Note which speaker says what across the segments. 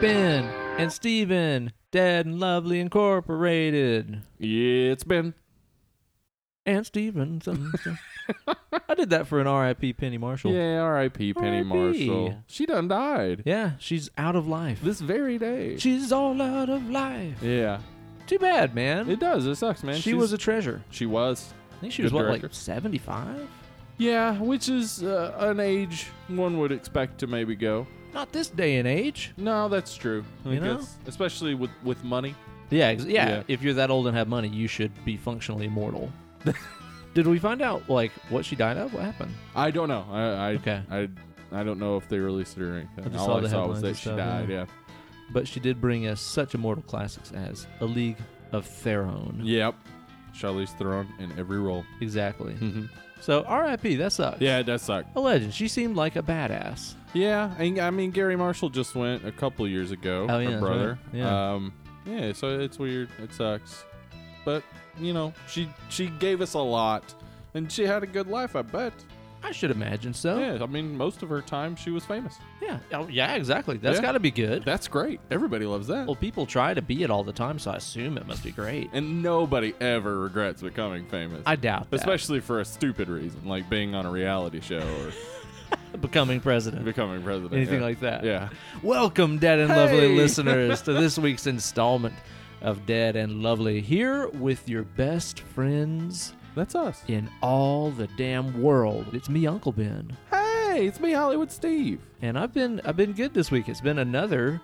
Speaker 1: Ben and Steven, Dead and Lovely Incorporated.
Speaker 2: It's been.
Speaker 1: And Steven. something, something. I did that for an RIP Penny Marshall.
Speaker 2: Yeah, R.I.P. Penny
Speaker 1: R.I.P..
Speaker 2: Marshall. She done died
Speaker 1: Yeah, she's out of life.
Speaker 2: this very day.
Speaker 1: She's all out of life.
Speaker 2: yeah,
Speaker 1: Too bad, man.
Speaker 2: it does. It sucks, man.
Speaker 1: she
Speaker 2: She's-
Speaker 1: was a treasure.
Speaker 2: She was.
Speaker 1: I think she
Speaker 2: Good
Speaker 1: was what, like
Speaker 2: director.
Speaker 1: 75?
Speaker 2: Yeah, which is uh, an age one would expect to maybe go.
Speaker 1: Not this day and age.
Speaker 2: No, that's true. I
Speaker 1: You
Speaker 2: think
Speaker 1: know?
Speaker 2: that's- especially with with money.
Speaker 1: Yeah, ex- yeah,
Speaker 2: Yeah.
Speaker 1: If you're that old and have money, you should be functionally immortal. Did we find out like what she died of? What happened?
Speaker 2: I don't know. I I
Speaker 1: Okay.
Speaker 2: I, I don't know if they released it or anything.
Speaker 1: I just
Speaker 2: All
Speaker 1: saw
Speaker 2: I
Speaker 1: the
Speaker 2: saw was
Speaker 1: headlines
Speaker 2: that
Speaker 1: and
Speaker 2: she
Speaker 1: stuff,
Speaker 2: died. Yeah.
Speaker 1: But she did bring us such immortal classics as A League of Their Own.
Speaker 2: Yep. Charlize Theron in every role.
Speaker 1: Exactly.
Speaker 2: Mm-hmm.
Speaker 1: So R.I.P. That sucks.
Speaker 2: Yeah, it does suck.
Speaker 1: A legend. She seemed like a badass.
Speaker 2: Yeah, and I mean Gary Marshall just went a couple years ago.
Speaker 1: Oh,
Speaker 2: her
Speaker 1: yeah, that's
Speaker 2: brother.
Speaker 1: right. Yeah.
Speaker 2: Um, yeah. So it's weird. It sucks, but you know she she gave us a lot, and she had a good life. I bet.
Speaker 1: I should imagine so.
Speaker 2: Yeah. I mean, most of her time she was famous.
Speaker 1: Yeah. Oh, yeah, exactly. That's
Speaker 2: Yeah.
Speaker 1: got to be good.
Speaker 2: That's great. Everybody loves that.
Speaker 1: Well, people try to be it all the time, so I assume it must be great.
Speaker 2: and nobody ever regrets becoming famous.
Speaker 1: I doubt that.
Speaker 2: Especially for a stupid reason, like being on a reality show or
Speaker 1: becoming president.
Speaker 2: becoming president.
Speaker 1: Anything
Speaker 2: yeah.
Speaker 1: like that.
Speaker 2: Yeah.
Speaker 1: Welcome, dead and lovely
Speaker 2: Hey!
Speaker 1: listeners, to this week's installment of Dead and Lovely, here with your best friends
Speaker 2: That's us.
Speaker 1: in all the damn world. It's me, Uncle Ben,
Speaker 2: Hey, it's me, Hollywood Steve.
Speaker 1: and I've been I've been good this week. It's been another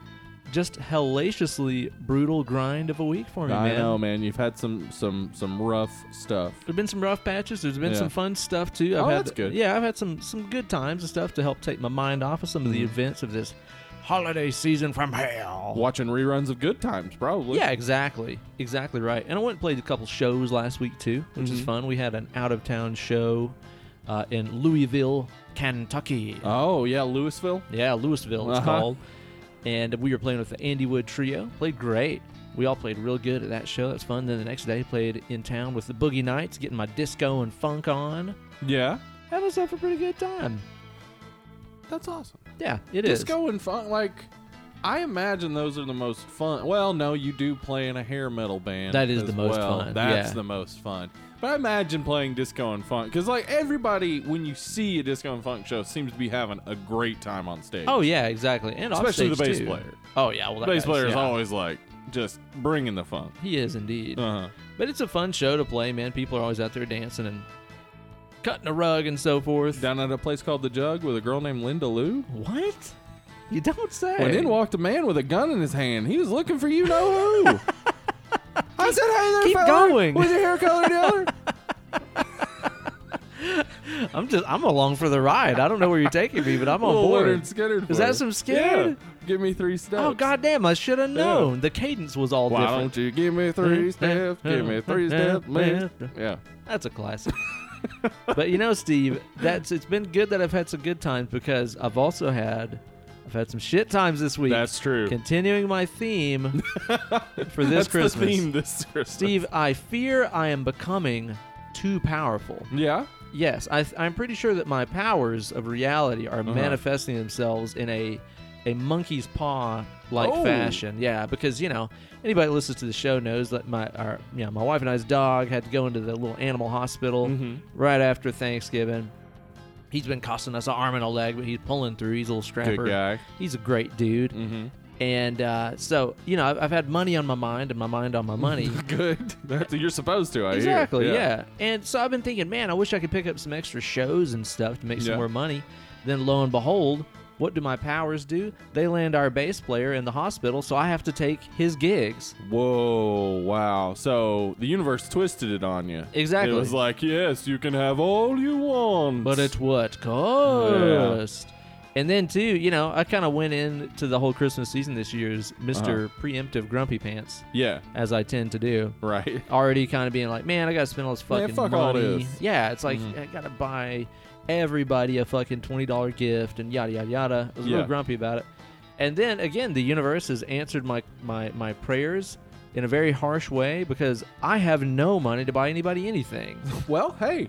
Speaker 1: just hellaciously brutal grind of a week for me,
Speaker 2: I
Speaker 1: man.
Speaker 2: know, man. You've had some some some rough stuff.
Speaker 1: There've been some rough patches. There's been
Speaker 2: Yeah.
Speaker 1: some fun stuff too. I've
Speaker 2: Oh,
Speaker 1: had,
Speaker 2: that's good.
Speaker 1: Yeah, I've had some some good times and stuff to help take my mind off of some of the
Speaker 2: Mhm.
Speaker 1: events of this holiday season from hell.
Speaker 2: Watching reruns of Good Times, probably.
Speaker 1: Yeah, exactly. Exactly right. And I went and played a couple shows last week too, which is
Speaker 2: Mhm.
Speaker 1: fun. We had an out of town show uh, in Louisville, Kentucky.
Speaker 2: Oh yeah, Louisville.
Speaker 1: yeah, Louisville it's
Speaker 2: Uh-huh.
Speaker 1: called. And we were playing with the Andy Wood Trio. Played great. We all played real good at that show. That's fun. Then the next day, played in town with the Boogie Nights, getting my disco and funk on.
Speaker 2: Yeah,
Speaker 1: Had myself a pretty good time.
Speaker 2: that's awesome.
Speaker 1: Yeah, it is.
Speaker 2: Disco and fun. Like, I imagine those are the most fun. Well, no, you do play in a hair metal band.
Speaker 1: That is the
Speaker 2: as
Speaker 1: most
Speaker 2: well.
Speaker 1: fun,
Speaker 2: That's
Speaker 1: yeah.
Speaker 2: the most fun. But I imagine playing disco and funk because, like, everybody when you see a disco and funk show seems to be having a great time on stage.
Speaker 1: Oh yeah, exactly. And
Speaker 2: especially the
Speaker 1: offstage,
Speaker 2: bass
Speaker 1: too.
Speaker 2: player.
Speaker 1: Oh yeah, well that
Speaker 2: bass
Speaker 1: guy's-
Speaker 2: player is
Speaker 1: yeah.
Speaker 2: always like just bringing the funk.
Speaker 1: He is indeed.
Speaker 2: Uh huh.
Speaker 1: But it's a fun show to play, man. People are always out there dancing and cutting a rug and so forth.
Speaker 2: Down at a place called the Jug with a girl named Linda Lou.
Speaker 1: What? You don't say.
Speaker 2: When in walked a man with a gun in his hand. He was looking for you know who. I said, "Hey there,
Speaker 1: keep
Speaker 2: fella,
Speaker 1: going."
Speaker 2: With your hair color dealer."
Speaker 1: I'm just I'm along for the ride. I don't know where you're taking me, but I'm on
Speaker 2: Little
Speaker 1: board.
Speaker 2: Leonard Skinner
Speaker 1: Oh, Is that
Speaker 2: voice.
Speaker 1: some Skinner?
Speaker 2: Yeah. Give me three steps.
Speaker 1: Oh goddamn, I should have known. The cadence was all
Speaker 2: Why
Speaker 1: different.
Speaker 2: don't you give me
Speaker 1: Mm-hmm.
Speaker 2: three steps? Give me three steps, man. Yeah.
Speaker 1: That's a classic. but you know, Steve, that's it's been good that I've had some good times because I've also had I've had some shit times this week.
Speaker 2: true.
Speaker 1: continuing my theme for this
Speaker 2: That's
Speaker 1: Christmas.
Speaker 2: the theme this Christmas.
Speaker 1: Steve, I fear I am becoming too powerful.
Speaker 2: Yeah.
Speaker 1: Yes, I, I'm pretty sure that my powers of reality are
Speaker 2: Uh-huh.
Speaker 1: manifesting themselves in a a monkey's paw like
Speaker 2: Oh.
Speaker 1: fashion. Yeah, because you know anybody that listens to the show knows that my our you know, my wife and I's dog had to go into the little animal hospital
Speaker 2: Mhm.
Speaker 1: right after Thanksgiving. He's been costing us an arm and a leg, but he's pulling through. He's a little
Speaker 2: Good
Speaker 1: scrapper.
Speaker 2: guy.
Speaker 1: He's a great dude.
Speaker 2: Mm-hmm.
Speaker 1: And uh, so, you know, I've, I've had money on my mind and my mind on my money.
Speaker 2: Good. That's you're supposed to. I hear.
Speaker 1: exactly, yeah. And so I've been thinking, man, I wish I could pick up some extra shows and stuff to make
Speaker 2: Yeah.
Speaker 1: some more money. Then lo and behold, what do my powers do? They land our bass player in the hospital, so I have to take his gigs.
Speaker 2: Whoa, wow. So the universe twisted it on you.
Speaker 1: Exactly.
Speaker 2: It was like, yes, you can have all you want.
Speaker 1: But at what cost? And then too, you know, I kind of went into the whole Christmas season this year's Mister Preemptive Grumpy Pants,
Speaker 2: Yeah,
Speaker 1: as I tend to do.
Speaker 2: right.
Speaker 1: already kind of being like, man, I gotta spend all this
Speaker 2: Man,
Speaker 1: fucking
Speaker 2: fuck all
Speaker 1: money.
Speaker 2: this. Mm-hmm.
Speaker 1: Yeah, it's like I gotta buy everybody a fucking twenty dollar gift and yada yada yada. I was a
Speaker 2: Yeah.
Speaker 1: little grumpy about it. And then again, the universe has answered my my my prayers in a very harsh way because I have no money to buy anybody anything.
Speaker 2: Well, hey,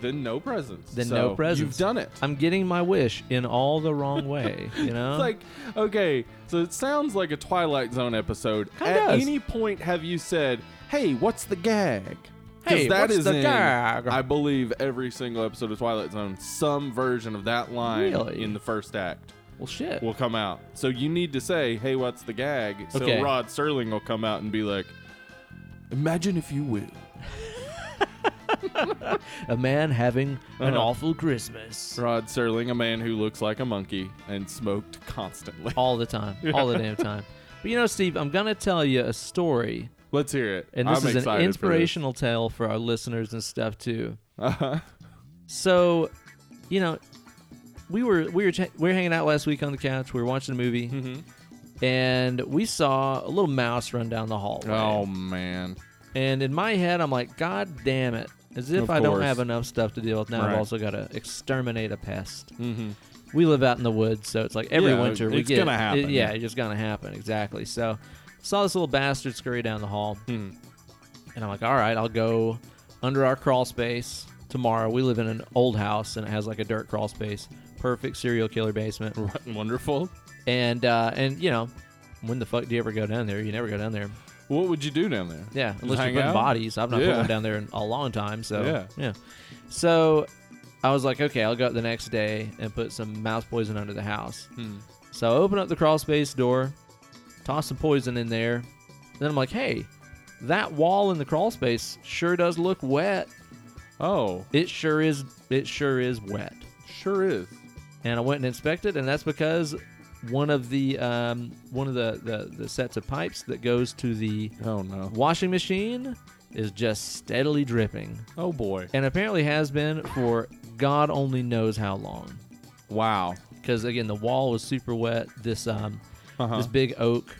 Speaker 2: Then no presents.
Speaker 1: Then
Speaker 2: So,
Speaker 1: no presents.
Speaker 2: You've done it.
Speaker 1: I'm getting my wish in all the wrong way. You know,
Speaker 2: It's like, okay, so it sounds like a Twilight Zone episode.
Speaker 1: Kinda
Speaker 2: At
Speaker 1: does.
Speaker 2: any point have you said, hey, what's the gag? 'Cause
Speaker 1: Hey,
Speaker 2: that
Speaker 1: what's
Speaker 2: is
Speaker 1: the
Speaker 2: in,
Speaker 1: gag?
Speaker 2: I believe every single episode of Twilight Zone, some version of that line
Speaker 1: Really?
Speaker 2: in the first act
Speaker 1: well, shit.
Speaker 2: will come out. So you need to say, hey, what's the gag? So
Speaker 1: Okay.
Speaker 2: Rod Serling will come out and be like, imagine if you will.
Speaker 1: a man having an
Speaker 2: Uh-huh.
Speaker 1: awful Christmas
Speaker 2: Rod Serling, a man who looks like a monkey and smoked constantly.
Speaker 1: all the time, all the damn time. But you know, Steve, I'm gonna tell you a story,
Speaker 2: Let's hear it.
Speaker 1: and this
Speaker 2: I'm
Speaker 1: is an
Speaker 2: excited
Speaker 1: inspirational tale for our listeners and stuff too.
Speaker 2: For this. Uh-huh.
Speaker 1: So, you know, we were we were ch- we were hanging out last week on the couch. We were watching a movie,
Speaker 2: Hmm. Mm-hmm.
Speaker 1: and we saw a little mouse run down the hallway.
Speaker 2: Oh, man.
Speaker 1: And in my head, I'm like, God damn it. As if
Speaker 2: Of
Speaker 1: I don't
Speaker 2: course.
Speaker 1: have enough stuff to deal with now, I've
Speaker 2: Right.
Speaker 1: also got to exterminate a pest.
Speaker 2: Mm-hmm.
Speaker 1: We live out in the woods, so it's like every
Speaker 2: Yeah,
Speaker 1: winter we
Speaker 2: it's
Speaker 1: get.
Speaker 2: gonna happen,
Speaker 1: it- yeah,
Speaker 2: yeah.
Speaker 1: it's just gonna happen exactly. So, saw this little bastard scurry down the hall,
Speaker 2: Hmm.
Speaker 1: and I'm like, all right, I'll go under our crawl space tomorrow. We live in an old house, and it has like a dirt crawl space, perfect serial killer basement.
Speaker 2: Wonderful.
Speaker 1: And uh, and you know, when the fuck do you ever go down there? You never go down there.
Speaker 2: What would you do down there?
Speaker 1: Yeah, unless you're
Speaker 2: hang
Speaker 1: putting
Speaker 2: out?
Speaker 1: bodies. I've not put
Speaker 2: Yeah.
Speaker 1: one down there in a long time, so yeah.
Speaker 2: Yeah.
Speaker 1: So I was like, okay, I'll go up the next day and put some mouse poison under the house.
Speaker 2: Hmm.
Speaker 1: So I open up the crawl space door, toss some poison in there. Then I'm like, hey, that wall in the crawl space sure does look wet.
Speaker 2: Oh,
Speaker 1: It sure is. It sure is wet.
Speaker 2: sure is.
Speaker 1: And I went and inspected, and that's because one of the um, one of the, the the sets of pipes that goes to the
Speaker 2: Oh no.
Speaker 1: washing machine is just steadily dripping
Speaker 2: Oh boy.
Speaker 1: and apparently has been for god only knows how long
Speaker 2: Wow.
Speaker 1: because again the wall was super wet this um
Speaker 2: Uh-huh.
Speaker 1: this big oak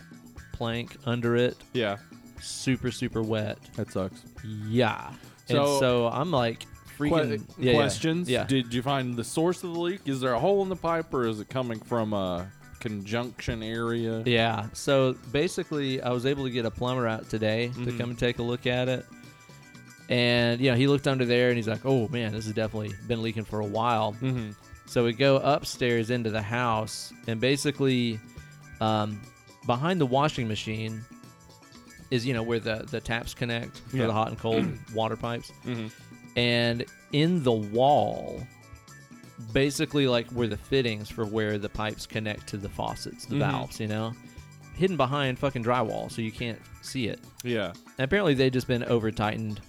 Speaker 1: plank under it
Speaker 2: Yeah,
Speaker 1: super super wet
Speaker 2: that sucks.
Speaker 1: yeah and
Speaker 2: So-
Speaker 1: so i'm like freaking
Speaker 2: Que-
Speaker 1: yeah, yeah,
Speaker 2: uh, questions?
Speaker 1: yeah,
Speaker 2: Did you find the source of the leak? Is there a hole in the pipe, or is it coming from a conjunction area?
Speaker 1: Yeah. So basically, I was able to get a plumber out today to
Speaker 2: Mhm.
Speaker 1: come and take a look at it. And, you know, he looked under there and he's like, oh, man, this has definitely been leaking for a while.
Speaker 2: Mm-hmm.
Speaker 1: So we go upstairs into the house, and basically, um, behind the washing machine is, you know, where the, the taps connect for
Speaker 2: Yeah.
Speaker 1: the hot and cold water pipes.
Speaker 2: Mm-hmm.
Speaker 1: And in the wall, basically like where the fittings for where the pipes connect to the faucets, the
Speaker 2: Mhm.
Speaker 1: valves, you know, hidden behind fucking drywall, so you can't see it.
Speaker 2: Yeah.
Speaker 1: And apparently, they just been over tightened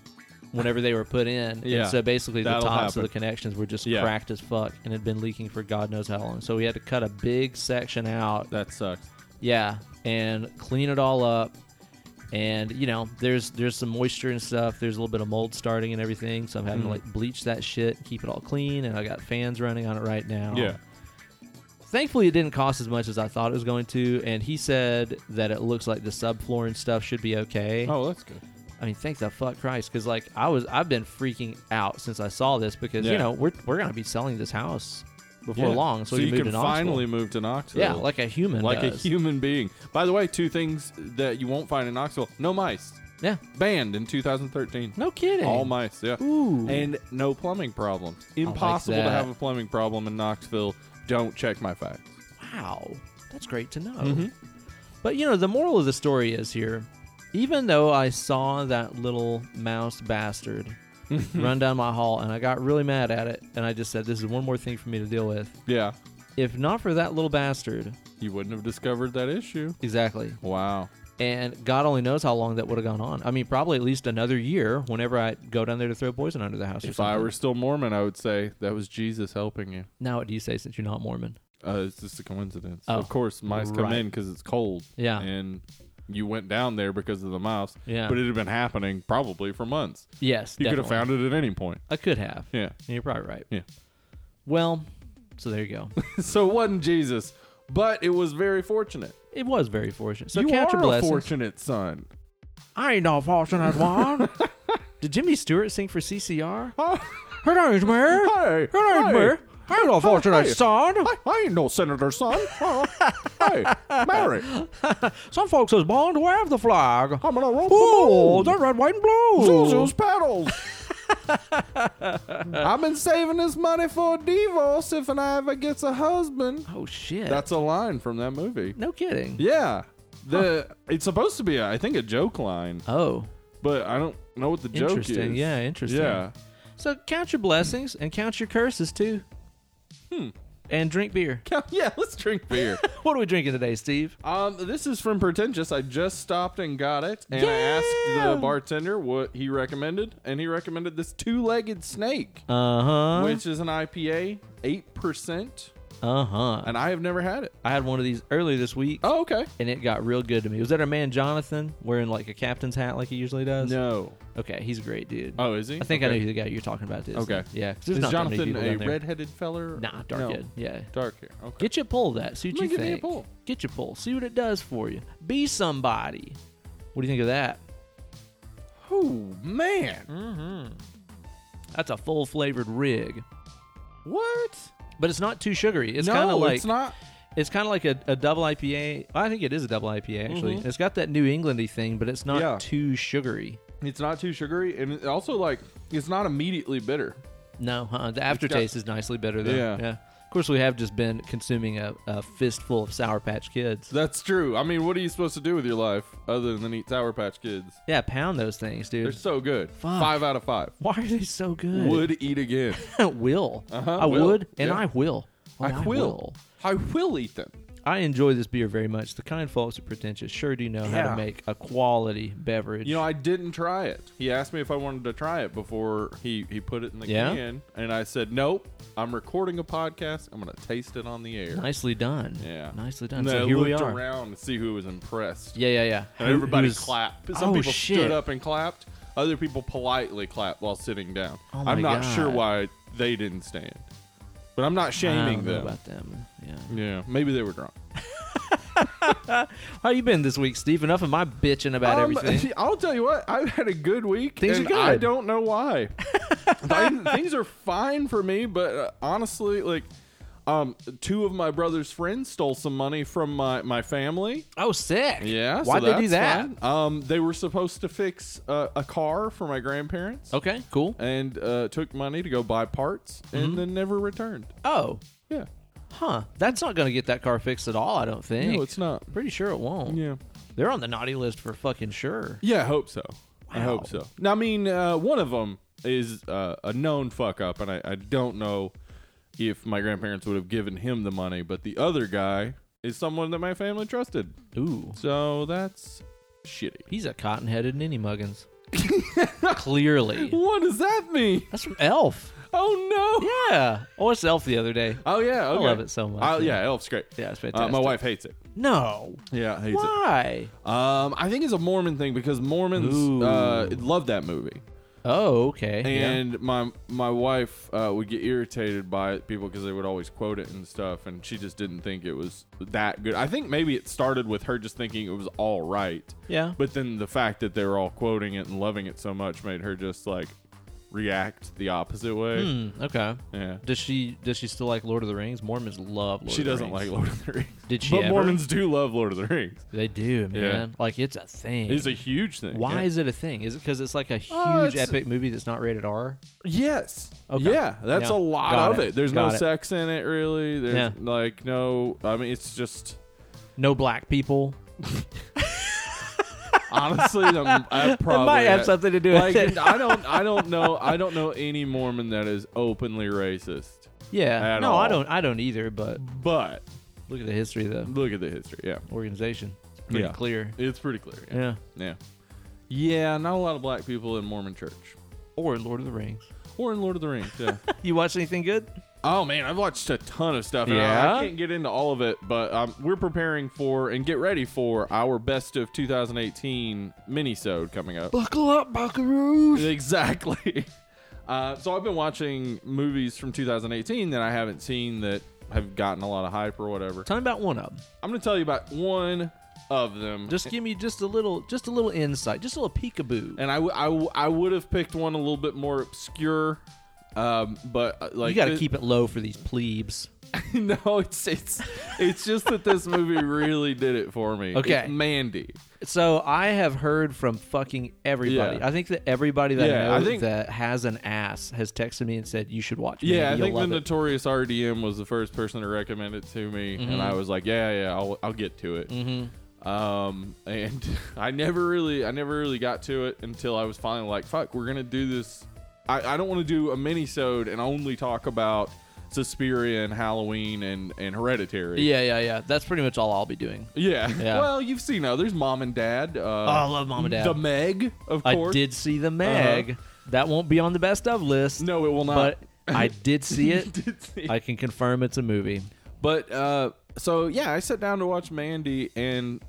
Speaker 1: whenever they were put in.
Speaker 2: Yeah,
Speaker 1: And so basically, the
Speaker 2: that'll
Speaker 1: tops of
Speaker 2: happen.
Speaker 1: the connections were just
Speaker 2: Yeah.
Speaker 1: cracked as fuck and had been leaking for God knows how long. So we had to cut a big section out.
Speaker 2: That sucks.
Speaker 1: Yeah, and clean it all up. And you know, there's there's some moisture and stuff. There's a little bit of mold starting and everything. So I'm having
Speaker 2: Mhm.
Speaker 1: to like bleach that shit, keep it all clean, and I got fans running on it right now.
Speaker 2: Yeah.
Speaker 1: Thankfully, it didn't cost as much as I thought it was going to. And he said that it looks like the subfloor and stuff should be okay.
Speaker 2: Oh, that's good.
Speaker 1: I mean, thank the fuck Christ, because like I was, I've been freaking out since I saw this because you
Speaker 2: Yeah.
Speaker 1: know we're we're gonna be selling this house before
Speaker 2: Yeah.
Speaker 1: long, so, we
Speaker 2: you
Speaker 1: moved
Speaker 2: can
Speaker 1: to Knoxville.
Speaker 2: finally move to Knoxville.
Speaker 1: yeah, like a human,
Speaker 2: like a
Speaker 1: does.
Speaker 2: human being. By the way, two things that you won't find in Knoxville: no mice.
Speaker 1: yeah,
Speaker 2: Banned in 2013.
Speaker 1: no kidding.
Speaker 2: All mice. Yeah.
Speaker 1: Ooh,
Speaker 2: and no plumbing problems. Impossible to
Speaker 1: that.
Speaker 2: have a plumbing problem in Knoxville. Don't check my facts.
Speaker 1: wow, that's great to know.
Speaker 2: Mm-hmm.
Speaker 1: But you know, the moral of the story is here. Even though I saw that little mouse bastard run down my hall, and I got really mad at it, and I just said, "This is one more thing for me to deal with."
Speaker 2: Yeah,
Speaker 1: If not for that little bastard,
Speaker 2: you wouldn't have discovered that issue.
Speaker 1: exactly.
Speaker 2: Wow.
Speaker 1: And God only knows how long that would have gone on. I mean, probably at least another year whenever I go down there to throw poison under the house or
Speaker 2: If
Speaker 1: something.
Speaker 2: I were still Mormon, I would say that was Jesus helping you.
Speaker 1: now, what do you say since you're not Mormon?
Speaker 2: Uh, it's just a coincidence.
Speaker 1: Oh,
Speaker 2: of course, mice come
Speaker 1: right.
Speaker 2: in because it's cold.
Speaker 1: Yeah.
Speaker 2: and you went down there because of the mouse.
Speaker 1: Yeah.
Speaker 2: but it had been happening probably for months.
Speaker 1: Yes.
Speaker 2: You could have
Speaker 1: definitely.
Speaker 2: found it at any point.
Speaker 1: I could have.
Speaker 2: Yeah.
Speaker 1: You're probably right.
Speaker 2: Yeah.
Speaker 1: Well, so there you go.
Speaker 2: so it wasn't Jesus, but it was very fortunate.
Speaker 1: it was very fortunate. So
Speaker 2: you
Speaker 1: count your
Speaker 2: are a
Speaker 1: blessings.
Speaker 2: fortunate son.
Speaker 1: I ain't no fortunate one. Did Jimmy Stewart sing for CCR?
Speaker 2: Hi.
Speaker 1: Her name's Mary.
Speaker 2: Hey,
Speaker 1: Her name's
Speaker 2: hey.
Speaker 1: Mary. I ain't no fortunate
Speaker 2: hey.
Speaker 1: son.
Speaker 2: I, I ain't no senator, son. Uh, hey, Mary,
Speaker 1: Some folks is born to wave the flag.
Speaker 2: I'm gonna roll
Speaker 1: Oh, that red, white, and blue.
Speaker 2: Zuzu's pedals. I've been saving this money for a divorce if and I ever gets a husband.
Speaker 1: Oh shit.
Speaker 2: That's a line from that movie.
Speaker 1: no kidding.
Speaker 2: Yeah. The it's supposed to be, I think, a joke line,
Speaker 1: Oh,
Speaker 2: but I don't know what the joke is.
Speaker 1: interesting. Yeah, interesting.
Speaker 2: Yeah.
Speaker 1: So count your blessings and count your curses too.
Speaker 2: Hmm.
Speaker 1: And drink beer.
Speaker 2: Yeah. Let's drink beer.
Speaker 1: What are we drinking today, Steve?
Speaker 2: Um, this is from Pretentious. I just stopped and got it, and I
Speaker 1: Yeah.
Speaker 2: asked the bartender what he recommended, and he recommended this two-legged snake,
Speaker 1: Uh huh.
Speaker 2: which is an IPA, eight percent,
Speaker 1: Uh huh.
Speaker 2: and I have never had it.
Speaker 1: I had one of these earlier this week,
Speaker 2: Oh, okay.
Speaker 1: and it got real good to me. Was that our man Jonathan wearing like a captain's hat like he usually does?
Speaker 2: No.
Speaker 1: Okay, he's a great dude.
Speaker 2: Oh, is he?
Speaker 1: I think I
Speaker 2: Okay.
Speaker 1: know who the guy you're talking about is.
Speaker 2: Okay.
Speaker 1: Yeah. 'cause there's
Speaker 2: Is
Speaker 1: not that many
Speaker 2: Jonathan
Speaker 1: people down
Speaker 2: a
Speaker 1: there.
Speaker 2: red-headed feller?
Speaker 1: Nah, dark
Speaker 2: No.
Speaker 1: head. Yeah.
Speaker 2: Dark hair. Okay.
Speaker 1: Get your pull of that. See what
Speaker 2: I'm
Speaker 1: you
Speaker 2: gonna give me a
Speaker 1: think.
Speaker 2: pull.
Speaker 1: Get your pull. See what it does for you. Be somebody. What do you think of that?
Speaker 2: oh man,
Speaker 1: Mm. That's a full flavored rig,
Speaker 2: what?
Speaker 1: but it's not too sugary. It's
Speaker 2: no,
Speaker 1: kind of like
Speaker 2: it's not.
Speaker 1: it's kind of like a, a double IPA. I think it is a double IPA actually.
Speaker 2: Mhm.
Speaker 1: It's got that New Englandy thing, but it's not
Speaker 2: Yeah.
Speaker 1: too sugary.
Speaker 2: It's not too sugary, and it also like it's not immediately bitter.
Speaker 1: No, uh-uh. the aftertaste is nicely better though.
Speaker 2: Yeah.
Speaker 1: Of course, we have just been consuming a, a fistful of Sour Patch Kids.
Speaker 2: That's true. I mean, what are you supposed to do with your life other than eat Sour Patch Kids?
Speaker 1: Yeah, pound those things, dude.
Speaker 2: They're so good.
Speaker 1: Fuck.
Speaker 2: Five out of five.
Speaker 1: Why are they so good?
Speaker 2: Would eat again.
Speaker 1: will.
Speaker 2: Uh-huh,
Speaker 1: I
Speaker 2: will.
Speaker 1: would, and
Speaker 2: Yeah.
Speaker 1: I will. Oh,
Speaker 2: I will. I will eat them.
Speaker 1: I enjoy this beer very much. The kind folks at Pretentious sure do know how
Speaker 2: Yeah.
Speaker 1: to make a quality beverage.
Speaker 2: You know, I didn't try it. He asked me if I wanted to try it before he, he put it in the
Speaker 1: Yeah?
Speaker 2: can, and I said nope. I'm recording a podcast. I'm gonna taste it on the air.
Speaker 1: nicely done.
Speaker 2: Yeah,
Speaker 1: nicely done.
Speaker 2: And
Speaker 1: so
Speaker 2: I
Speaker 1: here we
Speaker 2: looked
Speaker 1: are.
Speaker 2: around to see who was impressed.
Speaker 1: Yeah, yeah, yeah.
Speaker 2: And
Speaker 1: Who-
Speaker 2: everybody
Speaker 1: who's-
Speaker 2: clapped. Some
Speaker 1: Oh,
Speaker 2: people
Speaker 1: shit.
Speaker 2: stood up and clapped. Other people politely clapped while sitting down.
Speaker 1: Oh my
Speaker 2: I'm not sure
Speaker 1: God.
Speaker 2: why they didn't stand, but I'm not
Speaker 1: I
Speaker 2: shaming
Speaker 1: don't know
Speaker 2: them.
Speaker 1: about them. Yeah.
Speaker 2: Yeah, maybe they were drunk.
Speaker 1: How you been this week, Steve? Enough of my bitching about
Speaker 2: Um,
Speaker 1: everything.
Speaker 2: I'll tell you what, I've had a good week.
Speaker 1: Things are
Speaker 2: and I
Speaker 1: good.
Speaker 2: don't know why. I- things are fine for me, but uh, honestly, like, um, two of my brother's friends stole some money from my, my family.
Speaker 1: Oh, sick.
Speaker 2: Yeah, so
Speaker 1: Why'd they do
Speaker 2: that's
Speaker 1: that?
Speaker 2: fine. Um, they were supposed to fix uh, a car for my grandparents,
Speaker 1: Okay, cool.
Speaker 2: and uh, took money to go buy parts,
Speaker 1: Mm-hmm.
Speaker 2: and then never returned.
Speaker 1: Oh,
Speaker 2: Yeah,
Speaker 1: huh. That's not going to get that car fixed at all, I don't think.
Speaker 2: no, it's not.
Speaker 1: Pretty sure it won't.
Speaker 2: Yeah.
Speaker 1: They're on the naughty list for fucking sure.
Speaker 2: Yeah, I hope so. I
Speaker 1: Wow.
Speaker 2: hope so. Now, I mean, uh, one of them is uh, a known fuck up, and I, I don't know if my grandparents would have given him the money, but the other guy is someone that my family trusted.
Speaker 1: Ooh.
Speaker 2: So that's shitty.
Speaker 1: He's a cotton headed ninny muggins. Clearly.
Speaker 2: What does that mean?
Speaker 1: That's from Elf.
Speaker 2: Oh, no.
Speaker 1: Yeah. I watched Elf the other day.
Speaker 2: Oh, yeah. Okay.
Speaker 1: love it so much,
Speaker 2: Oh,
Speaker 1: yeah.
Speaker 2: yeah, Elf's great.
Speaker 1: Yeah, it's
Speaker 2: Uh,
Speaker 1: fantastic.
Speaker 2: my wife hates it.
Speaker 1: No.
Speaker 2: Yeah, hates
Speaker 1: Why?
Speaker 2: it. Um, I think it's a Mormon thing because Mormons
Speaker 1: Ooh.
Speaker 2: uh, love that movie.
Speaker 1: Oh, okay. yeah.
Speaker 2: and my my wife uh, would get irritated by it, people because they would always quote it and stuff, and she just didn't think it was that good. I think maybe it started with her just thinking it was all right,
Speaker 1: Yeah.
Speaker 2: but then the fact that they were all quoting it and loving it so much made her just like react the opposite way.
Speaker 1: Hmm, okay.
Speaker 2: Yeah,
Speaker 1: Does she does she still like Lord of the Rings? Mormons love Lord
Speaker 2: she
Speaker 1: of the Rings.
Speaker 2: doesn't like Lord of the Rings,
Speaker 1: Did she
Speaker 2: but
Speaker 1: ever?
Speaker 2: Mormons do love Lord of the Rings.
Speaker 1: They do, man.
Speaker 2: Yeah.
Speaker 1: Like it's a thing.
Speaker 2: It's a huge thing.
Speaker 1: Why
Speaker 2: Yeah.
Speaker 1: is it a thing? Is it because it's like a huge
Speaker 2: Oh, it's-
Speaker 1: epic movie that's not rated R?
Speaker 2: Yes.
Speaker 1: Okay.
Speaker 2: Yeah, that's
Speaker 1: Yeah.
Speaker 2: a lot
Speaker 1: Got
Speaker 2: of
Speaker 1: it.
Speaker 2: it. There's
Speaker 1: Got
Speaker 2: no
Speaker 1: it.
Speaker 2: sex in it really. There's
Speaker 1: Yeah.
Speaker 2: like no. I mean, it's just
Speaker 1: No black people.
Speaker 2: honestly. I'm, I probably
Speaker 1: might have something to do with
Speaker 2: like,
Speaker 1: it.
Speaker 2: I don't. I don't know. I don't know any Mormon that is openly racist.
Speaker 1: Yeah.
Speaker 2: At
Speaker 1: no, I
Speaker 2: all.
Speaker 1: don't. I don't either. But
Speaker 2: But
Speaker 1: look at the history of the
Speaker 2: look at the history. Yeah,
Speaker 1: organization. It's pretty
Speaker 2: Yeah.
Speaker 1: clear.
Speaker 2: it's pretty clear. Yeah.
Speaker 1: Yeah.
Speaker 2: yeah, yeah. Not a lot of black people in Mormon church
Speaker 1: Or in Lord of the Rings.
Speaker 2: or in Lord of the Rings. Yeah.
Speaker 1: You watch anything good?
Speaker 2: Oh man, I've watched a ton of stuff. and I,
Speaker 1: Yeah?
Speaker 2: I can't get into all of it, but um, we're preparing for and get ready for our best of 2018 minisode coming up.
Speaker 1: Buckle up, buckaroos.
Speaker 2: exactly. Uh, so I've been watching movies from 2018 that I haven't seen that have gotten a lot of hype or whatever.
Speaker 1: Tell me about one of them.
Speaker 2: I'm gonna tell you about one of them.
Speaker 1: Just give me just a little, just a little insight, just a little peekaboo.
Speaker 2: and I, w- I, w- I would have picked one a little bit more obscure Um, but uh,
Speaker 1: you
Speaker 2: like
Speaker 1: got to
Speaker 2: thi-
Speaker 1: keep it low for these plebes.
Speaker 2: no, it's it's it's just that this movie really did it for me.
Speaker 1: Okay.
Speaker 2: It's Mandy.
Speaker 1: So I have heard from fucking everybody.
Speaker 2: Yeah.
Speaker 1: I think that everybody that
Speaker 2: Yeah,
Speaker 1: I
Speaker 2: I
Speaker 1: know
Speaker 2: think-
Speaker 1: that has an ass has texted me and said you should watch. Mandy.
Speaker 2: Yeah, I
Speaker 1: You'll
Speaker 2: think the
Speaker 1: love it."
Speaker 2: Notorious RDM was the first person to recommend it to me, and
Speaker 1: Mm-hmm.
Speaker 2: I was like, yeah, yeah, I'll I'll get to it. Mm-hmm. Um, and I never really I never really got to it until I was finally like, fuck, we're gonna do this. I, I don't want to do a mini-sode and only talk about Suspiria and Halloween and and Hereditary.
Speaker 1: yeah, yeah, yeah. That's pretty much all I'll be doing.
Speaker 2: Yeah.
Speaker 1: Yeah.
Speaker 2: Well, you've seen others. Mom and Dad. Uh,
Speaker 1: Oh, I love Mom and Dad.
Speaker 2: The Meg, of
Speaker 1: I
Speaker 2: course.
Speaker 1: did see the Meg. That won't be on the best of list.
Speaker 2: Uh-huh. No, it will not.
Speaker 1: but I did see it.
Speaker 2: Did see.
Speaker 1: I can confirm it's a movie.
Speaker 2: But uh, so yeah, I sat down to watch Mandy, and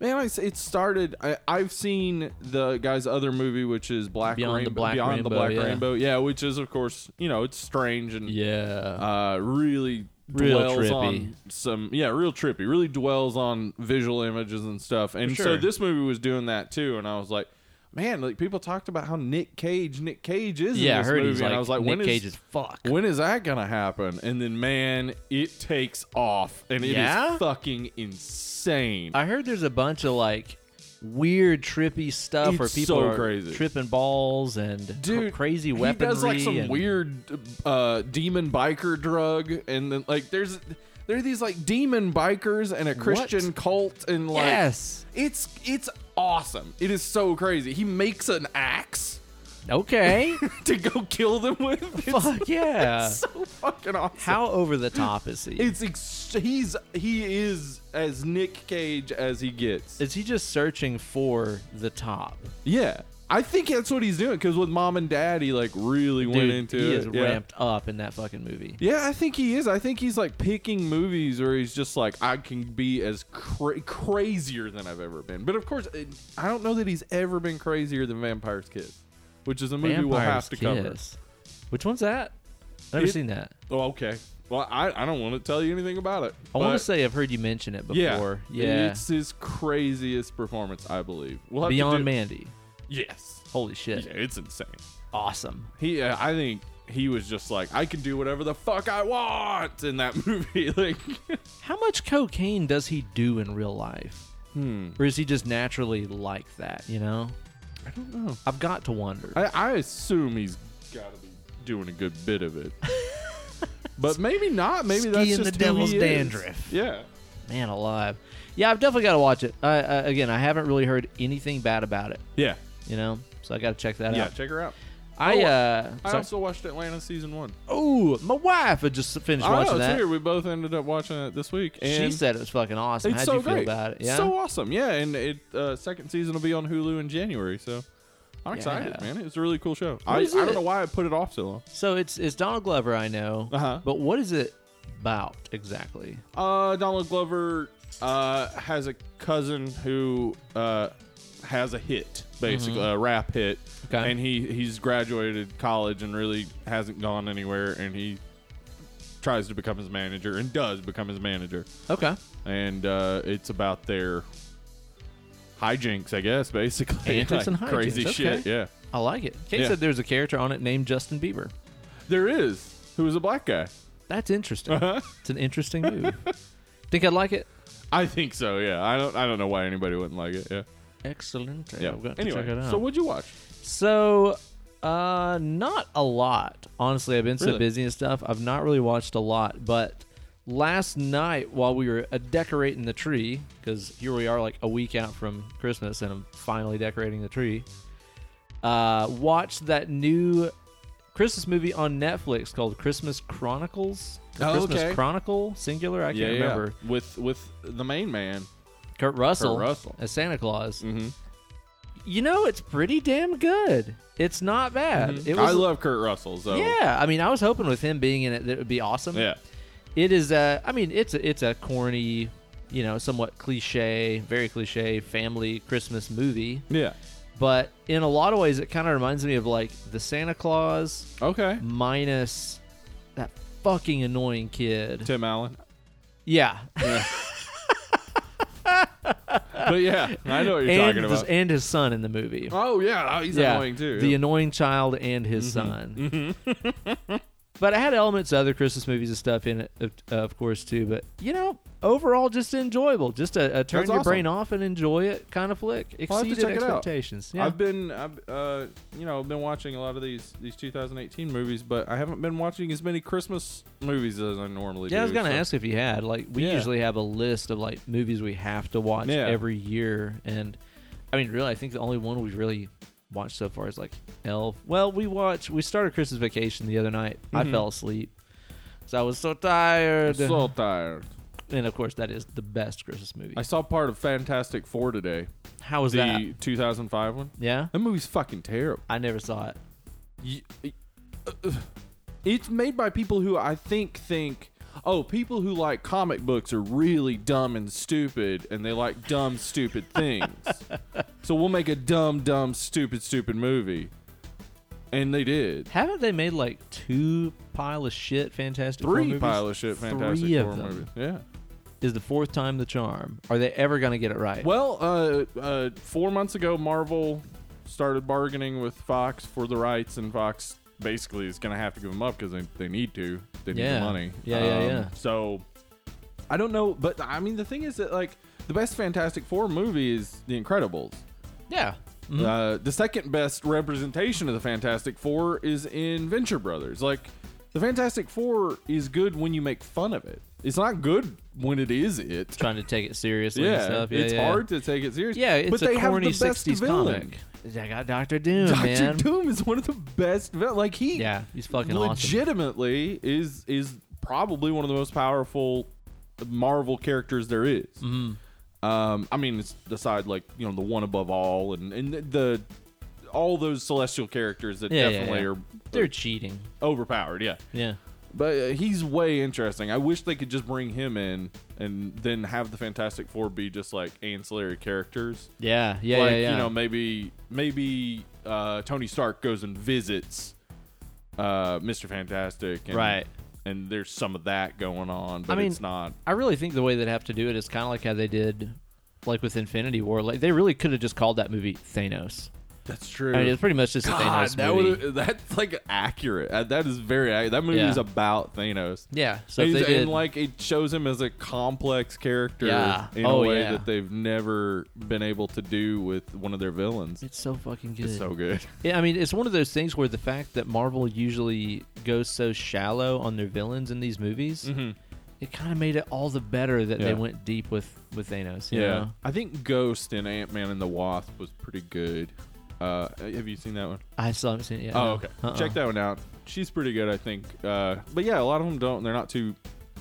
Speaker 2: man, I, it started. I, I've seen the guy's other movie, which is Black
Speaker 1: Beyond the
Speaker 2: Rainbow.
Speaker 1: Black
Speaker 2: Beyond
Speaker 1: Rainbow,
Speaker 2: the Black
Speaker 1: yeah.
Speaker 2: Rainbow, yeah, which is of course you know it's strange and
Speaker 1: Yeah.
Speaker 2: uh, really
Speaker 1: Real
Speaker 2: dwells
Speaker 1: trippy.
Speaker 2: on some yeah real trippy really dwells on visual images and stuff and
Speaker 1: For
Speaker 2: so
Speaker 1: sure.
Speaker 2: this movie was doing that too and i was like man like people talked about how nick cage nick cage is in
Speaker 1: yeah, I
Speaker 2: this
Speaker 1: heard
Speaker 2: movie
Speaker 1: he's
Speaker 2: and
Speaker 1: like,
Speaker 2: i was like
Speaker 1: Nick
Speaker 2: when is
Speaker 1: Cage is fuck.
Speaker 2: when is that gonna happen and then man it takes off and it is
Speaker 1: Yeah?
Speaker 2: fucking insane
Speaker 1: I heard there's a bunch of like weird trippy stuff where
Speaker 2: It's
Speaker 1: people
Speaker 2: so
Speaker 1: are
Speaker 2: crazy.
Speaker 1: tripping balls and
Speaker 2: dude
Speaker 1: crazy
Speaker 2: he
Speaker 1: weaponry.
Speaker 2: does like some
Speaker 1: and-
Speaker 2: weird uh demon biker drug and then like there's there are these like demon bikers and a christian cult and like
Speaker 1: Yes.
Speaker 2: it's it's awesome it is so crazy he makes an axe
Speaker 1: Okay.
Speaker 2: to go kill them with it's
Speaker 1: Fuck yeah.
Speaker 2: so fucking awesome
Speaker 1: How over the top is he?
Speaker 2: it's ex- he's he is as nick cage as he gets
Speaker 1: Is he just searching for the top?
Speaker 2: yeah I think that's what he's doing because with mom and dad, he like really went
Speaker 1: Dude,
Speaker 2: into
Speaker 1: he
Speaker 2: it.
Speaker 1: is
Speaker 2: yeah.
Speaker 1: ramped up in that fucking movie.
Speaker 2: Yeah, I think he is. I think he's like picking movies where he's just like, I can be as cra- crazier than I've ever been. But of course, it, I don't know that he's ever been crazier than Vampire's Kiss, which is a movie we'll have
Speaker 1: Vampire's
Speaker 2: to cover.
Speaker 1: Kiss. Which one's that? I've never
Speaker 2: It-
Speaker 1: seen that.
Speaker 2: Oh, okay. Well, I, I don't want to tell you anything about it.
Speaker 1: I want
Speaker 2: but
Speaker 1: to say I've heard you mention it
Speaker 2: yeah,
Speaker 1: before. Yeah.
Speaker 2: It's his craziest performance, I believe. We'll have to
Speaker 1: Beyond
Speaker 2: do-
Speaker 1: Mandy.
Speaker 2: Yes.
Speaker 1: Holy shit.
Speaker 2: Yeah, it's insane.
Speaker 1: Awesome.
Speaker 2: He, uh, I think he was just like, I can do whatever the fuck I want in that movie. like,
Speaker 1: How much cocaine does he do in real life?
Speaker 2: hmm.
Speaker 1: Or is he just naturally like that, you know?
Speaker 2: I don't know.
Speaker 1: I've got to wonder.
Speaker 2: I, I assume he's got to be doing a good bit of it, but maybe not. Maybe that's
Speaker 1: Skiing
Speaker 2: just
Speaker 1: the
Speaker 2: who
Speaker 1: devil's
Speaker 2: he is.
Speaker 1: dandruff.
Speaker 2: Yeah,
Speaker 1: Man alive. Yeah, I've definitely got to watch it. I, I, again, I haven't really heard anything bad about it,
Speaker 2: yeah,
Speaker 1: you know? So I got to check that
Speaker 2: yeah.
Speaker 1: out.
Speaker 2: Check her out.
Speaker 1: I,
Speaker 2: Oh,
Speaker 1: uh,
Speaker 2: I
Speaker 1: so-
Speaker 2: also watched Atlanta season one.
Speaker 1: oh, my wife had just finished
Speaker 2: I
Speaker 1: watching
Speaker 2: know, Oh, it's
Speaker 1: that.
Speaker 2: weird. We both ended up watching it this week,
Speaker 1: She
Speaker 2: and
Speaker 1: said it was fucking awesome.
Speaker 2: it's
Speaker 1: How'd
Speaker 2: so
Speaker 1: you feel
Speaker 2: great.
Speaker 1: about it? Yeah.
Speaker 2: so awesome. Yeah, and it uh, second season will be on Hulu in January. So I'm excited,
Speaker 1: Yeah.
Speaker 2: man. It's a really cool show. I, I
Speaker 1: is
Speaker 2: don't
Speaker 1: it?
Speaker 2: know why I put it off so long.
Speaker 1: So it's it's Donald Glover, I know,
Speaker 2: Uh-huh.
Speaker 1: but what is it about exactly?
Speaker 2: Uh, Donald Glover uh, has a cousin who uh, has a hit, basically a rap hit,
Speaker 1: Mm-hmm. Okay.
Speaker 2: and he he's graduated college and really hasn't gone anywhere, and he tries to become his manager and does become his manager,
Speaker 1: Okay,
Speaker 2: and uh, it's about their hijinks, I guess, basically
Speaker 1: Antics and hijinks,
Speaker 2: crazy
Speaker 1: okay.
Speaker 2: shit. Yeah,
Speaker 1: I like it. Kate
Speaker 2: Yeah.
Speaker 1: said there's a character on it named Justin Bieber.
Speaker 2: there is who is a black guy.
Speaker 1: That's interesting.
Speaker 2: Uh-huh.
Speaker 1: It's an interesting move. Think I'd like it?
Speaker 2: I think so. Yeah, I don't I don't know why anybody wouldn't like it. Yeah,
Speaker 1: Excellent.
Speaker 2: yeah.
Speaker 1: I've got to
Speaker 2: anyway,
Speaker 1: check it out.
Speaker 2: so what'd you watch?
Speaker 1: So, uh, not a lot. Honestly, I've been so
Speaker 2: Really?
Speaker 1: busy and stuff. I've not really watched a lot. But last night, while we were uh, decorating the tree, because here we are, like a week out from Christmas, and I'm finally decorating the tree. Uh, watched that new Christmas movie on Netflix called Christmas Chronicles. The
Speaker 2: Oh,
Speaker 1: Christmas
Speaker 2: okay.
Speaker 1: Chronicle, singular. I can't remember.
Speaker 2: With with the main man.
Speaker 1: Kurt Russell,
Speaker 2: Russell.
Speaker 1: as Santa Claus.
Speaker 2: Mm-hmm.
Speaker 1: You know, it's pretty damn good. It's not bad. It was
Speaker 2: Mm-hmm. I love Kurt Russell. So
Speaker 1: Yeah, I mean, I was hoping with him being in it that it would be awesome.
Speaker 2: yeah,
Speaker 1: it is. A, I mean, it's a, it's a corny, you know, somewhat cliche, very cliche family Christmas movie.
Speaker 2: yeah.
Speaker 1: But in a lot of ways, it kind of reminds me of like the Santa Claus
Speaker 2: Okay,
Speaker 1: minus that fucking annoying kid.
Speaker 2: Tim Allen.
Speaker 1: Yeah,
Speaker 2: but yeah, I know what you're
Speaker 1: and,
Speaker 2: talking
Speaker 1: this-
Speaker 2: about.
Speaker 1: and his son in the movie.
Speaker 2: oh yeah, oh, he's
Speaker 1: Yeah,
Speaker 2: annoying too. Mm-hmm.
Speaker 1: The
Speaker 2: yeah.
Speaker 1: annoying child and his son.
Speaker 2: Mm-hmm.
Speaker 1: but it had elements of other Christmas movies and stuff in it, of, of course, too. But you know, overall, just enjoyable. Just a, a turn
Speaker 2: That's
Speaker 1: your
Speaker 2: awesome.
Speaker 1: brain off and enjoy it kind of flick.
Speaker 2: I'll have to
Speaker 1: Exceeded
Speaker 2: check it out.
Speaker 1: expectations. Yeah.
Speaker 2: I've been, I've, uh, you know, been watching a lot of these these 2018 movies, but I haven't been watching as many Christmas movies as I normally do.
Speaker 1: yeah, I was gonna
Speaker 2: so-
Speaker 1: ask if you had like we
Speaker 2: Yeah.
Speaker 1: usually have a list of like movies we have to watch
Speaker 2: Yeah.
Speaker 1: every year, and I mean, really, I think the only one we've really watched so far is like Elf. Well, we watched we started Christmas Vacation the other night. I
Speaker 2: Mhm.
Speaker 1: fell asleep, so I was so
Speaker 2: I'm
Speaker 1: tired.
Speaker 2: so tired.
Speaker 1: and of course, that is the best Christmas movie.
Speaker 2: I saw part of Fantastic Four today.
Speaker 1: How was
Speaker 2: the
Speaker 1: that?
Speaker 2: 2005 one.
Speaker 1: Yeah,
Speaker 2: That movie's fucking terrible.
Speaker 1: I never saw it.
Speaker 2: Y- uh, It's made by people who I think think, oh, people who like comic books are really dumb and stupid, and they like dumb, stupid things. So we'll make a dumb, dumb, stupid, stupid movie. And they did.
Speaker 1: Haven't they made like two pile of shit Fantastic Four
Speaker 2: Three
Speaker 1: movies?
Speaker 2: pile of shit Fantastic
Speaker 1: Three of
Speaker 2: Four
Speaker 1: them.
Speaker 2: movies. Yeah.
Speaker 1: Is the fourth time the charm? Are they ever gonna get it right?
Speaker 2: Well, uh, uh, four months ago, Marvel started bargaining with Fox for the rights, and Fox basically is going to have to give them up because they, they need to. They need
Speaker 1: Yeah.
Speaker 2: the money. Um,
Speaker 1: Yeah, yeah, yeah.
Speaker 2: So I don't know, but I mean, the thing is that like the best Fantastic Four movie is The Incredibles.
Speaker 1: yeah. Mhm.
Speaker 2: Uh, the second best representation of the Fantastic Four is in Venture Brothers. Like the Fantastic Four is good when you make fun of it. It's not good when it is it.
Speaker 1: Trying to take it seriously and
Speaker 2: Yeah,
Speaker 1: stuff. Yeah,
Speaker 2: it's
Speaker 1: yeah.
Speaker 2: hard to take it seriously.
Speaker 1: Yeah, it's
Speaker 2: but
Speaker 1: a
Speaker 2: they
Speaker 1: corny
Speaker 2: have the best
Speaker 1: 60s
Speaker 2: villain.
Speaker 1: comic. I got Doctor Doom,
Speaker 2: Doctor
Speaker 1: man.
Speaker 2: Doom is one of the best villains. Like he,
Speaker 1: Yeah, he's fucking awesome.
Speaker 2: legitimately is is probably one of the most powerful Marvel characters there is.
Speaker 1: Mm-hmm.
Speaker 2: Um, I mean, it's aside like you know the one above all and and the all those celestial characters that
Speaker 1: Yeah, yeah,
Speaker 2: definitely
Speaker 1: yeah.
Speaker 2: are
Speaker 1: They're cheating.
Speaker 2: overpowered. Yeah,
Speaker 1: Yeah.
Speaker 2: but uh, he's way interesting. I wish they could just bring him in and then have the Fantastic Four be just like ancillary characters
Speaker 1: Yeah, yeah,
Speaker 2: like
Speaker 1: yeah, yeah.
Speaker 2: you know maybe maybe uh, Tony Stark goes and visits uh, Mr. Fantastic and,
Speaker 1: Right.
Speaker 2: and there's some of that going on but
Speaker 1: mean-
Speaker 2: it's not
Speaker 1: I really think the way they'd have to do it is kind of like how they did like with Infinity War. Like they really could have just called that movie Thanos.
Speaker 2: that's true
Speaker 1: I mean, it's pretty much just a
Speaker 2: God,
Speaker 1: Thanos
Speaker 2: that
Speaker 1: movie.
Speaker 2: would that's like accurate Uh, that is very ac- that movie
Speaker 1: Yeah.
Speaker 2: is about Thanos
Speaker 1: yeah. So if
Speaker 2: and,
Speaker 1: they
Speaker 2: he's- and,
Speaker 1: did
Speaker 2: like it shows him as a complex character
Speaker 1: Yeah.
Speaker 2: in
Speaker 1: Oh,
Speaker 2: a way
Speaker 1: yeah.
Speaker 2: that they've never been able to do with one of their villains
Speaker 1: it's so fucking good.
Speaker 2: it's so good
Speaker 1: Yeah, I mean, it's one of those things where the fact that Marvel usually goes so shallow on their villains in these movies, it kind of made it all the better that
Speaker 2: Mm-hmm.
Speaker 1: they
Speaker 2: Yeah.
Speaker 1: went deep with with Thanos. You Know?
Speaker 2: I think Ghost and Ant Man and the Wasp was pretty good. Uh, have you seen that one?
Speaker 1: I still haven't seen it yet.
Speaker 2: Oh,
Speaker 1: no.
Speaker 2: okay.
Speaker 1: Uh-uh.
Speaker 2: Check that one out. She's pretty good, I think. Uh, but yeah, a lot of them don't. They're not too.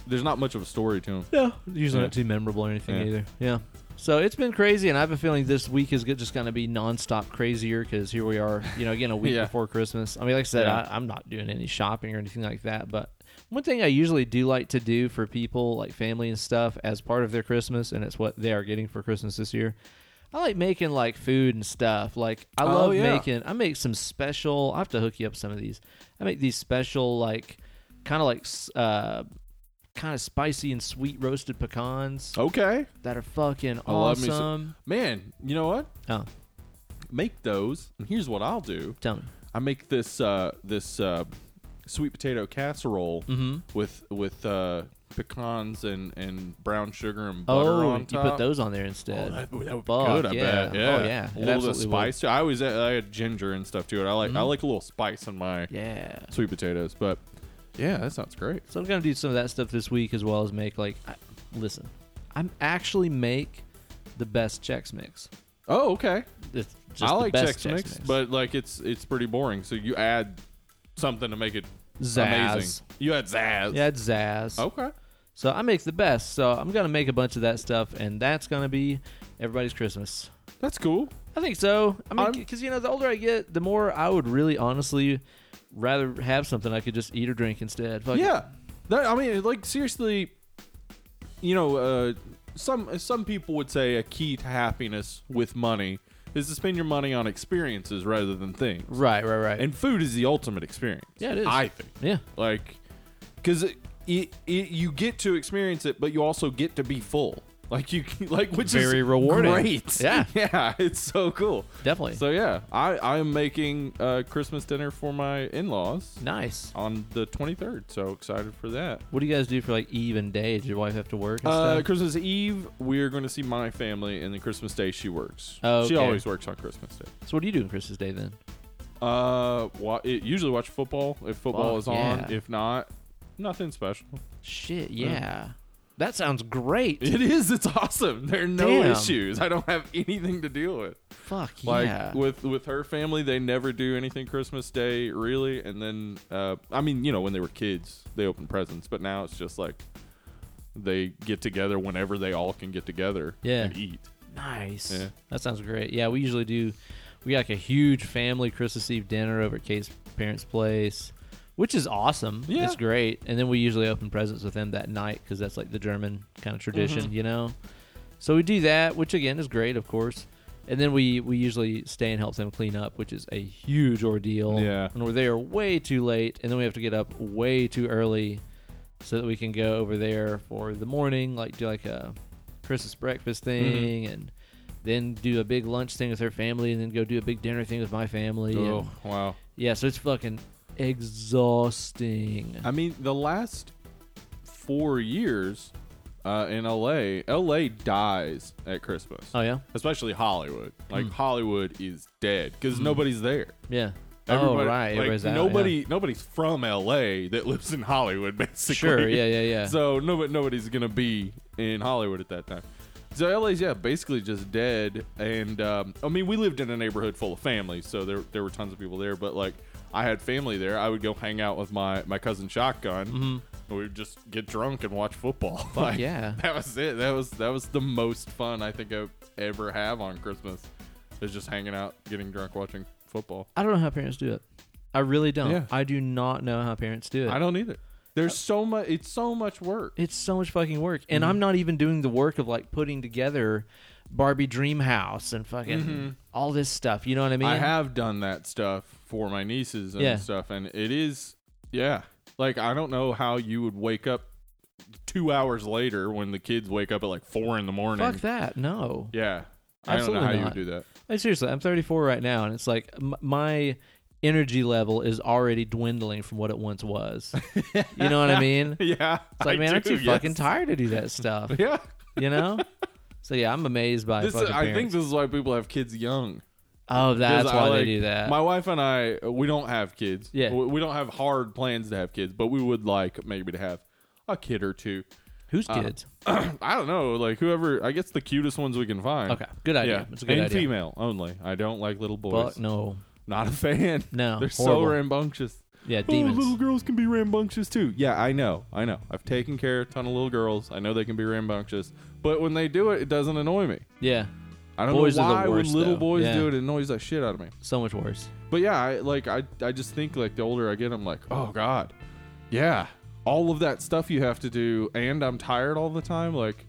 Speaker 2: There's not much of a story to them.
Speaker 1: No, usually
Speaker 2: Yeah.
Speaker 1: not too memorable or anything
Speaker 2: Yeah.
Speaker 1: either. Yeah. So it's been crazy, and I have a feeling this week is go- just going to be nonstop crazier because here we are, you know, again a week
Speaker 2: Yeah.
Speaker 1: before Christmas. I mean, like I said,
Speaker 2: Yeah.
Speaker 1: I, I'm not doing any shopping or anything like that, but one thing I usually do like to do for people, like family and stuff, as part of their Christmas, and it's what they are getting for Christmas this year. I like making like food and stuff. Like I
Speaker 2: Oh,
Speaker 1: love
Speaker 2: yeah.
Speaker 1: making. I make some special. I have to hook you up some of these. I make these special like, kind of like, s- uh, kind of spicy and sweet roasted pecans
Speaker 2: Okay.
Speaker 1: that are fucking
Speaker 2: Oh. I love me
Speaker 1: awesome.
Speaker 2: Man, you know what?
Speaker 1: Oh,
Speaker 2: Make those. And here's what I'll do.
Speaker 1: tell me.
Speaker 2: I make this uh, this uh, sweet potato casserole
Speaker 1: Mm-hmm.
Speaker 2: with with uh, pecans and, and brown sugar and butter
Speaker 1: Oh,
Speaker 2: on
Speaker 1: you
Speaker 2: top. Oh,
Speaker 1: put those on there instead.
Speaker 2: That would, that would
Speaker 1: Uh, Fuck,
Speaker 2: be good, I
Speaker 1: yeah.
Speaker 2: bet. Yeah.
Speaker 1: Oh, yeah. It
Speaker 2: A little bit of
Speaker 1: absolutely would. Mm-hmm.
Speaker 2: spice. too. I always I had ginger and stuff too. And I like I like a little spice in my
Speaker 1: yeah.
Speaker 2: sweet potatoes. But yeah, that sounds great.
Speaker 1: So I'm gonna do some of that stuff this week as well as make like, I, listen, I'm actually make the best Chex Mix.
Speaker 2: Oh, okay.
Speaker 1: It's just
Speaker 2: I
Speaker 1: the
Speaker 2: like
Speaker 1: best
Speaker 2: Chex mix, but like it's it's pretty boring. So you add something to make it
Speaker 1: Zazz.
Speaker 2: amazing. You add zazz.
Speaker 1: yeah, it's Zazz.
Speaker 2: Okay.
Speaker 1: So I make the best. So I'm gonna make a bunch of that stuff, and that's gonna be everybody's Christmas.
Speaker 2: That's cool.
Speaker 1: I think so. I mean,
Speaker 2: I'm-
Speaker 1: because you know, the older I get, the more I would really, honestly, rather have something I could just eat or drink instead. Fuck it.
Speaker 2: Yeah. That I mean, like seriously, you know, uh, some some people would say a key to happiness with money is to spend your money on experiences rather than things.
Speaker 1: Right, right, right.
Speaker 2: And food is the ultimate experience.
Speaker 1: Yeah, it is.
Speaker 2: I think.
Speaker 1: yeah,
Speaker 2: Like, because it, it, it, you get to experience it, but you also get to be full. Like you, like which is
Speaker 1: Very rewarding.
Speaker 2: Great.
Speaker 1: Yeah.
Speaker 2: yeah, it's so cool.
Speaker 1: Definitely.
Speaker 2: So yeah, I I am making uh, Christmas dinner for my in-laws
Speaker 1: nice.
Speaker 2: on the 23rd. So excited for that.
Speaker 1: What do you guys do for like Eve and Day? Did your wife have to work and
Speaker 2: Uh,
Speaker 1: stuff?
Speaker 2: Christmas Eve, we're going to see my family, and then Christmas Day, she works.
Speaker 1: Oh,
Speaker 2: She
Speaker 1: okay.
Speaker 2: always works on Christmas Day.
Speaker 1: So what do you do on Christmas Day then?
Speaker 2: Uh, wa- it, usually watch football if football
Speaker 1: Fuck,
Speaker 2: is on.
Speaker 1: yeah.
Speaker 2: If not, nothing special.
Speaker 1: Shit,
Speaker 2: Uh,
Speaker 1: yeah. That sounds great.
Speaker 2: It is. It's awesome. There are no
Speaker 1: Damn.
Speaker 2: issues. I don't have anything to deal with.
Speaker 1: Fuck
Speaker 2: Like
Speaker 1: yeah.
Speaker 2: with with her family, they never do anything Christmas Day really. And then, uh, I mean, you know, when they were kids, they opened presents, but now it's just like they get together whenever they all can get together
Speaker 1: Yeah.
Speaker 2: and eat.
Speaker 1: nice.
Speaker 2: Yeah.
Speaker 1: That sounds great. Yeah, we usually do. We got like a huge family Christmas Eve dinner over at Kate's parents' place, which is awesome.
Speaker 2: Yeah.
Speaker 1: It's great. And then we usually open presents with them that night because that's like the German kind of tradition,
Speaker 2: Mm-hmm.
Speaker 1: you know? So we do that, which again is great, of course. And then we, we usually stay and help them clean up, which is a huge ordeal.
Speaker 2: Yeah.
Speaker 1: And we're there way too late, and then we have to get up way too early so that we can go over there for the morning, like do like a Christmas breakfast
Speaker 2: Mm-hmm.
Speaker 1: thing, and then do a big lunch thing with her family, and then go do a big dinner thing with my family. and-
Speaker 2: Oh wow!
Speaker 1: yeah, so it's fucking exhausting.
Speaker 2: I mean, the last four years uh, in LA, LA dies at Christmas.
Speaker 1: oh yeah, Hmm.
Speaker 2: Especially Hollywood. Like Hollywood is dead because nobody's there.
Speaker 1: yeah.
Speaker 2: Everybody-
Speaker 1: Hmm. oh right,
Speaker 2: like,
Speaker 1: everybody's out,
Speaker 2: nobody, nobody's from LA that lives in Hollywood, basically.
Speaker 1: Yeah. Sure, yeah, yeah, yeah.
Speaker 2: So nobody, nobody's gonna be in Hollywood at that time. So LA's yeah, basically just dead. And um, I mean, we lived in a neighborhood full of families, so there there were tons of people there. But like, I had family there. I would go hang out with my my cousin Shotgun. And we would just get drunk and watch football.
Speaker 1: Mm-hmm.
Speaker 2: like,
Speaker 1: yeah.
Speaker 2: that was it. That was that was the most fun I think I ever have on Christmas. Is just hanging out, getting drunk, watching football.
Speaker 1: I don't know how parents do it. I really don't.
Speaker 2: Yeah.
Speaker 1: I do not know how parents do it.
Speaker 2: I don't either.
Speaker 1: Uh,
Speaker 2: There's so much. It's so much work.
Speaker 1: It's so much fucking work, and
Speaker 2: Mm-hmm.
Speaker 1: I'm not even doing the work of like putting together Barbie Dream House and fucking all this stuff. You know what I mean?
Speaker 2: Mm-hmm. I have done that stuff for my nieces and
Speaker 1: Yeah.
Speaker 2: stuff, and it is, yeah. Like I don't know how you would wake up two hours later when the kids wake up at like four in the morning.
Speaker 1: Fuck that. No.
Speaker 2: Yeah, I don't know
Speaker 1: Absolutely
Speaker 2: how you would
Speaker 1: not.
Speaker 2: do that.
Speaker 1: Like, seriously, I'm 34 right now, and it's like m- my energy level is already dwindling from what it once was. you know what I mean? It's
Speaker 2: Yeah,
Speaker 1: like,
Speaker 2: I
Speaker 1: man, I'm
Speaker 2: do,
Speaker 1: too
Speaker 2: yes.
Speaker 1: fucking tired to do that stuff.
Speaker 2: Yeah,
Speaker 1: You know? So yeah, I'm amazed by
Speaker 2: this is,
Speaker 1: fucking
Speaker 2: I think
Speaker 1: parents.
Speaker 2: this is why people have kids young.
Speaker 1: oh,
Speaker 2: 'Cause
Speaker 1: that's
Speaker 2: I,
Speaker 1: why
Speaker 2: like-
Speaker 1: they do that.
Speaker 2: My wife and I, we don't have kids.
Speaker 1: Yeah.
Speaker 2: we, we don't have hard plans to have kids, but we would like maybe to have a kid or two.
Speaker 1: Whose
Speaker 2: Uh,
Speaker 1: kids?
Speaker 2: I don't know, like whoever. I guess the cutest ones we can find.
Speaker 1: okay, good idea.
Speaker 2: Yeah,
Speaker 1: It's a good
Speaker 2: and
Speaker 1: idea.
Speaker 2: female only. I don't like little boys.
Speaker 1: Fuck no.
Speaker 2: Not a fan.
Speaker 1: No,
Speaker 2: they're so
Speaker 1: horrible.
Speaker 2: rambunctious.
Speaker 1: Yeah,
Speaker 2: Oh, little
Speaker 1: demons.
Speaker 2: girls can be rambunctious too. Yeah, I know. I know. I've taken care of a ton of little girls. I know they can be rambunctious, but when they do it, it doesn't annoy me.
Speaker 1: Yeah,
Speaker 2: I don't
Speaker 1: Boys
Speaker 2: know
Speaker 1: are the
Speaker 2: why
Speaker 1: worst,
Speaker 2: when little
Speaker 1: though.
Speaker 2: boys
Speaker 1: Yeah.
Speaker 2: do it, it annoys the shit out of me.
Speaker 1: so much worse.
Speaker 2: But yeah, I like I I just think like the older I get, I'm like, oh god, yeah, all of that stuff you have to do, and I'm tired all the time. Like,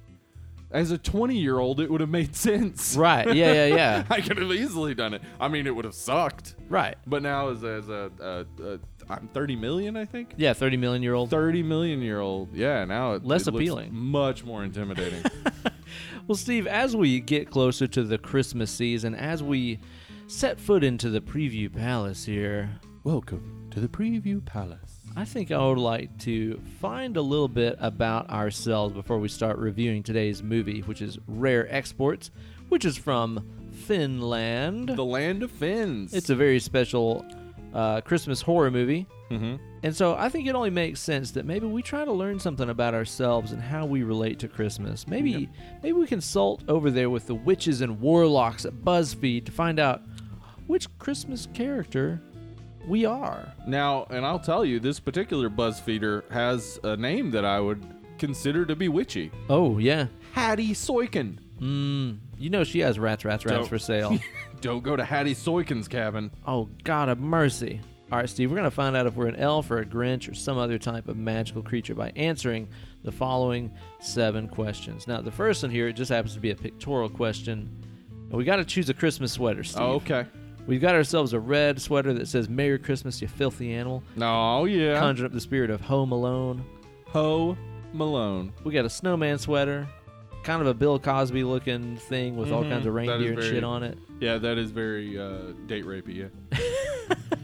Speaker 2: as a 20 year old, it would have made sense.
Speaker 1: Right. Yeah, yeah, yeah.
Speaker 2: I could have easily done it. I mean, it would have sucked.
Speaker 1: right.
Speaker 2: But now as as a, a, a I'm 30 million, I think.
Speaker 1: Yeah, 30 million year old.
Speaker 2: 30 million year old. Yeah, now it,
Speaker 1: Less
Speaker 2: it looks
Speaker 1: appealing.
Speaker 2: much more intimidating.
Speaker 1: Well, Steve, as we get closer to the Christmas season, as we set foot into the preview palace here,
Speaker 2: Welcome to the preview palace.
Speaker 1: I think I would like to find a little bit about ourselves before we start reviewing today's movie, which is Rare Exports, which is from Finland.
Speaker 2: The land of Finns.
Speaker 1: It's a very special uh, Christmas horror movie.
Speaker 2: Mhm.
Speaker 1: And so I think it only makes sense that maybe we try to learn something about ourselves and how we relate to Christmas. Maybe maybe we consult over there with the witches and warlocks at BuzzFeed to find out which Christmas character we are.
Speaker 2: Now, and I'll tell you, this particular BuzzFeeder has a name that I would consider to be witchy.
Speaker 1: Oh yeah.
Speaker 2: Hattie Soykin.
Speaker 1: Mm, you know she has rats, rats, rats
Speaker 2: Don't-
Speaker 1: for sale.
Speaker 2: Don't go to Hattie Soykin's cabin.
Speaker 1: oh God of mercy. All right, Steve, we're going to find out if we're an elf or a Grinch or some other type of magical creature by answering the following seven questions. Now, the first one here, it just happens to be a pictorial question. And we got to choose a Christmas sweater, Steve.
Speaker 2: Oh, Okay.
Speaker 1: We've got ourselves a red sweater that says Merry Christmas, you filthy animal.
Speaker 2: Oh yeah.
Speaker 1: Conjure up the spirit of Home Alone.
Speaker 2: Ho Malone.
Speaker 1: We got a snowman sweater. kind of a Bill Cosby looking thing with all kinds of
Speaker 2: Mm-hmm. That is
Speaker 1: reindeer and
Speaker 2: very-
Speaker 1: shit on it.
Speaker 2: Yeah, that is very uh, date rapey. Yeah.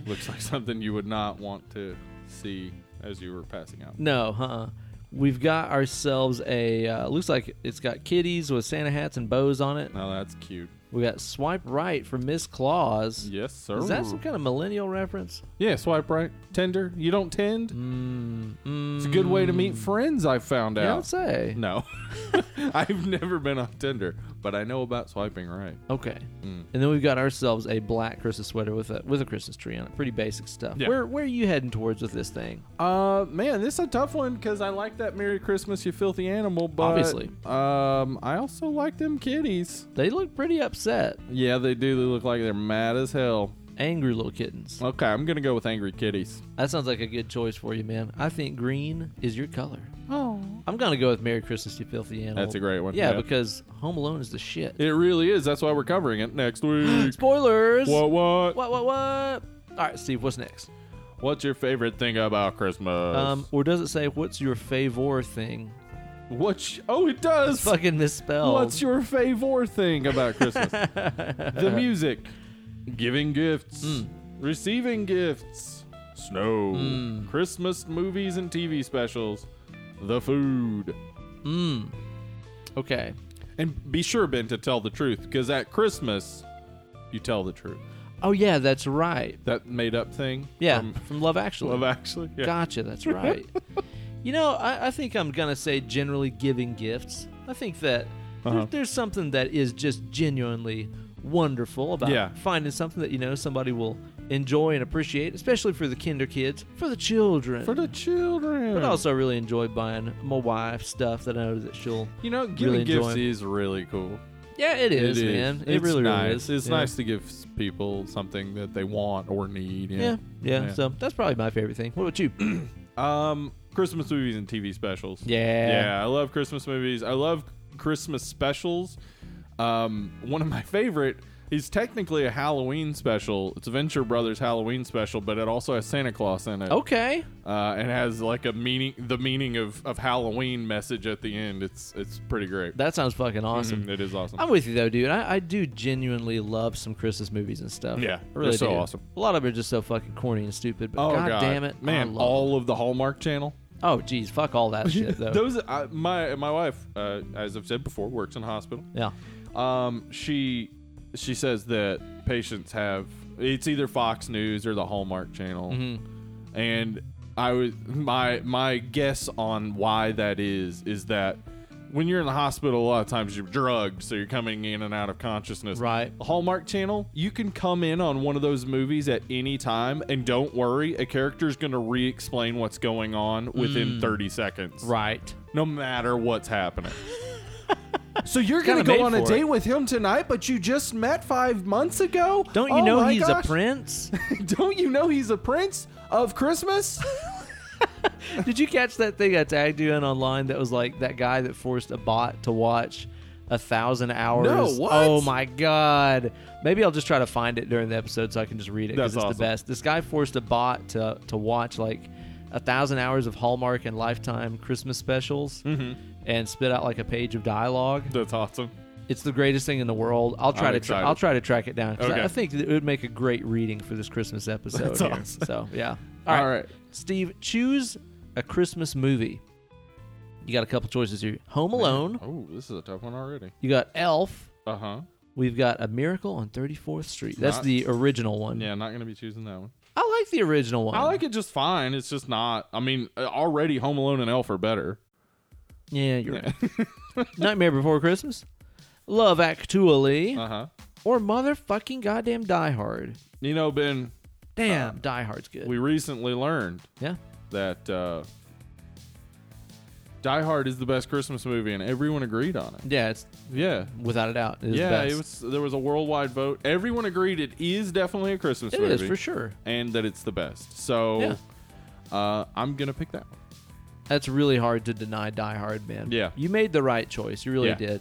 Speaker 2: Looks like something you would not want to see as you were passing out.
Speaker 1: No, huh? We've got ourselves a uh, looks like it's got kitties with Santa hats and bows on it.
Speaker 2: Now that's cute.
Speaker 1: We got swipe right for Miss Claus.
Speaker 2: Yes, sir.
Speaker 1: Is that some kind of millennial reference?
Speaker 2: yeah, swipe right. Tender. You don't tend.
Speaker 1: Mm, mm,
Speaker 2: It's a good way to meet friends. I found
Speaker 1: You don't
Speaker 2: out.
Speaker 1: say.
Speaker 2: No, I've never been on Tinder, but I know about swiping right.
Speaker 1: Okay.
Speaker 2: Mm.
Speaker 1: And then we've got ourselves a black Christmas sweater with a with a Christmas tree on it. Pretty basic stuff.
Speaker 2: Yeah.
Speaker 1: Where where are you heading towards with this thing?
Speaker 2: Uh, man, this is a tough one because I like that "Merry Christmas, You Filthy Animal," but
Speaker 1: Obviously.
Speaker 2: um, I also like them kitties.
Speaker 1: They look pretty upset.
Speaker 2: Yeah, they do. They look like they're mad as hell.
Speaker 1: Angry little kittens.
Speaker 2: Okay, I'm gonna go with angry kitties.
Speaker 1: That sounds like a good choice for you, man. I think green is your color.
Speaker 2: Oh,
Speaker 1: I'm gonna go with Merry Christmas, you filthy animal.
Speaker 2: that's a great one.
Speaker 1: Yeah, because Home Alone is the shit.
Speaker 2: it really is. That's why we're covering it next week.
Speaker 1: Spoilers.
Speaker 2: what what?
Speaker 1: What what what? All right, Steve. What's next?
Speaker 2: What's your favorite thing about Christmas?
Speaker 1: Um, or does it say what's your favor thing?
Speaker 2: what? sh- oh, it does.
Speaker 1: Fucking misspelled.
Speaker 2: What's your favorite thing about Christmas? the music, giving gifts,
Speaker 1: Hmm.
Speaker 2: receiving gifts, snow,
Speaker 1: Hmm.
Speaker 2: Christmas movies and TV specials, the food.
Speaker 1: Mm. Okay.
Speaker 2: And be sure, Ben, to tell the truth, because at Christmas, you tell the truth.
Speaker 1: Oh yeah, that's right.
Speaker 2: That made up thing.
Speaker 1: Yeah,
Speaker 2: from
Speaker 1: from Love Actually.
Speaker 2: Um, Love Actually. Yeah.
Speaker 1: Gotcha. That's right. you know, I, I think I'm gonna say generally giving gifts. I think that there-
Speaker 2: Uh-huh.
Speaker 1: there's something that is just genuinely wonderful about
Speaker 2: Yeah.
Speaker 1: finding something that you know somebody will enjoy and appreciate, especially for the kinder kids, for the children.
Speaker 2: For the children.
Speaker 1: but also, I really enjoy buying my wife stuff that I know that she'll.
Speaker 2: you know, giving
Speaker 1: really
Speaker 2: gifts
Speaker 1: enjoying-
Speaker 2: is really cool.
Speaker 1: Yeah, it is, man. It
Speaker 2: It's
Speaker 1: really,
Speaker 2: nice.
Speaker 1: really is.
Speaker 2: It's
Speaker 1: Yeah.
Speaker 2: nice to give people something that they want or need.
Speaker 1: Yeah. yeah,
Speaker 2: Yeah.
Speaker 1: So that's probably my favorite thing. What about you?
Speaker 2: Um, Christmas movies and TV specials.
Speaker 1: Yeah.
Speaker 2: I love Christmas movies. I love Christmas specials. Um, one of my favorite is technically a Halloween special. It's a Venture Brothers Halloween special, but it also has Santa Claus in it.
Speaker 1: Okay.
Speaker 2: Uh, and has like a meaning, the meaning of, of Halloween message at the end. It's it's pretty great.
Speaker 1: That sounds fucking awesome.
Speaker 2: Mhm, It is awesome.
Speaker 1: I'm with you though, dude. I, I do genuinely love some Christmas movies and stuff.
Speaker 2: Yeah,
Speaker 1: I really
Speaker 2: they're so
Speaker 1: do.
Speaker 2: awesome.
Speaker 1: A lot of them are just so fucking corny and stupid. But
Speaker 2: oh
Speaker 1: god,
Speaker 2: god,
Speaker 1: damn it, I
Speaker 2: man!
Speaker 1: love
Speaker 2: All of the Hallmark Channel.
Speaker 1: them. Oh jeez, fuck all that shit though.
Speaker 2: Those I, my my wife, uh, as I've said before, works in a hospital.
Speaker 1: yeah.
Speaker 2: Um, she she says that patients have it's either Fox News or the Hallmark Channel,
Speaker 1: Mm-hmm.
Speaker 2: and I was my my guess on why that is is that when you're in the hospital, a lot of times you're drugged, so you're coming in and out of consciousness.
Speaker 1: Right.
Speaker 2: The Hallmark Channel, you can come in on one of those movies at any time, and don't worry, a character's gonna re-explain what's going on within
Speaker 1: Mm.
Speaker 2: 30 seconds
Speaker 1: Right.
Speaker 2: no matter what's happening. so you're
Speaker 1: kinda
Speaker 2: gonna go
Speaker 1: made
Speaker 2: on a
Speaker 1: for
Speaker 2: date
Speaker 1: it.
Speaker 2: with him tonight, but you just met five months ago.
Speaker 1: Don't you
Speaker 2: Oh
Speaker 1: know
Speaker 2: my
Speaker 1: he's
Speaker 2: gosh.
Speaker 1: a prince?
Speaker 2: Don't you know he's a prince of Christmas?
Speaker 1: Did you catch that thing I tagged you in online that was like that guy that forced a bot to watch a thousand hours?
Speaker 2: No, what?
Speaker 1: Oh my god. Maybe I'll just try to find it during the episode so I can just read it because
Speaker 2: That's
Speaker 1: it's
Speaker 2: awesome.
Speaker 1: the best. This guy forced a bot to to watch like a thousand hours of Hallmark and Lifetime Christmas specials
Speaker 2: Mm-hmm.
Speaker 1: and spit out like a page of dialogue.
Speaker 2: That's awesome.
Speaker 1: It's the greatest thing in the world. I'll try
Speaker 2: I'm
Speaker 1: to tra-
Speaker 2: excited.
Speaker 1: I'll try to track it down 'cause I-
Speaker 2: Okay.
Speaker 1: I, think that it would make a great reading for this Christmas episode.
Speaker 2: That's
Speaker 1: here.
Speaker 2: awesome.
Speaker 1: So yeah.
Speaker 2: All right.
Speaker 1: Steve, choose a Christmas movie. You got a couple choices here. Home Alone.
Speaker 2: Oh, this is a tough one already.
Speaker 1: You got Elf.
Speaker 2: Uh huh.
Speaker 1: We've got A Miracle on 34th Street. That's
Speaker 2: Not-
Speaker 1: the original one.
Speaker 2: Yeah, not gonna be choosing that one.
Speaker 1: I like the original one.
Speaker 2: I like it just fine. It's just not. I mean, uh, already Home Alone and Elf are better.
Speaker 1: Yeah, you're right. Nightmare Before Christmas. Love Actually.
Speaker 2: Uh huh.
Speaker 1: or motherfucking goddamn Die Hard.
Speaker 2: You know, Ben,
Speaker 1: Damn, Die Hard's good.
Speaker 2: Uh. we recently learned
Speaker 1: yeah.
Speaker 2: that uh, Die Hard is the best Christmas movie, and everyone agreed on it.
Speaker 1: Yeah, it's
Speaker 2: Yeah,
Speaker 1: without a doubt. It is
Speaker 2: yeah,
Speaker 1: the best.
Speaker 2: it was. There was a worldwide vote. Everyone agreed it is definitely a Christmas
Speaker 1: It
Speaker 2: movie,
Speaker 1: is, for sure.
Speaker 2: and that it's the best. So, uh, I'm gonna pick that. one.
Speaker 1: That's really hard to deny Die Hard, man.
Speaker 2: Yeah.
Speaker 1: You made the right choice. You really
Speaker 2: Yeah.
Speaker 1: did.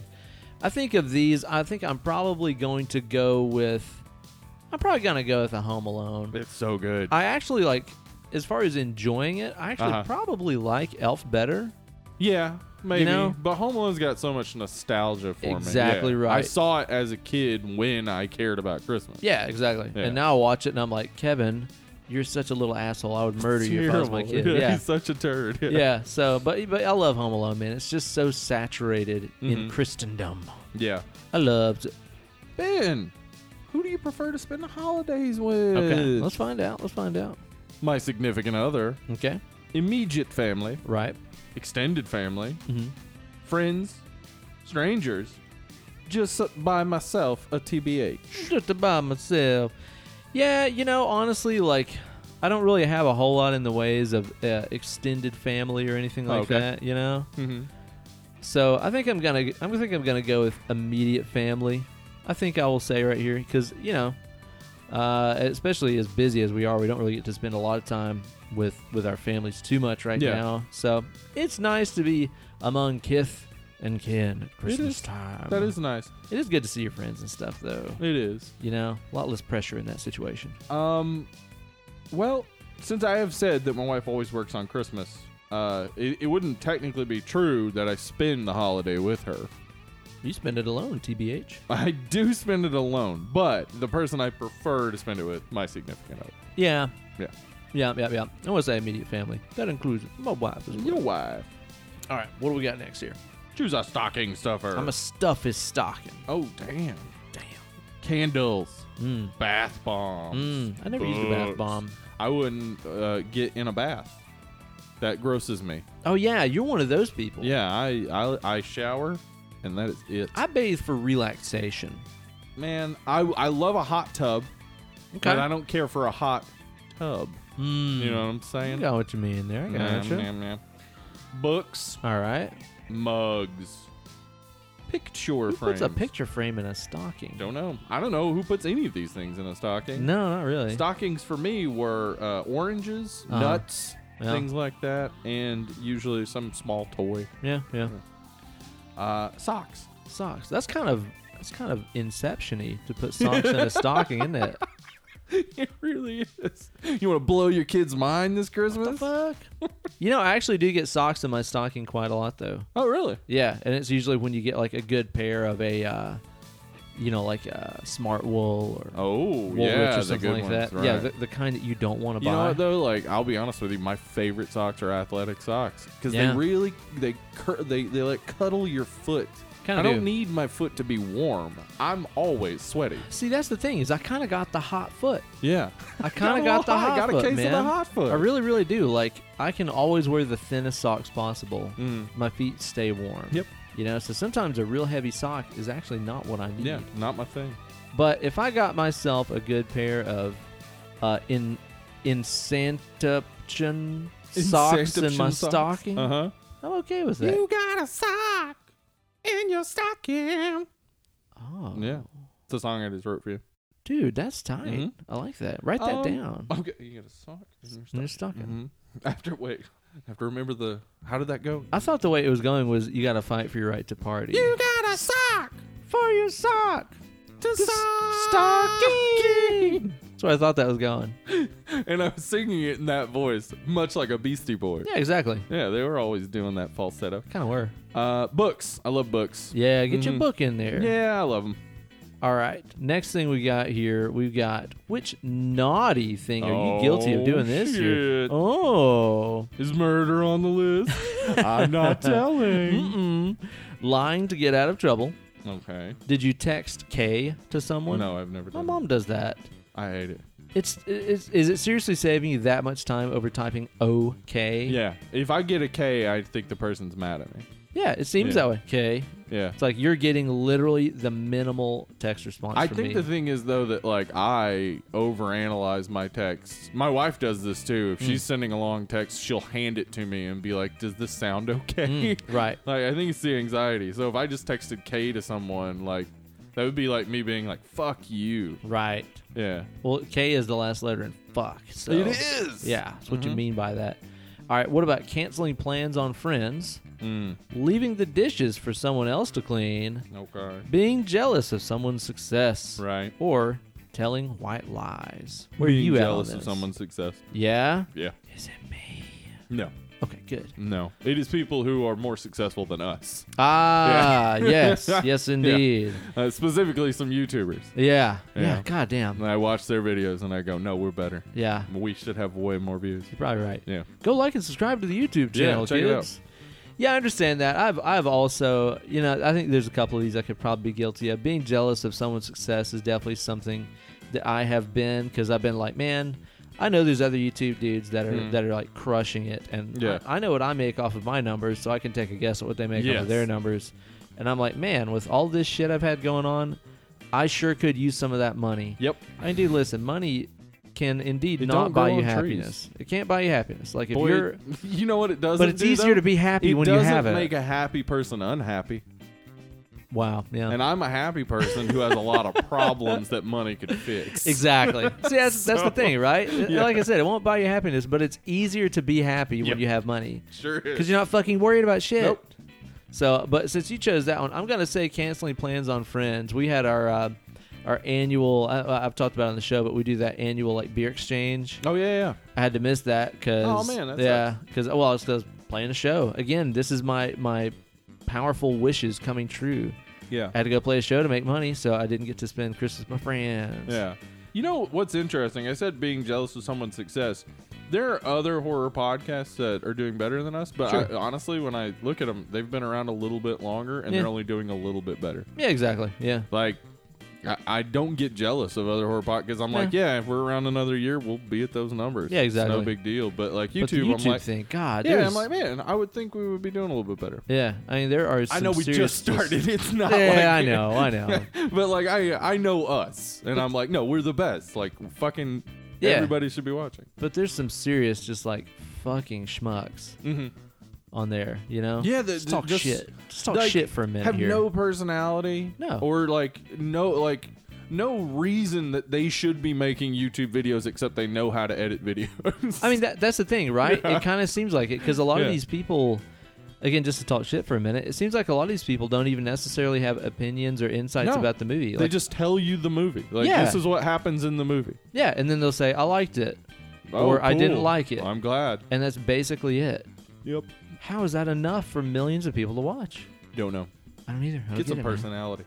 Speaker 1: I think of these, I think I'm probably going to go with I'm probably going to go with a Home Alone.
Speaker 2: It's so good.
Speaker 1: I actually like as far as enjoying it, I actually
Speaker 2: Uh-huh.
Speaker 1: probably like Elf better,
Speaker 2: yeah, maybe.
Speaker 1: know?
Speaker 2: But Home Alone's got so much nostalgia for
Speaker 1: Exactly
Speaker 2: me. Yeah. I
Speaker 1: right.
Speaker 2: saw it as a kid when I cared about Christmas.
Speaker 1: Yeah, exactly.
Speaker 2: Yeah.
Speaker 1: And now I watch it and I'm like, Kevin, you're such a little asshole. I would murder you if I was my kid.
Speaker 2: Terrible.
Speaker 1: Yeah.
Speaker 2: he's such a turd. Yeah,
Speaker 1: yeah. So, but but I love Home Alone, man. It's just so saturated in
Speaker 2: Mhm.
Speaker 1: Christendom.
Speaker 2: Yeah.
Speaker 1: I loved. it.
Speaker 2: Ben, who do you prefer to spend the holidays with?
Speaker 1: Okay, let's find out. Let's find out.
Speaker 2: my significant other,
Speaker 1: Okay,
Speaker 2: immediate family,
Speaker 1: right.
Speaker 2: extended family,
Speaker 1: Mm-hmm.
Speaker 2: friends, strangers, just by myself, a TBH.
Speaker 1: Just about myself. Yeah, you know, honestly, like I don't really have a whole lot in the ways of uh, extended family or anything like
Speaker 2: Okay.
Speaker 1: that. You know.
Speaker 2: Mm-hmm.
Speaker 1: So I think I'm gonna I'm think I'm gonna go with immediate family. I think I will say right here because you know, uh, especially as busy as we are, we don't really get to spend a lot of time with with our families too much right
Speaker 2: Yeah.
Speaker 1: now. So it's nice to be among kith and kin at Christmas
Speaker 2: is.
Speaker 1: time.
Speaker 2: That is nice.
Speaker 1: It is good to see your friends and stuff though.
Speaker 2: It is.
Speaker 1: You know, a lot less pressure in that situation.
Speaker 2: Um, well, since I have said that my wife always works on Christmas, uh, it, it wouldn't technically be true that I spend the holiday with her.
Speaker 1: You spend it alone, tbh.
Speaker 2: I do spend it alone, but the person I prefer to spend it with, my significant other.
Speaker 1: Yeah.
Speaker 2: Yeah.
Speaker 1: Yeah, yeah, yeah. I want to say immediate family. That includes my wife as well.
Speaker 2: Your wife.
Speaker 1: All right, what do we got next here?
Speaker 2: Choose a stocking stuffer.
Speaker 1: I'm a stuff his stocking.
Speaker 2: oh, damn.
Speaker 1: Damn.
Speaker 2: Candles.
Speaker 1: Mm.
Speaker 2: Bath bombs.
Speaker 1: Mm, I never used a bath
Speaker 2: Books.
Speaker 1: bomb.
Speaker 2: I wouldn't uh, get in a bath. That grosses me.
Speaker 1: Oh yeah, you're one of those people.
Speaker 2: Yeah, I, I, I shower, and that is it.
Speaker 1: I bathe for relaxation.
Speaker 2: Man, I, I love a hot tub,
Speaker 1: Okay.
Speaker 2: but I don't care for a hot tub.
Speaker 1: Mm.
Speaker 2: You know what I'm
Speaker 1: I
Speaker 2: saying?
Speaker 1: got what you mean there. I
Speaker 2: Nom,
Speaker 1: gotcha.
Speaker 2: nom, nom. Books,
Speaker 1: All right.
Speaker 2: mugs, picture
Speaker 1: Who puts
Speaker 2: frames.
Speaker 1: a picture frame in a stocking?
Speaker 2: Don't know. I don't know who puts any of these things in a stocking.
Speaker 1: No, not really.
Speaker 2: Stockings for me were uh, oranges,
Speaker 1: Uh-huh.
Speaker 2: nuts,
Speaker 1: Yeah.
Speaker 2: things like that, and usually some small toy.
Speaker 1: yeah, yeah.
Speaker 2: Uh, socks.
Speaker 1: Socks. That's kind of that's kind of inception-y to put socks in a stocking, isn't it?
Speaker 2: it really is. You want to blow your kid's mind this
Speaker 1: What the
Speaker 2: Christmas?
Speaker 1: fuck? you know, I actually do get socks in my stocking quite a lot though.
Speaker 2: Oh, really?
Speaker 1: Yeah, and it's usually when you get like a good pair of a, uh, you know, like a smart wool or
Speaker 2: Oh,
Speaker 1: Woolrich
Speaker 2: yeah,
Speaker 1: or
Speaker 2: the
Speaker 1: something
Speaker 2: good
Speaker 1: like
Speaker 2: ones,
Speaker 1: that. Yeah,
Speaker 2: right.
Speaker 1: the, the kind that you don't want to
Speaker 2: you
Speaker 1: buy.
Speaker 2: know what though? Like, I'll be honest with you, my favorite socks are athletic socks because
Speaker 1: Yeah.
Speaker 2: they really they cur- they they like cuddle your foot.
Speaker 1: Kinda
Speaker 2: I don't
Speaker 1: do.
Speaker 2: need my foot to be warm. I'm always sweaty.
Speaker 1: See, that's the thing is I kind of got the hot foot.
Speaker 2: Yeah.
Speaker 1: I kind
Speaker 2: a
Speaker 1: of got
Speaker 2: little
Speaker 1: the
Speaker 2: hot,
Speaker 1: hot
Speaker 2: got a
Speaker 1: foot,
Speaker 2: case of the
Speaker 1: man.
Speaker 2: hot foot.
Speaker 1: I really, really do. Like I can always wear the thinnest socks possible.
Speaker 2: Mm-hmm.
Speaker 1: My feet stay warm.
Speaker 2: Mm. Yep.
Speaker 1: You know, so sometimes a real heavy sock is actually not what I need.
Speaker 2: Yeah, not my thing.
Speaker 1: But if I got myself a good pair of uh, in insantiption socks in my stocking,
Speaker 2: Uh huh.
Speaker 1: I'm okay with that.
Speaker 2: got a sock in your stocking.
Speaker 1: Oh,
Speaker 2: Yeah, it's a song I just wrote for you.
Speaker 1: dude, that's tight.
Speaker 2: Mhm.
Speaker 1: I like that. Write that
Speaker 2: Um,
Speaker 1: down.
Speaker 2: Okay, you got a sock in your
Speaker 1: In your
Speaker 2: stocking.
Speaker 1: stocking. Mm-hmm.
Speaker 2: Mhm. After wait, after remember the how did that go?
Speaker 1: I thought the way it was going was you got to fight for your right to party.
Speaker 2: got a sock
Speaker 1: for your sock
Speaker 2: to
Speaker 1: stocking. That's where I thought that was going.
Speaker 2: and I was singing it in that voice, much like a Beastie Boy.
Speaker 1: Yeah, exactly.
Speaker 2: Yeah, they were always doing that falsetto.
Speaker 1: Kind of were.
Speaker 2: Uh, books, I love books.
Speaker 1: Mm-hmm. Yeah, get
Speaker 2: Mhm.
Speaker 1: your book in there.
Speaker 2: Yeah, I love them.
Speaker 1: All right. Next thing we got here, we've got which naughty thing are you guilty of doing this year?
Speaker 2: Oh,
Speaker 1: Oh.
Speaker 2: Is murder on the list? I'm not telling.
Speaker 1: Mm-mm. Lying to get out of trouble.
Speaker 2: Okay.
Speaker 1: Did you text K to someone?
Speaker 2: No, I've never
Speaker 1: My
Speaker 2: done.
Speaker 1: mom
Speaker 2: Mom.
Speaker 1: does that.
Speaker 2: I hate it.
Speaker 1: It's, it's is it seriously saving you that much time over typing OK?
Speaker 2: Yeah. If I get a K, I think the person's mad at me.
Speaker 1: Yeah, it seems
Speaker 2: Yeah.
Speaker 1: that way. K.
Speaker 2: Yeah.
Speaker 1: It's like you're getting literally the minimal text response.
Speaker 2: I
Speaker 1: from
Speaker 2: think
Speaker 1: me.
Speaker 2: the thing is though that like I overanalyze my texts. My wife does this too. If
Speaker 1: Hmm.
Speaker 2: she's sending a long text, she'll hand it to me and be like, "Does this sound okay?"
Speaker 1: Mm, right.
Speaker 2: like I think it's the anxiety. So if I just texted K to someone, like that would be like me being like, "Fuck you."
Speaker 1: Right.
Speaker 2: Yeah.
Speaker 1: Well, K is the last letter in fuck. So
Speaker 2: It is.
Speaker 1: Yeah, that's
Speaker 2: Mm-hmm.
Speaker 1: what you mean by that. All right, what about canceling plans on friends,
Speaker 2: Mm,
Speaker 1: leaving the dishes for someone else to clean,
Speaker 2: okay.
Speaker 1: being jealous of someone's success,
Speaker 2: Right.
Speaker 1: or telling white lies? Where are
Speaker 2: Being
Speaker 1: you at on
Speaker 2: jealous of
Speaker 1: this?
Speaker 2: someone's success?
Speaker 1: Yeah.
Speaker 2: Yeah.
Speaker 1: Is it me?
Speaker 2: No.
Speaker 1: Okay, good.
Speaker 2: No, it is people who are more successful than us.
Speaker 1: Ah, yes, yes, indeed.
Speaker 2: Uh, specifically, some YouTubers.
Speaker 1: Yeah, yeah.
Speaker 2: Yeah.
Speaker 1: God damn.
Speaker 2: And I watch their videos and I go, "No, we're better.
Speaker 1: Yeah,
Speaker 2: We should have way more views."
Speaker 1: you're probably right.
Speaker 2: Yeah.
Speaker 1: Go like and subscribe to the YouTube
Speaker 2: Yeah,
Speaker 1: channel,
Speaker 2: check it out.
Speaker 1: kids. Yeah, I understand that. I've I've also, you know, I think there's a couple of these I could probably be guilty of. Being jealous of someone's success is definitely something that I have been because I've been like, man, I know there's other YouTube dudes that are
Speaker 2: Mhm.
Speaker 1: that are like crushing it, and
Speaker 2: Yeah.
Speaker 1: I, I know what I make off of my numbers, so I can take a guess at what they make off
Speaker 2: Yes.
Speaker 1: of their numbers. And I'm like, man, with all this shit I've had going on, I sure could use some of that money.
Speaker 2: Yep.
Speaker 1: I do listen. Money can indeed
Speaker 2: It
Speaker 1: not
Speaker 2: don't
Speaker 1: buy
Speaker 2: grow
Speaker 1: you
Speaker 2: on trees.
Speaker 1: happiness. It can't buy you happiness. Like if
Speaker 2: Boy,
Speaker 1: you're,
Speaker 2: you know what it doesn't.
Speaker 1: but it's
Speaker 2: do,
Speaker 1: easier
Speaker 2: though?
Speaker 1: to be happy
Speaker 2: it
Speaker 1: when you
Speaker 2: doesn't
Speaker 1: have it.
Speaker 2: make a happy person unhappy.
Speaker 1: wow. Yeah.
Speaker 2: And I'm a happy person who has a lot of problems that money could fix.
Speaker 1: Exactly. See, that's that's the
Speaker 2: So-
Speaker 1: thing, right?
Speaker 2: Yeah.
Speaker 1: Like I said, it won't buy you happiness, but it's easier to be happy when
Speaker 2: Yep.
Speaker 1: you have money
Speaker 2: Sure
Speaker 1: because
Speaker 2: is.
Speaker 1: you're not fucking worried about shit.
Speaker 2: Nope.
Speaker 1: So, but since you chose that one, I'm gonna say canceling plans on friends. We had our uh, our annual. I, I've talked about it on the show, but we do that annual like beer exchange.
Speaker 2: Oh yeah, yeah.
Speaker 1: I had to miss that because
Speaker 2: Oh, man, that
Speaker 1: yeah, because well, it's 'cause playing a show again. This is my my powerful wishes coming true.
Speaker 2: Yeah.
Speaker 1: I had to go play a show to make money, so I didn't get to spend Christmas with my friends.
Speaker 2: Yeah. You know what's interesting? I said being jealous of someone's success. There are other horror podcasts that are doing better than us, but
Speaker 1: Sure.
Speaker 2: I, honestly, when I look at them, they've been around a little bit longer and
Speaker 1: Yeah.
Speaker 2: they're only doing a little bit better.
Speaker 1: yeah, exactly. Yeah,
Speaker 2: Like, I, I don't get jealous of other horror podcasts. I'm like, yeah, if we're around another year, we'll be at those numbers.
Speaker 1: Yeah,
Speaker 2: It's
Speaker 1: exactly.
Speaker 2: no big deal. But like YouTube,
Speaker 1: but the YouTube
Speaker 2: I'm like,
Speaker 1: thing, God,
Speaker 2: yeah, I'm
Speaker 1: there's-
Speaker 2: like, man, I would think we would be doing a little bit better.
Speaker 1: yeah. I mean, there are. Some
Speaker 2: I know we
Speaker 1: serious-
Speaker 2: just started. It's not.
Speaker 1: Yeah,
Speaker 2: like,
Speaker 1: I know, I know.
Speaker 2: but like I I know us, and I'm like, no, we're the best. Like fucking
Speaker 1: Yeah.
Speaker 2: everybody should be watching.
Speaker 1: but there's some serious, just like fucking schmucks
Speaker 2: Mhm.
Speaker 1: on there. You know?
Speaker 2: Yeah, the-
Speaker 1: just talk
Speaker 2: just-
Speaker 1: shit. Just talk
Speaker 2: like,
Speaker 1: shit for a minute
Speaker 2: Have
Speaker 1: here.
Speaker 2: no personality,
Speaker 1: No.
Speaker 2: or like no like no reason that they should be making YouTube videos except they know how to edit videos.
Speaker 1: I mean, that that's the thing, right? It kind of seems like it because a lot of
Speaker 2: Yeah.
Speaker 1: these people, again, just to talk shit for a minute, it seems like a lot of these people don't even necessarily have opinions or insights
Speaker 2: No.
Speaker 1: about the movie.
Speaker 2: they
Speaker 1: Like,
Speaker 2: just tell you the movie. Like
Speaker 1: Yeah.
Speaker 2: this is what happens in the movie,
Speaker 1: yeah, and then they'll say, "I liked it,"
Speaker 2: Oh,
Speaker 1: or "I didn't
Speaker 2: cool.
Speaker 1: like it,"
Speaker 2: I'm glad.
Speaker 1: and that's basically it.
Speaker 2: Yep.
Speaker 1: How is that enough for millions of people to watch?
Speaker 2: Don't know.
Speaker 1: I don't either. I don't
Speaker 2: Get
Speaker 1: get
Speaker 2: some
Speaker 1: it, man.
Speaker 2: personality.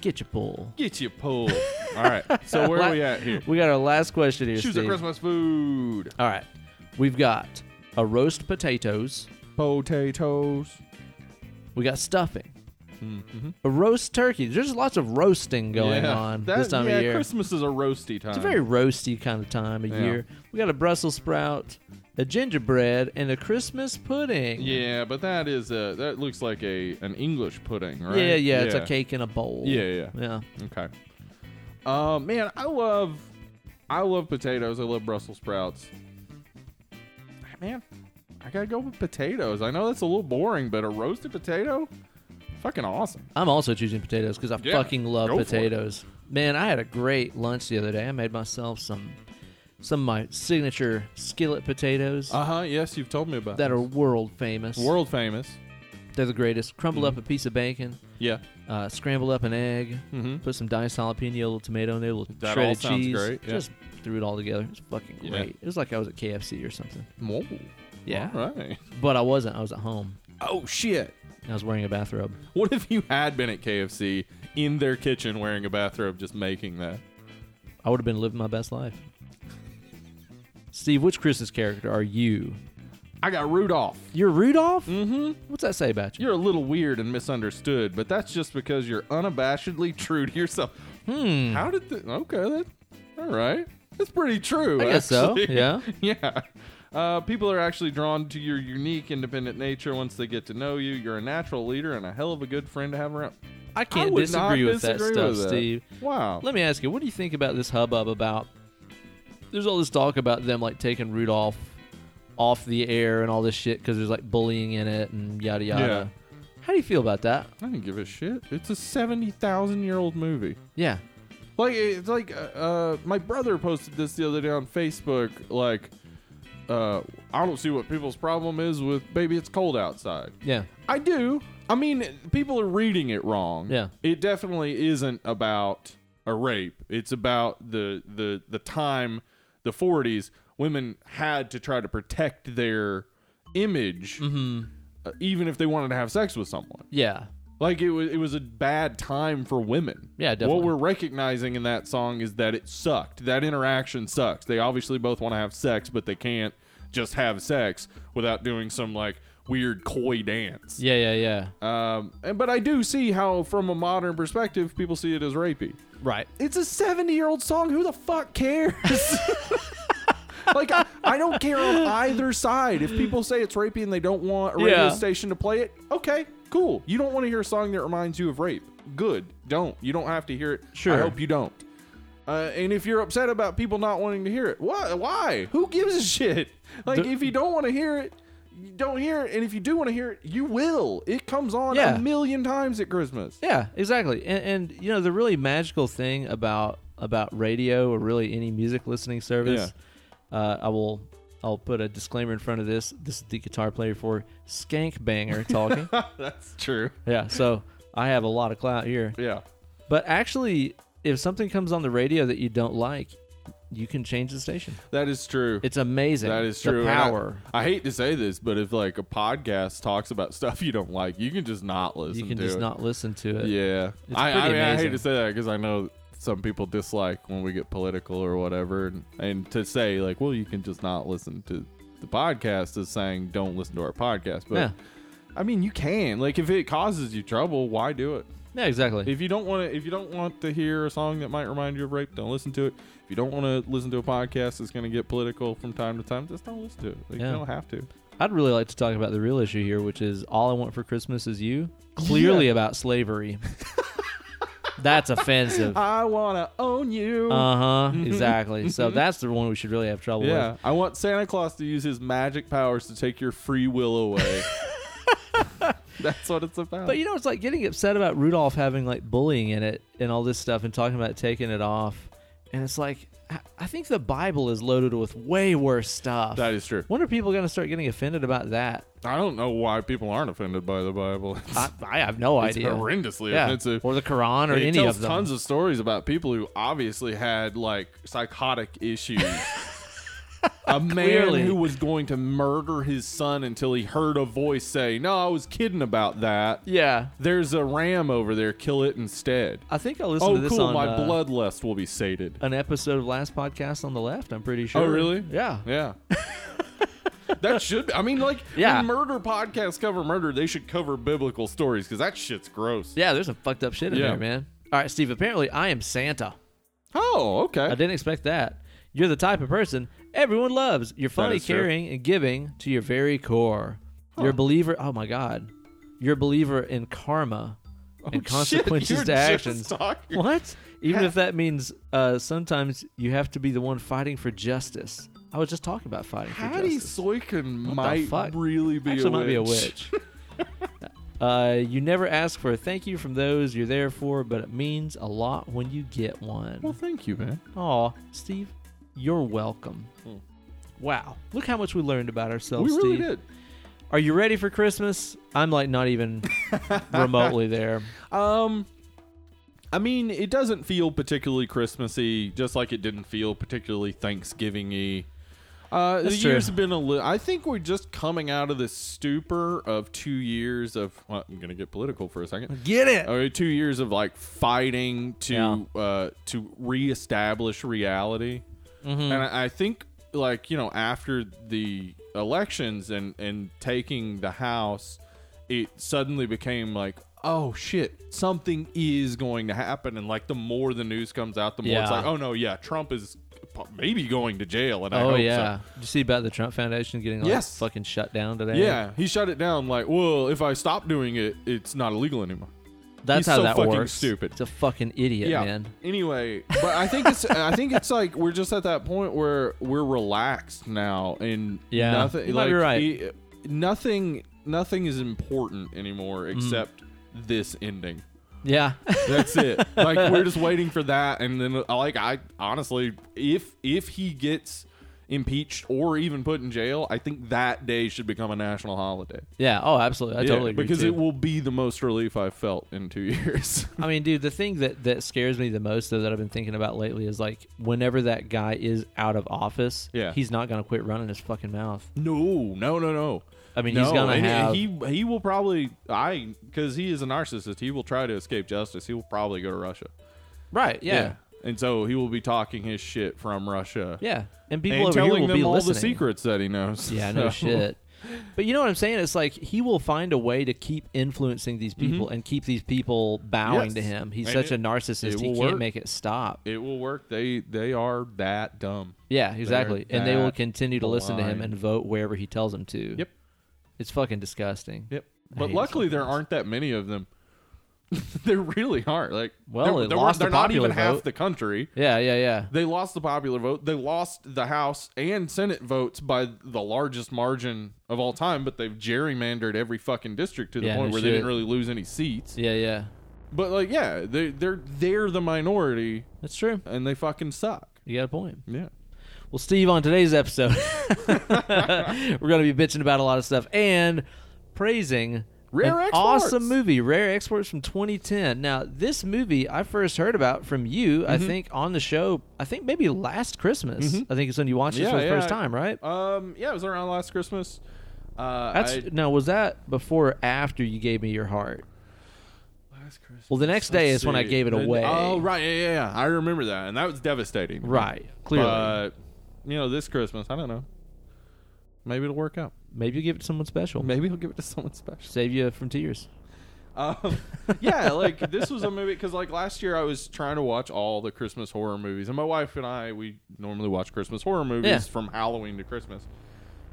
Speaker 1: Get your bull.
Speaker 2: Get your pull. All right. So where are we at here?
Speaker 1: We got our last question here.
Speaker 2: Choose a
Speaker 1: Steve.
Speaker 2: Christmas food.
Speaker 1: All right, we've got a roast potatoes.
Speaker 2: Potatoes.
Speaker 1: We got stuffing.
Speaker 2: Mm-hmm.
Speaker 1: A roast turkey. There's lots of roasting going on this time
Speaker 2: yeah,
Speaker 1: of year.
Speaker 2: Christmas is a roasty time.
Speaker 1: It's a very roasty kind of time of
Speaker 2: Yeah.
Speaker 1: year. We got a Brussels sprout, a gingerbread, and a Christmas pudding.
Speaker 2: yeah, but that is a that looks like a an English pudding, right?
Speaker 1: yeah, yeah, It's a cake in a bowl.
Speaker 2: Yeah, yeah.
Speaker 1: yeah.
Speaker 2: Okay. Uh, man, I love I love potatoes. I love Brussels sprouts. Man, I gotta go with potatoes. I know that's a little boring, but a roasted potato, fucking awesome.
Speaker 1: I'm also choosing potatoes because I
Speaker 2: Yeah,
Speaker 1: fucking love
Speaker 2: go for it.
Speaker 1: potatoes. Man, I had a great lunch the other day. I made myself some some of my signature skillet potatoes
Speaker 2: Uh huh. Yes, you've told me about
Speaker 1: that
Speaker 2: this.
Speaker 1: are world famous.
Speaker 2: world Mm. famous.
Speaker 1: They're the greatest. Crumble up a piece of bacon,
Speaker 2: Yeah.
Speaker 1: uh, scramble up an egg,
Speaker 2: Mm-hmm.
Speaker 1: put some diced jalapeno, a little tomato, and a little
Speaker 2: That all
Speaker 1: shredded
Speaker 2: sounds
Speaker 1: cheese.
Speaker 2: great, yeah.
Speaker 1: Just threw it all together. It's fucking
Speaker 2: Yeah.
Speaker 1: great. It was like I was at KFC or something.
Speaker 2: Whoa.
Speaker 1: Yeah.
Speaker 2: All right.
Speaker 1: But I wasn't. I was at home.
Speaker 2: Oh shit.
Speaker 1: I was wearing a bathrobe.
Speaker 2: What if you had been at KFC in their kitchen wearing a bathrobe, just making that?
Speaker 1: I would have been living my best life. Steve, which Chris's character are you?
Speaker 2: I got Rudolph.
Speaker 1: You're Rudolph?
Speaker 2: Mm-hmm.
Speaker 1: What's that say about you?
Speaker 2: You're a little weird and misunderstood, but that's just because you're unabashedly true to yourself.
Speaker 1: Hmm.
Speaker 2: How did the okay? That all right. That's pretty true.
Speaker 1: I guess so,
Speaker 2: actually.
Speaker 1: yeah.
Speaker 2: yeah. Uh, people are actually drawn to your unique, independent nature once they get to know you. You're a natural leader and a hell of a good friend to have around.
Speaker 1: I
Speaker 2: I
Speaker 1: can't
Speaker 2: would not
Speaker 1: disagree with
Speaker 2: disagree
Speaker 1: that stuff,
Speaker 2: with that.
Speaker 1: Steve.
Speaker 2: Wow.
Speaker 1: Let me ask you, what do you think about this hubbub about there's all this talk about them like taking Rudolph off the air and all this shit because there's like bullying in it and yada yada. How do you feel about that?
Speaker 2: I don't give a shit. It's a seventy thousand year old movie.
Speaker 1: Yeah.
Speaker 2: Like it's like uh, uh, my brother posted this the other day on Facebook. Like, uh, I don't see what people's problem is with baby. It's cold outside.
Speaker 1: Yeah.
Speaker 2: I do. I mean, people are reading it wrong.
Speaker 1: Yeah.
Speaker 2: it definitely isn't about a rape. It's about the the the time, the forties. Women had to try to protect their image, uh, even if they wanted to have sex with someone.
Speaker 1: Yeah.
Speaker 2: Like it was, it was a bad time for women.
Speaker 1: Yeah, definitely.
Speaker 2: What we're recognizing in that song is that it sucked. That interaction sucks. They obviously both want to have sex, but they can't just have sex without doing some like weird coy dance.
Speaker 1: Yeah, yeah, yeah.
Speaker 2: Um, and, but I do see how, from a modern perspective, people see it as rapey.
Speaker 1: Right.
Speaker 2: It's a 70 year old song. Who the fuck cares? like, I, I don't care on either side. If people say it's rapey and they don't want a radio
Speaker 1: Yeah.
Speaker 2: station to play it, okay, cool. You don't want to hear a song that reminds you of rape. Good. Don't. You don't have to hear it. I
Speaker 1: Sure.
Speaker 2: hope you don't. Uh, and if you're upset about people not wanting to hear it, what? Why? Who gives a shit? Like,
Speaker 1: The-
Speaker 2: if you don't want to hear it, you don't hear it. And if you do want to hear it, you will. It comes on
Speaker 1: Yeah.
Speaker 2: a million times at Christmas.
Speaker 1: Yeah, exactly. And, and you know the really magical thing about about radio or really any music listening service, uh, I will I'll put a disclaimer in front of this. This is the guitar player for Skank Banger talking.
Speaker 2: That's true.
Speaker 1: yeah, so I have a lot of clout here.
Speaker 2: Yeah.
Speaker 1: But actually, if something comes on the radio that you don't like, you can change the station.
Speaker 2: That is true.
Speaker 1: It's amazing.
Speaker 2: That is
Speaker 1: The
Speaker 2: true. and I-
Speaker 1: power.
Speaker 2: I, hate to say this, but if like a podcast talks about stuff you don't like, you can just not listen.
Speaker 1: You can
Speaker 2: to
Speaker 1: just
Speaker 2: it.
Speaker 1: not listen to it.
Speaker 2: Yeah,
Speaker 1: It's
Speaker 2: I, I
Speaker 1: pretty
Speaker 2: mean, I hate
Speaker 1: amazing.
Speaker 2: to say that because I know some people dislike when we get political or whatever, and, and to say like, well, you can just not listen to the podcast is saying don't listen to our podcast. But
Speaker 1: Yeah.
Speaker 2: I mean, you can. Like, if it causes you trouble, why do it?
Speaker 1: Yeah, exactly.
Speaker 2: If you don't want to, if you don't want to hear a song that might remind you of rape, don't listen to it. If you don't want to listen to a podcast that's going to get political from time to time, just don't listen to it. Like,
Speaker 1: Yeah.
Speaker 2: You don't have to.
Speaker 1: I'd really like to talk about the real issue here, which is all I want for Christmas is you. Clearly
Speaker 2: Yeah.
Speaker 1: about slavery. that's offensive. Uh
Speaker 2: I want to own you.
Speaker 1: huh. Exactly. So that's the one we should really have trouble
Speaker 2: Mm-hmm. yeah,
Speaker 1: with.
Speaker 2: I want Santa Claus to use his magic powers to take your free will away. that's what it's about.
Speaker 1: But you know, it's like getting upset about Rudolph having like bullying in it and all this stuff and talking about taking it off. And it's like, I- I think the Bible is loaded with way worse stuff.
Speaker 2: that is true.
Speaker 1: when are people going to start getting offended about that?
Speaker 2: I don't know why people aren't offended by the Bible. It's,
Speaker 1: I, I have no
Speaker 2: it's
Speaker 1: idea.
Speaker 2: horrendously
Speaker 1: Yeah.
Speaker 2: offensive.
Speaker 1: Or the Quran or
Speaker 2: And it
Speaker 1: any
Speaker 2: tells
Speaker 1: of them.
Speaker 2: tons of stories about people who obviously had like psychotic issues. a man
Speaker 1: Clearly.
Speaker 2: who was going to murder his son until he heard a voice say, "No, I was kidding about that."
Speaker 1: yeah.
Speaker 2: There's a ram over there. Kill it instead.
Speaker 1: I think I listened to
Speaker 2: Oh,
Speaker 1: this
Speaker 2: cool!
Speaker 1: on
Speaker 2: My
Speaker 1: uh,
Speaker 2: bloodlust will be sated.
Speaker 1: an episode of Last Podcast on the Left. I'm pretty sure.
Speaker 2: Oh, really?
Speaker 1: Yeah.
Speaker 2: Yeah. that should. Be, I mean, like,
Speaker 1: Yeah.
Speaker 2: when murder podcasts cover murder, they should cover biblical stories because that shit's gross.
Speaker 1: Yeah, there's some fucked up shit in
Speaker 2: Yeah.
Speaker 1: there, man. All right, Steve. Apparently, I am Santa.
Speaker 2: Oh, okay.
Speaker 1: I didn't expect that. You're the type of person everyone loves. You're funny,
Speaker 2: is true.
Speaker 1: caring, and giving to your very core. You're a believer. Oh my God. You're a believer in karma
Speaker 2: Oh,
Speaker 1: and
Speaker 2: shit,
Speaker 1: consequences
Speaker 2: you're
Speaker 1: to
Speaker 2: just
Speaker 1: actions.
Speaker 2: talking-
Speaker 1: What? Even if that means uh, sometimes you have to be the one fighting for justice. I was just talking about fighting for
Speaker 2: Patty
Speaker 1: justice.
Speaker 2: Soykin
Speaker 1: the
Speaker 2: might
Speaker 1: fuck?
Speaker 2: really be
Speaker 1: Actually,
Speaker 2: a
Speaker 1: might be a
Speaker 2: witch.
Speaker 1: witch. uh, you never ask for a thank you from those you're there for, but it means a lot when you get
Speaker 2: well,
Speaker 1: one.
Speaker 2: thank you, man.
Speaker 1: Aw, Steve, you're welcome.
Speaker 2: Hmm.
Speaker 1: Wow, look how much we learned about ourselves.
Speaker 2: we really
Speaker 1: Steve.
Speaker 2: did.
Speaker 1: Are you ready for Christmas? I'm like not even remotely there.
Speaker 2: Um, I mean, it doesn't feel particularly Christmassy, just like it didn't feel particularly Thanksgiving-y. Uh, the
Speaker 1: That's true.
Speaker 2: year's been a little. I think we're just coming out of the stupor of two years of. Well, I'm gonna get political for a second.
Speaker 1: Get it?
Speaker 2: Uh, two years of like fighting to
Speaker 1: Yeah.
Speaker 2: uh, to reestablish reality,
Speaker 1: Mm-hmm.
Speaker 2: and I, I think like you know after the elections and and taking the house, it suddenly became like oh shit something is going to happen, and like the more the news comes out, the more it's
Speaker 1: Yeah.
Speaker 2: like oh no yeah Trump is po- maybe going to jail, and I
Speaker 1: Oh
Speaker 2: hope
Speaker 1: yeah.
Speaker 2: so.
Speaker 1: Did you see about the Trump Foundation getting like
Speaker 2: Yes.
Speaker 1: fucking shut down today?
Speaker 2: Yeah, he shut it down. Like, well, if I stop doing it, it's not illegal anymore.
Speaker 1: that's
Speaker 2: He's
Speaker 1: how
Speaker 2: so
Speaker 1: that
Speaker 2: fucking
Speaker 1: works.
Speaker 2: stupid.
Speaker 1: It's a fucking idiot, man.
Speaker 2: Anyway, but I think it's I think it's like we're just at that point where we're relaxed now and
Speaker 1: Yeah.
Speaker 2: nothing
Speaker 1: You might
Speaker 2: like
Speaker 1: be right.
Speaker 2: e- nothing nothing is important anymore
Speaker 1: Mm.
Speaker 2: except this ending.
Speaker 1: Yeah.
Speaker 2: That's it. like we're just waiting for that and then like I honestly if if he gets impeached or even put in jail, I think that day should become a national holiday.
Speaker 1: Yeah. Oh, absolutely. I
Speaker 2: Yeah,
Speaker 1: totally agree.
Speaker 2: because
Speaker 1: too.
Speaker 2: it will be the most relief I've felt in two years.
Speaker 1: I mean, dude, the thing that that scares me the most though that I've been thinking about lately is like whenever that guy is out of office,
Speaker 2: Yeah.
Speaker 1: he's not gonna quit running his fucking mouth.
Speaker 2: no, no, no, no.
Speaker 1: I mean,
Speaker 2: no,
Speaker 1: he's gonna
Speaker 2: and-
Speaker 1: have.
Speaker 2: and he he will probably I because he is a narcissist. He will try to escape justice. He will probably go to Russia.
Speaker 1: right. Yeah. Yeah.
Speaker 2: and so he will be talking his shit from Russia.
Speaker 1: And people
Speaker 2: and
Speaker 1: over
Speaker 2: telling
Speaker 1: here will
Speaker 2: them
Speaker 1: be
Speaker 2: all
Speaker 1: listening.
Speaker 2: the secrets that he knows.
Speaker 1: Yeah. No
Speaker 2: So-
Speaker 1: shit. But you know what I'm saying? It's like he will find a way to keep influencing these people and keep these people bowing
Speaker 2: Mm-hmm. Yes.
Speaker 1: to him. He's
Speaker 2: And
Speaker 1: such
Speaker 2: it-
Speaker 1: a narcissist;
Speaker 2: it
Speaker 1: he
Speaker 2: will
Speaker 1: can't
Speaker 2: work.
Speaker 1: make it stop.
Speaker 2: It will work. They they are that dumb.
Speaker 1: Yeah, exactly. And they will
Speaker 2: that
Speaker 1: continue to listen to him
Speaker 2: blind.
Speaker 1: and vote wherever he tells them to.
Speaker 2: Yep.
Speaker 1: It's fucking disgusting.
Speaker 2: Yep.
Speaker 1: I
Speaker 2: But
Speaker 1: hate
Speaker 2: luckily,
Speaker 1: those
Speaker 2: there
Speaker 1: guys.
Speaker 2: aren't that many of them. there really aren't. Like,
Speaker 1: Well,
Speaker 2: they're,
Speaker 1: it
Speaker 2: they're-
Speaker 1: lost
Speaker 2: they're
Speaker 1: the
Speaker 2: not
Speaker 1: popular
Speaker 2: even half
Speaker 1: vote.
Speaker 2: the country.
Speaker 1: Yeah, yeah, yeah.
Speaker 2: They lost the popular vote. They lost the House and Senate votes by the largest margin of all time. But they've gerrymandered every fucking district to the
Speaker 1: Yeah,
Speaker 2: point
Speaker 1: no
Speaker 2: where they didn't
Speaker 1: shit.
Speaker 2: really lose any seats.
Speaker 1: Yeah, yeah.
Speaker 2: But like, yeah, they they're they're the minority
Speaker 1: That's true.
Speaker 2: and they fucking suck.
Speaker 1: You got a point.
Speaker 2: Yeah.
Speaker 1: Well, Steve, on today's episode, we're going to be bitching about a lot of stuff and praising
Speaker 2: Rare
Speaker 1: an
Speaker 2: Exports.
Speaker 1: awesome movie, Rare Exports from 2010. Now, this movie I first heard about from you, I think, on the show, I think maybe last Christmas. I think it's when you watched this
Speaker 2: Yeah,
Speaker 1: for the
Speaker 2: yeah,
Speaker 1: first
Speaker 2: I-
Speaker 1: time, right?
Speaker 2: Um. Yeah, it was around last Christmas. Uh,
Speaker 1: That's
Speaker 2: I-
Speaker 1: now was that before or after you gave me your heart?
Speaker 2: Last Christmas.
Speaker 1: Well, the next day
Speaker 2: Let's
Speaker 1: is when I
Speaker 2: see.
Speaker 1: gave it
Speaker 2: The-
Speaker 1: away.
Speaker 2: Oh, right. Yeah, yeah, yeah. I remember that. And that was devastating.
Speaker 1: Right. Clearly.
Speaker 2: But, you know, this Christmas, I don't know. Maybe it'll work out.
Speaker 1: Maybe you give it to someone special.
Speaker 2: Maybe I'll give it to someone special.
Speaker 1: Save you from tears.
Speaker 2: Um, yeah, like this was a movie because like last year I was trying to watch all the Christmas horror movies, and my wife and I we normally watch Christmas horror movies
Speaker 1: Yeah.
Speaker 2: from Halloween to Christmas.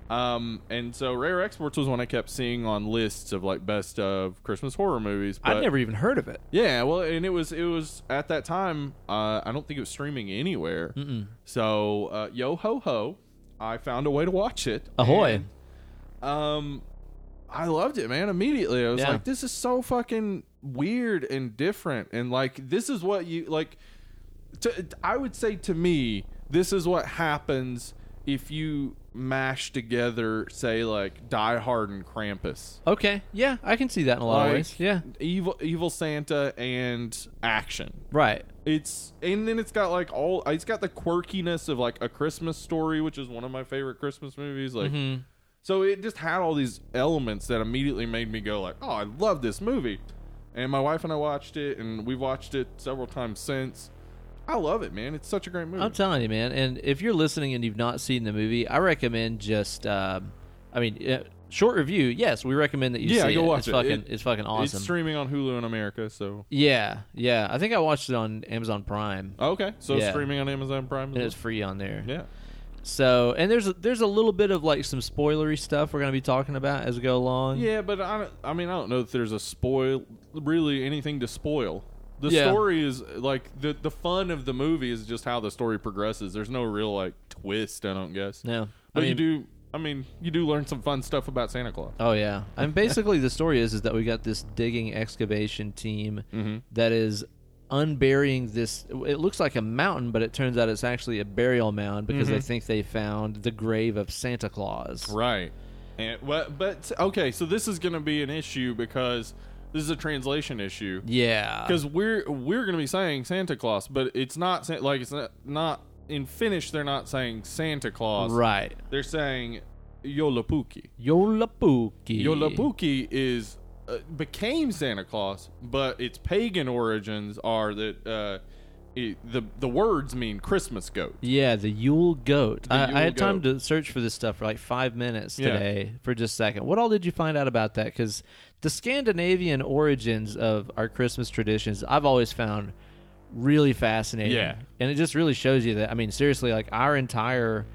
Speaker 2: Um, and so Rare Exports was one I kept seeing on lists of like best of Christmas horror movies. But
Speaker 1: I'd never even heard of it.
Speaker 2: Yeah, well, and it was it was at that time. Uh, I don't think it was streaming anywhere. So uh, yo ho ho, I found a way to watch it.
Speaker 1: Ahoy.
Speaker 2: And, um, I loved it, man. Immediately, I was
Speaker 1: Yeah.
Speaker 2: like, this is so fucking weird and different, and like this is what you like. To, I would say to me, this is what happens if you mash together, say, like Die Hard and Krampus
Speaker 1: Okay. Yeah, I can see that in a lot of
Speaker 2: Like,
Speaker 1: ways. Yeah.
Speaker 2: evil evil santa and action
Speaker 1: Right.
Speaker 2: it's and then it's got like all uh, it's got the quirkiness of like a christmas story which is one of my favorite christmas movies like
Speaker 1: Mm-hmm.
Speaker 2: so it just had all these elements that immediately made me go like oh i love this movie and my wife and i watched it and we've watched it several times since i love it man it's such a great movie
Speaker 1: I'm telling you, man. And if you're listening and you've not seen the movie, I recommend just. Um, I mean, uh, short review. Yes, we recommend that you
Speaker 2: Yeah,
Speaker 1: see
Speaker 2: go
Speaker 1: it.
Speaker 2: watch
Speaker 1: it's
Speaker 2: it.
Speaker 1: Fucking,
Speaker 2: It-
Speaker 1: it's fucking awesome.
Speaker 2: it's streaming on hulu in america so
Speaker 1: yeah, yeah. I think I watched it on Amazon Prime.
Speaker 2: okay so
Speaker 1: Yeah.
Speaker 2: streaming on amazon prime as
Speaker 1: And it's
Speaker 2: well?
Speaker 1: free on there.
Speaker 2: yeah
Speaker 1: So, and there's a, there's a little bit of like some spoilery stuff we're gonna be talking about as we go along.
Speaker 2: Yeah, but I, don't- I mean, I don't know if there's a spoil, really anything to spoil. The
Speaker 1: Yeah.
Speaker 2: story is like the the fun of the movie is just how the story progresses. There's no real like twist, I don't guess.
Speaker 1: No. I
Speaker 2: but
Speaker 1: mean,
Speaker 2: you do. I mean, you do learn some fun stuff about Santa Claus.
Speaker 1: Oh yeah, and basically the story is is that we got this digging excavation team that is unburying this. It looks like a mountain, but it turns out it's actually a burial mound because they think they found the grave of Santa Claus.
Speaker 2: Right. And but, but okay, so this is going to be an issue because this is a translation issue.
Speaker 1: Yeah,
Speaker 2: because we're we're gonna be saying Santa Claus, but it's not sa- like it's not, not in Finnish. They're not saying Santa Claus.
Speaker 1: right.
Speaker 2: They're saying Yolapuki.
Speaker 1: Yolapuki.
Speaker 2: Yolapuki is uh, became Santa Claus, but its pagan origins are that uh, it, the the words mean Christmas goat.
Speaker 1: Yeah, the Yule goat. I,
Speaker 2: Yule
Speaker 1: I had time
Speaker 2: goat.
Speaker 1: to search for this stuff for like five minutes
Speaker 2: Yeah.
Speaker 1: today for just a second. What all did you find out about that? Because the Scandinavian origins of our Christmas traditions, I've always found really fascinating.
Speaker 2: Yeah.
Speaker 1: And it just really shows you that, I mean, seriously, like our entire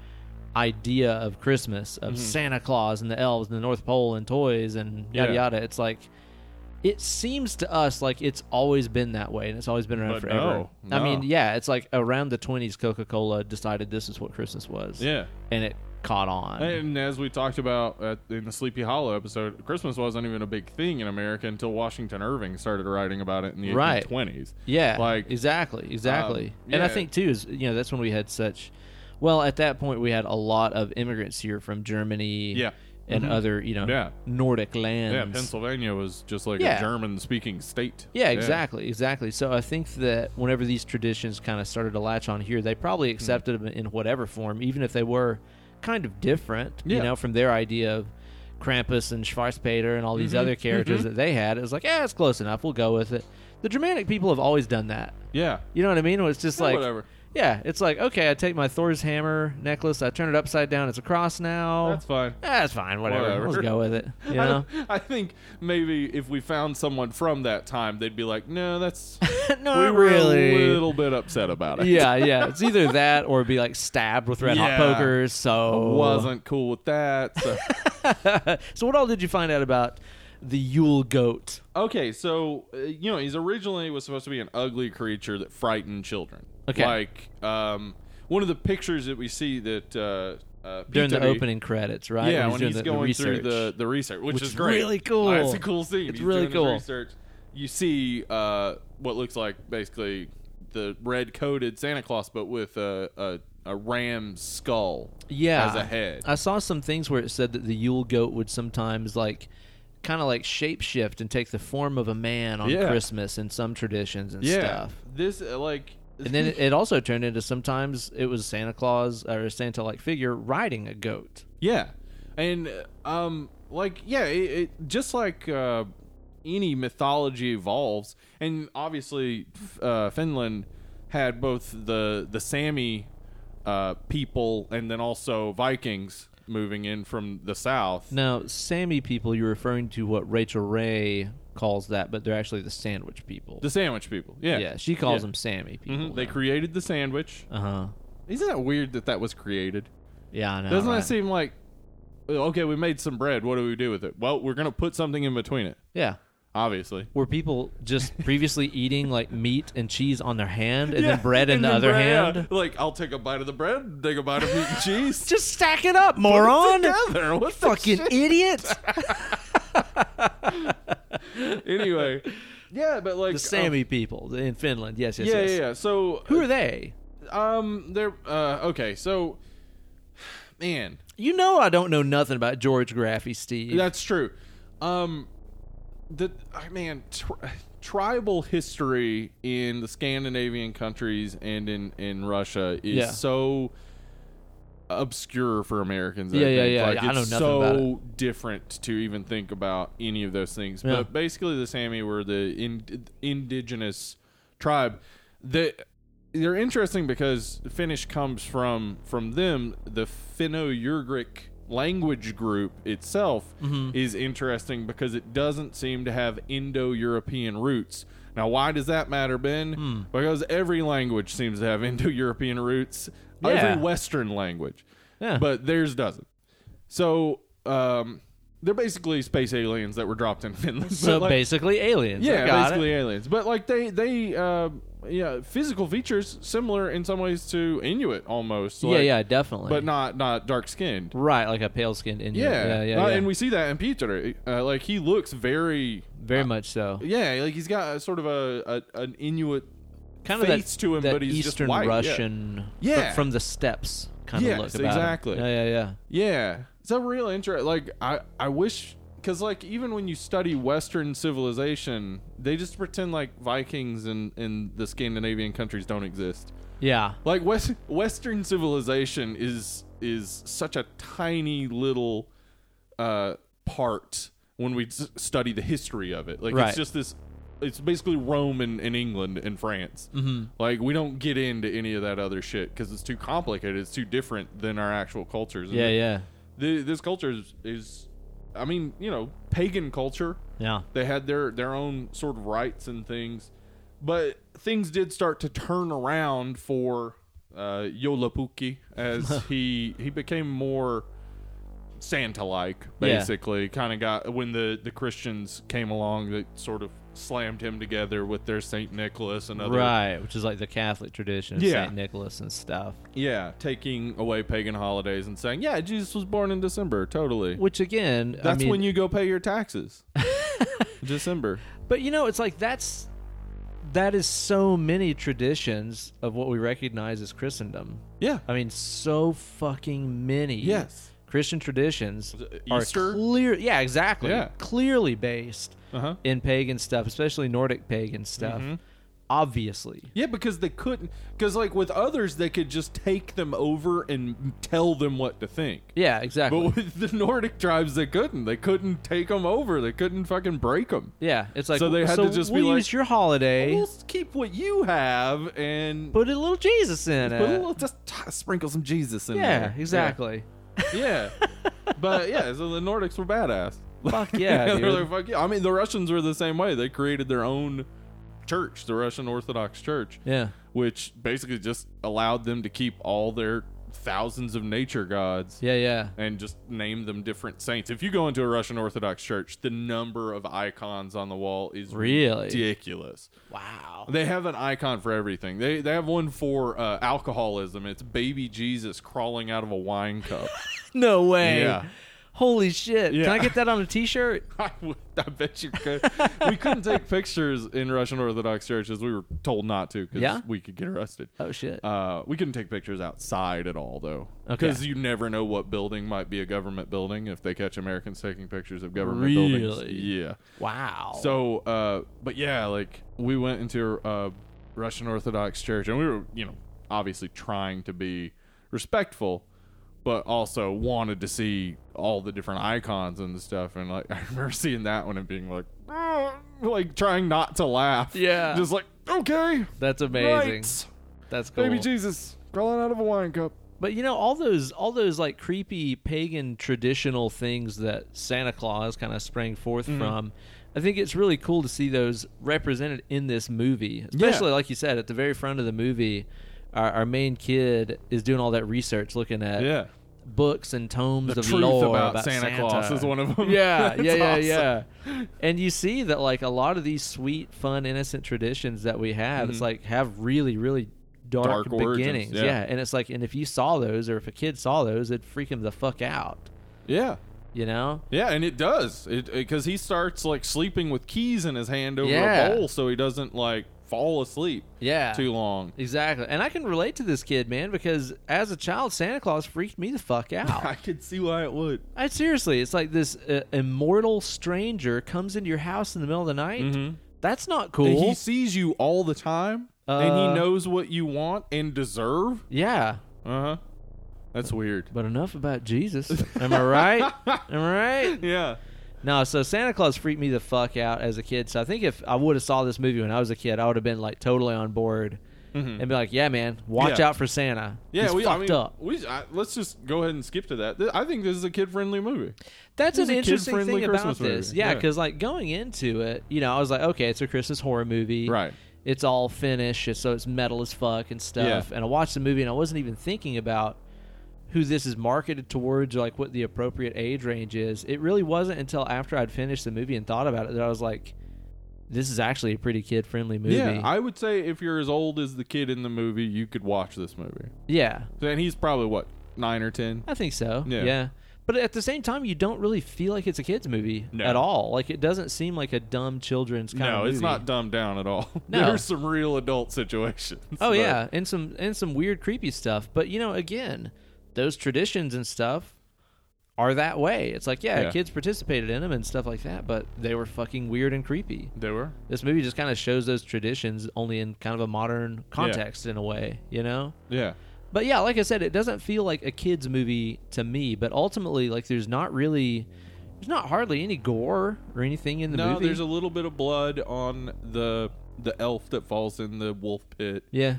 Speaker 1: idea of Christmas,
Speaker 2: Mm-hmm.
Speaker 1: of Santa Claus and the elves and the North Pole and toys and yada
Speaker 2: Yeah.
Speaker 1: yada, it's like. It seems to us like it's always been that way, and it's always been around
Speaker 2: But
Speaker 1: forever.
Speaker 2: no,
Speaker 1: I mean,
Speaker 2: no.
Speaker 1: yeah, it's like around the 20s, Coca Cola decided this is what Christmas was.
Speaker 2: Yeah.
Speaker 1: And it caught on.
Speaker 2: And as we talked about at, in the Sleepy Hollow episode, Christmas wasn't even a big thing in America until Washington Irving started writing about it in the
Speaker 1: Right.
Speaker 2: 1820s.
Speaker 1: yeah.
Speaker 2: like,
Speaker 1: exactly. Exactly.
Speaker 2: um,
Speaker 1: And I
Speaker 2: yeah.
Speaker 1: think, too, is, you know, that's when we had such Well, at that point, we had a lot of immigrants here from Germany
Speaker 2: Yeah.
Speaker 1: and
Speaker 2: Mhm.
Speaker 1: other, you know,
Speaker 2: Yeah.
Speaker 1: Nordic lands.
Speaker 2: Yeah, Pennsylvania was just like
Speaker 1: Yeah.
Speaker 2: a German speaking state.
Speaker 1: Yeah, exactly, exactly. So I think that whenever these traditions kind of started to latch on here, they
Speaker 2: Mm-hmm.
Speaker 1: probably accepted them in whatever form, even if they were kind of different, you
Speaker 2: Yeah.
Speaker 1: know, from their idea of Krampus and Schwarzpeter and all these
Speaker 2: Mm-hmm.
Speaker 1: other characters that they had. It was like, yeah, it's close enough. We'll go with it. The Germanic people have always done that.
Speaker 2: Yeah.
Speaker 1: You know what I mean? It's just
Speaker 2: Yeah,
Speaker 1: like,
Speaker 2: whatever.
Speaker 1: yeah, it's like, okay, I take my Thor's hammer necklace, I turn it upside down, it's a cross now.
Speaker 2: That's fine.
Speaker 1: That's fine, whatever.
Speaker 2: Whatever.
Speaker 1: Let's go with it. oh, You
Speaker 2: I
Speaker 1: know?
Speaker 2: don't- I, think maybe if we found someone from that time, they'd be like, "No, that's
Speaker 1: Not
Speaker 2: we were
Speaker 1: really.
Speaker 2: a little bit upset about it.
Speaker 1: yeah, yeah. It's either that or be like stabbed with red
Speaker 2: Yeah.
Speaker 1: hot pokers. So
Speaker 2: wasn't cool with that." So.
Speaker 1: so what all did you find out about the Yule goat?
Speaker 2: okay, so uh, you know, he's originally was supposed to be an ugly creature that frightened children.
Speaker 1: Okay.
Speaker 2: like um, one of the pictures that we see that uh, uh,
Speaker 1: During the
Speaker 2: Peter-
Speaker 1: opening credits, right?
Speaker 2: Yeah,
Speaker 1: When
Speaker 2: when
Speaker 1: doing
Speaker 2: he's
Speaker 1: the- the
Speaker 2: going through
Speaker 1: research.
Speaker 2: the, the research, which,
Speaker 1: Which
Speaker 2: is
Speaker 1: is
Speaker 2: great.
Speaker 1: really cool.
Speaker 2: Uh, it's a cool scene.
Speaker 1: It's
Speaker 2: He's
Speaker 1: really
Speaker 2: doing his
Speaker 1: cool.
Speaker 2: research. You see uh, what looks like basically the red coated Santa Claus, but with a, a, a ram's skull
Speaker 1: yeah,
Speaker 2: as a head.
Speaker 1: I saw some things where it said that the Yule goat would sometimes like kind of like shapeshift and take the form of a man on
Speaker 2: Yeah.
Speaker 1: Christmas in some traditions and
Speaker 2: yeah,
Speaker 1: stuff.
Speaker 2: this uh, like
Speaker 1: And then it, it also turned into sometimes it was Santa Claus or a Santa like figure riding a goat.
Speaker 2: Yeah, and uh, um, like yeah, it, it just like uh, any mythology evolves, and obviously f- uh, Finland had both the the Sami uh, people and then also Vikings moving in from the south.
Speaker 1: Now, Sami people, you're referring to what Rachel Ray calls that, but they're actually the sandwich people.
Speaker 2: The sandwich people, yeah,
Speaker 1: yeah, she calls
Speaker 2: Yeah.
Speaker 1: them Sami people.
Speaker 2: Mhm, They created the sandwich.
Speaker 1: uh huh.
Speaker 2: Isn't that weird that that was created?
Speaker 1: Yeah, I know.
Speaker 2: Doesn't
Speaker 1: right?
Speaker 2: that seem like uh, okay? We made some bread. What do we do with it? Well, we're gonna put something in between it.
Speaker 1: Yeah.
Speaker 2: Obviously,
Speaker 1: Were people just previously eating like meat and cheese on their hand and
Speaker 2: Yeah,
Speaker 1: then bread in
Speaker 2: and
Speaker 1: the
Speaker 2: then
Speaker 1: other
Speaker 2: bread, yeah.
Speaker 1: hand?
Speaker 2: Like, I'll take a bite of the bread, take a bite of meat and cheese.
Speaker 1: Just stack it up, moron!
Speaker 2: together. What the
Speaker 1: Fucking
Speaker 2: shit?
Speaker 1: idiot!
Speaker 2: anyway, yeah, but like
Speaker 1: the Sami people in Finland. Yes,
Speaker 2: um,
Speaker 1: yes,
Speaker 2: yeah,
Speaker 1: yes.
Speaker 2: yeah, yeah. So
Speaker 1: Who are they?
Speaker 2: um, they're uh, okay. So, man,
Speaker 1: You know I don't know nothing about George Graffy, Steve.
Speaker 2: that's true. Um, the I man, tri- tribal history in the Scandinavian countries and in in Russia is
Speaker 1: Yeah.
Speaker 2: so obscure for Americans. I
Speaker 1: Yeah, yeah,
Speaker 2: think.
Speaker 1: yeah,
Speaker 2: Like,
Speaker 1: yeah, I know
Speaker 2: it's
Speaker 1: nothing
Speaker 2: so
Speaker 1: about
Speaker 2: different to even think about any of those things.
Speaker 1: Yeah.
Speaker 2: But basically, the Sami were the in, indigenous tribe. They they're interesting because Finnish comes from from them. The Finno-Ugric language group itself
Speaker 1: Mm-hmm.
Speaker 2: is interesting because it doesn't seem to have Indo-European roots. Now, why does that matter, Ben?
Speaker 1: Hmm.
Speaker 2: Because every language seems to have Indo-European roots.
Speaker 1: Yeah.
Speaker 2: Every Western language
Speaker 1: Yeah.
Speaker 2: but theirs doesn't. So um, they're basically space aliens that were dropped in Finland.
Speaker 1: so
Speaker 2: But, like,
Speaker 1: basically, aliens. I
Speaker 2: yeah,
Speaker 1: got it.
Speaker 2: basically aliens. But like they they uh, yeah physical features similar in some ways to Inuit almost. like,
Speaker 1: yeah, yeah, definitely.
Speaker 2: But not not dark skinned.
Speaker 1: Right, like a pale skinned Inuit.
Speaker 2: Yeah,
Speaker 1: Yeah, yeah, yeah.
Speaker 2: Uh, and we see that in Peter. Uh, like he looks very uh,
Speaker 1: very much so.
Speaker 2: yeah like he's got a, sort of a, a an Inuit
Speaker 1: Kind of
Speaker 2: face
Speaker 1: that,
Speaker 2: to him,
Speaker 1: that
Speaker 2: but he's just
Speaker 1: Eastern
Speaker 2: white, yeah.
Speaker 1: Russian, fr-
Speaker 2: Yeah.
Speaker 1: from the steppes kind of
Speaker 2: Yes,
Speaker 1: look. about him.
Speaker 2: exactly.
Speaker 1: Yeah, yeah, yeah.
Speaker 2: Yeah, it's a real interest. Like I, I wish because like even when you study Western civilization, they just pretend like Vikings and and the Scandinavian countries don't exist.
Speaker 1: Yeah,
Speaker 2: Like West Western civilization is is such a tiny little uh, part when we s- study the history of it. Like
Speaker 1: Right.
Speaker 2: it's just this. It's basically Rome and, and England and France. Mm-hmm. Like we don't get into any of that other shit because it's too complicated. It's too different than our actual cultures. And
Speaker 1: yeah, yeah.
Speaker 2: the, this culture is, is i mean you know pagan culture
Speaker 1: Yeah.
Speaker 2: they had their their own sort of rights and things but things did start to turn around for uh yolapuki as he he became more santa like
Speaker 1: Yeah.
Speaker 2: basically kind of got when the the christians came along they sort of slammed him together with their saint nicholas and other
Speaker 1: Right, which is like the Catholic tradition of
Speaker 2: Yeah.
Speaker 1: St. Nicholas and stuff.
Speaker 2: yeah taking away pagan holidays and saying yeah jesus was born in december totally
Speaker 1: Which, again, I
Speaker 2: That's
Speaker 1: mean-
Speaker 2: when you go pay your taxes. December.
Speaker 1: But you know, it's like that's that is so many traditions of what we recognize as Christendom.
Speaker 2: Yeah.
Speaker 1: I mean, so fucking many.
Speaker 2: Yes.
Speaker 1: Christian traditions
Speaker 2: it
Speaker 1: are
Speaker 2: Easter?
Speaker 1: clear. Yeah, exactly.
Speaker 2: Yeah.
Speaker 1: Clearly based
Speaker 2: Uh-huh. Mm-hmm.
Speaker 1: in pagan stuff, especially Nordic pagan stuff. Obviously.
Speaker 2: Yeah, because they couldn't. Because like with others, they could just take them over and tell them what to think.
Speaker 1: Yeah, exactly.
Speaker 2: But with the Nordic tribes, they couldn't. They couldn't take them over. They couldn't fucking break them.
Speaker 1: yeah, it's like
Speaker 2: So they had to just
Speaker 1: we'll
Speaker 2: be like, "Oh,
Speaker 1: use your holiday,
Speaker 2: We'll s- keep what you have and
Speaker 1: put a little Jesus in
Speaker 2: put
Speaker 1: it.
Speaker 2: a little, just t- sprinkle some Jesus in
Speaker 1: yeah,
Speaker 2: there.
Speaker 1: exactly.
Speaker 2: Yeah. Yeah. but yeah, so the Nordics were badass.
Speaker 1: Fuck yeah,
Speaker 2: they were
Speaker 1: dude.
Speaker 2: like, fuck yeah. I mean, the Russians were the same way. They created their own church, the Russian Orthodox Church.
Speaker 1: Yeah.
Speaker 2: which basically just allowed them to keep all their thousands of nature gods
Speaker 1: Yeah, yeah.
Speaker 2: and just name them different saints. If you go into a Russian Orthodox church, the number of icons on the wall is
Speaker 1: Really?
Speaker 2: ridiculous.
Speaker 1: Wow.
Speaker 2: They have an icon for everything. They they have one for uh, alcoholism. It's baby Jesus crawling out of a wine cup.
Speaker 1: No way.
Speaker 2: Yeah.
Speaker 1: Holy shit.
Speaker 2: Yeah.
Speaker 1: Can I get that on a t shirt?
Speaker 2: I, would, I bet you could. we couldn't take pictures in Russian Orthodox churches. We were told not to because
Speaker 1: Yeah?
Speaker 2: we could get arrested.
Speaker 1: Oh shit.
Speaker 2: Uh, we couldn't take pictures outside at all, though,
Speaker 1: Okay.
Speaker 2: because you never know what building might be a government building if they catch Americans taking pictures of government buildings.
Speaker 1: Really?
Speaker 2: Yeah.
Speaker 1: wow.
Speaker 2: So, uh, but yeah, like we went into a Russian Orthodox church, and we were, you know, obviously trying to be respectful, but also wanted to see all the different icons and stuff. And like, I remember seeing that one and being like, "Mm," like trying not to laugh.
Speaker 1: Yeah.
Speaker 2: Just like, okay,
Speaker 1: that's amazing.
Speaker 2: right.
Speaker 1: That's cool.
Speaker 2: Baby Jesus crawling out of a wine cup.
Speaker 1: But you know all those all those like creepy pagan traditional things that Santa Claus kind of sprang forth from. I think it's really cool to see those represented in this movie, especially like you said at the very front of the movie. Our, our main kid is doing all that research, looking at
Speaker 2: Yeah.
Speaker 1: books and tomes
Speaker 2: The
Speaker 1: of
Speaker 2: truth
Speaker 1: lore
Speaker 2: about Santa Claus is one of 'em.
Speaker 1: Yeah,
Speaker 2: That's
Speaker 1: yeah, yeah,
Speaker 2: awesome.
Speaker 1: yeah. And you see that like a lot of these sweet, fun, innocent traditions that we have, it's like have really, really dark,
Speaker 2: Mm-hmm. Dark origins,
Speaker 1: beginnings.
Speaker 2: yeah.
Speaker 1: and it's like, and if you saw those, or if a kid saw those, it'd freak him the fuck out.
Speaker 2: Yeah.
Speaker 1: You know?
Speaker 2: Yeah, and it does. It because he starts like sleeping with keys in his hand over
Speaker 1: Yeah.
Speaker 2: a bowl so he doesn't like fall asleep
Speaker 1: Yeah.
Speaker 2: too long.
Speaker 1: Exactly. And I can relate to this kid, man, because as a child, Santa Claus freaked me the fuck out.
Speaker 2: I could see why it would.
Speaker 1: I seriously, it's like this uh, immortal stranger comes into your house in the middle of the night. That's not cool.
Speaker 2: And Mm-hmm. he sees you all the time and
Speaker 1: Uh,
Speaker 2: he knows what you want and deserve.
Speaker 1: yeah.
Speaker 2: Uh-huh. That's weird.
Speaker 1: But enough about Jesus. Am I right? Am I right?
Speaker 2: Yeah.
Speaker 1: No, so Santa Claus freaked me the fuck out as a kid. So I think if I would have saw this movie when I was a kid, I would have been like totally on board and be like, "Yeah, man, watch
Speaker 2: Mm-hmm. Yeah.
Speaker 1: out for Santa.
Speaker 2: Yeah,
Speaker 1: He's
Speaker 2: we
Speaker 1: fucked
Speaker 2: I mean,
Speaker 1: up."
Speaker 2: we I, let's just go ahead and skip to that. Th- I think this is a kid-friendly movie.
Speaker 1: That's
Speaker 2: This
Speaker 1: an
Speaker 2: is a
Speaker 1: interesting
Speaker 2: kid-friendly
Speaker 1: thing about
Speaker 2: Christmas movie.
Speaker 1: this. Yeah,
Speaker 2: Yeah.
Speaker 1: because like going into it, you know, I was like, "Okay, it's a Christmas horror movie,
Speaker 2: Right.
Speaker 1: It's all Finnish, so it's metal as fuck and stuff."
Speaker 2: Yeah.
Speaker 1: And I watched the movie and I wasn't even thinking about who this is marketed towards or like what the appropriate age range is. It really wasn't until after I'd finished the movie and thought about it that I was like, this is actually a pretty kid friendly movie.
Speaker 2: Yeah, I would say if you're as old as the kid in the movie, you could watch this movie.
Speaker 1: Yeah,
Speaker 2: And he's probably what nine or ten.
Speaker 1: I think so. Yeah.
Speaker 2: Yeah.
Speaker 1: But at the same time, you don't really feel like it's a kid's movie
Speaker 2: No.
Speaker 1: at all. Like it doesn't seem like a dumb children's kind of
Speaker 2: No,
Speaker 1: movie.
Speaker 2: it's not dumbed down at all.
Speaker 1: No.
Speaker 2: There's some real adult situations.
Speaker 1: Oh
Speaker 2: but-
Speaker 1: yeah, and some and some weird creepy stuff. But you know, again, those traditions and stuff are that way. It's like yeah,
Speaker 2: Yeah.
Speaker 1: kids participated in them and stuff like that, but they were fucking weird and creepy.
Speaker 2: they were.
Speaker 1: This movie just kind of shows those traditions only in kind of a modern context in a way, you know?
Speaker 2: Yeah,
Speaker 1: But yeah, like I said, it doesn't feel like a kids movie to me, but ultimately like there's not really there's not hardly any gore or anything in the
Speaker 2: no,
Speaker 1: movie.
Speaker 2: there's a little bit of blood on the the elf that falls in the wolf pit,
Speaker 1: yeah.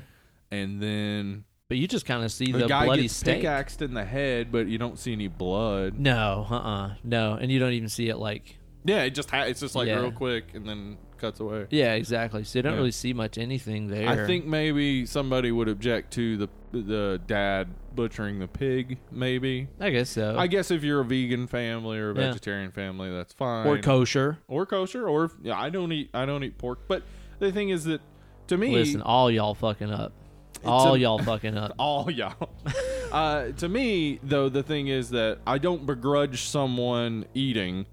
Speaker 2: and then
Speaker 1: But you just kind of see
Speaker 2: the,
Speaker 1: the,
Speaker 2: guy
Speaker 1: bloody
Speaker 2: gets
Speaker 1: steak.
Speaker 2: pickaxed in the head, but you don't see any blood.
Speaker 1: No, uh-uh. No, and you don't even see it like
Speaker 2: Yeah, it just ha- it's just like
Speaker 1: Yeah.
Speaker 2: real quick and then cuts away.
Speaker 1: Yeah, exactly. So you don't
Speaker 2: Yeah.
Speaker 1: really see much anything there.
Speaker 2: I think maybe somebody would object to the the dad butchering the pig, maybe.
Speaker 1: I guess so.
Speaker 2: I guess if you're a vegan family or a
Speaker 1: Yeah.
Speaker 2: vegetarian family, that's fine.
Speaker 1: or kosher.
Speaker 2: or kosher, or if, yeah, I don't eat I don't eat pork. But the thing is that to me,
Speaker 1: Listen, all y'all fucking up. All
Speaker 2: a-
Speaker 1: y'all fucking up.
Speaker 2: all y'all. uh, to me, though, the thing is that I don't begrudge someone eating,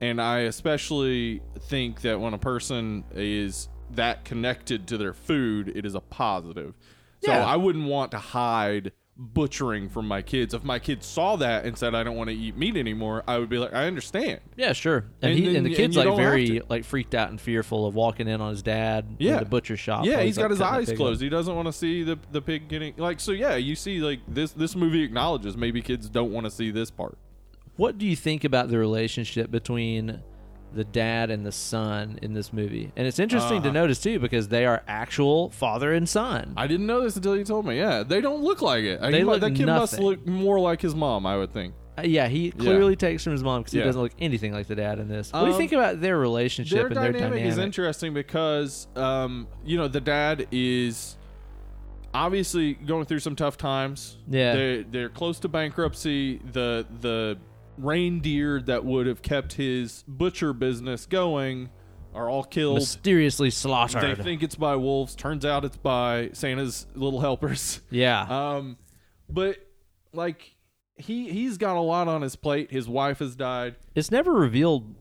Speaker 2: and I especially think that when a person is that connected to their food, it is a positive.
Speaker 1: Yeah.
Speaker 2: So I wouldn't want to hide butchering from my kids. If my kids saw that and said, "I don't want to eat meat anymore," I would be like, "I understand."
Speaker 1: Yeah, sure. And,
Speaker 2: And
Speaker 1: he
Speaker 2: then-
Speaker 1: and the
Speaker 2: and
Speaker 1: kid's
Speaker 2: you
Speaker 1: like
Speaker 2: don't have
Speaker 1: very
Speaker 2: to.
Speaker 1: like freaked out and fearful of walking in on his dad in
Speaker 2: Yeah.
Speaker 1: the butcher shop.
Speaker 2: Yeah,
Speaker 1: while
Speaker 2: he's got
Speaker 1: like,
Speaker 2: his
Speaker 1: cutting that
Speaker 2: eyes
Speaker 1: pig up.
Speaker 2: closed. He doesn't want to see the the pig getting like. So yeah, you see like this this movie acknowledges maybe kids don't want to see this part.
Speaker 1: What do you think about the relationship between the dad and the son in this movie? And it's interesting to
Speaker 2: Uh-huh.
Speaker 1: notice too because they are actual father and son.
Speaker 2: I didn't know this until you told me. Yeah, they don't look like it.
Speaker 1: They
Speaker 2: He might-
Speaker 1: look
Speaker 2: that kid must
Speaker 1: nothing.
Speaker 2: look more like his mom, I would think.
Speaker 1: Uh, yeah, he clearly takes from his mom because he
Speaker 2: Yeah.
Speaker 1: doesn't look anything like the dad in this. What do you
Speaker 2: Um,
Speaker 1: think about their relationship
Speaker 2: Their
Speaker 1: and
Speaker 2: dynamic,
Speaker 1: their dynamic?
Speaker 2: is interesting because, um, you know, the dad is obviously going through some tough times.
Speaker 1: Yeah.
Speaker 2: they're, they're close to bankruptcy. The the reindeer that would have kept his butcher business going are all killed.
Speaker 1: Mysteriously slaughtered.
Speaker 2: They think it's by wolves. Turns out it's by Santa's little helpers.
Speaker 1: yeah.
Speaker 2: Um, but like he he's got a lot on his plate. His wife has died.
Speaker 1: it's never revealed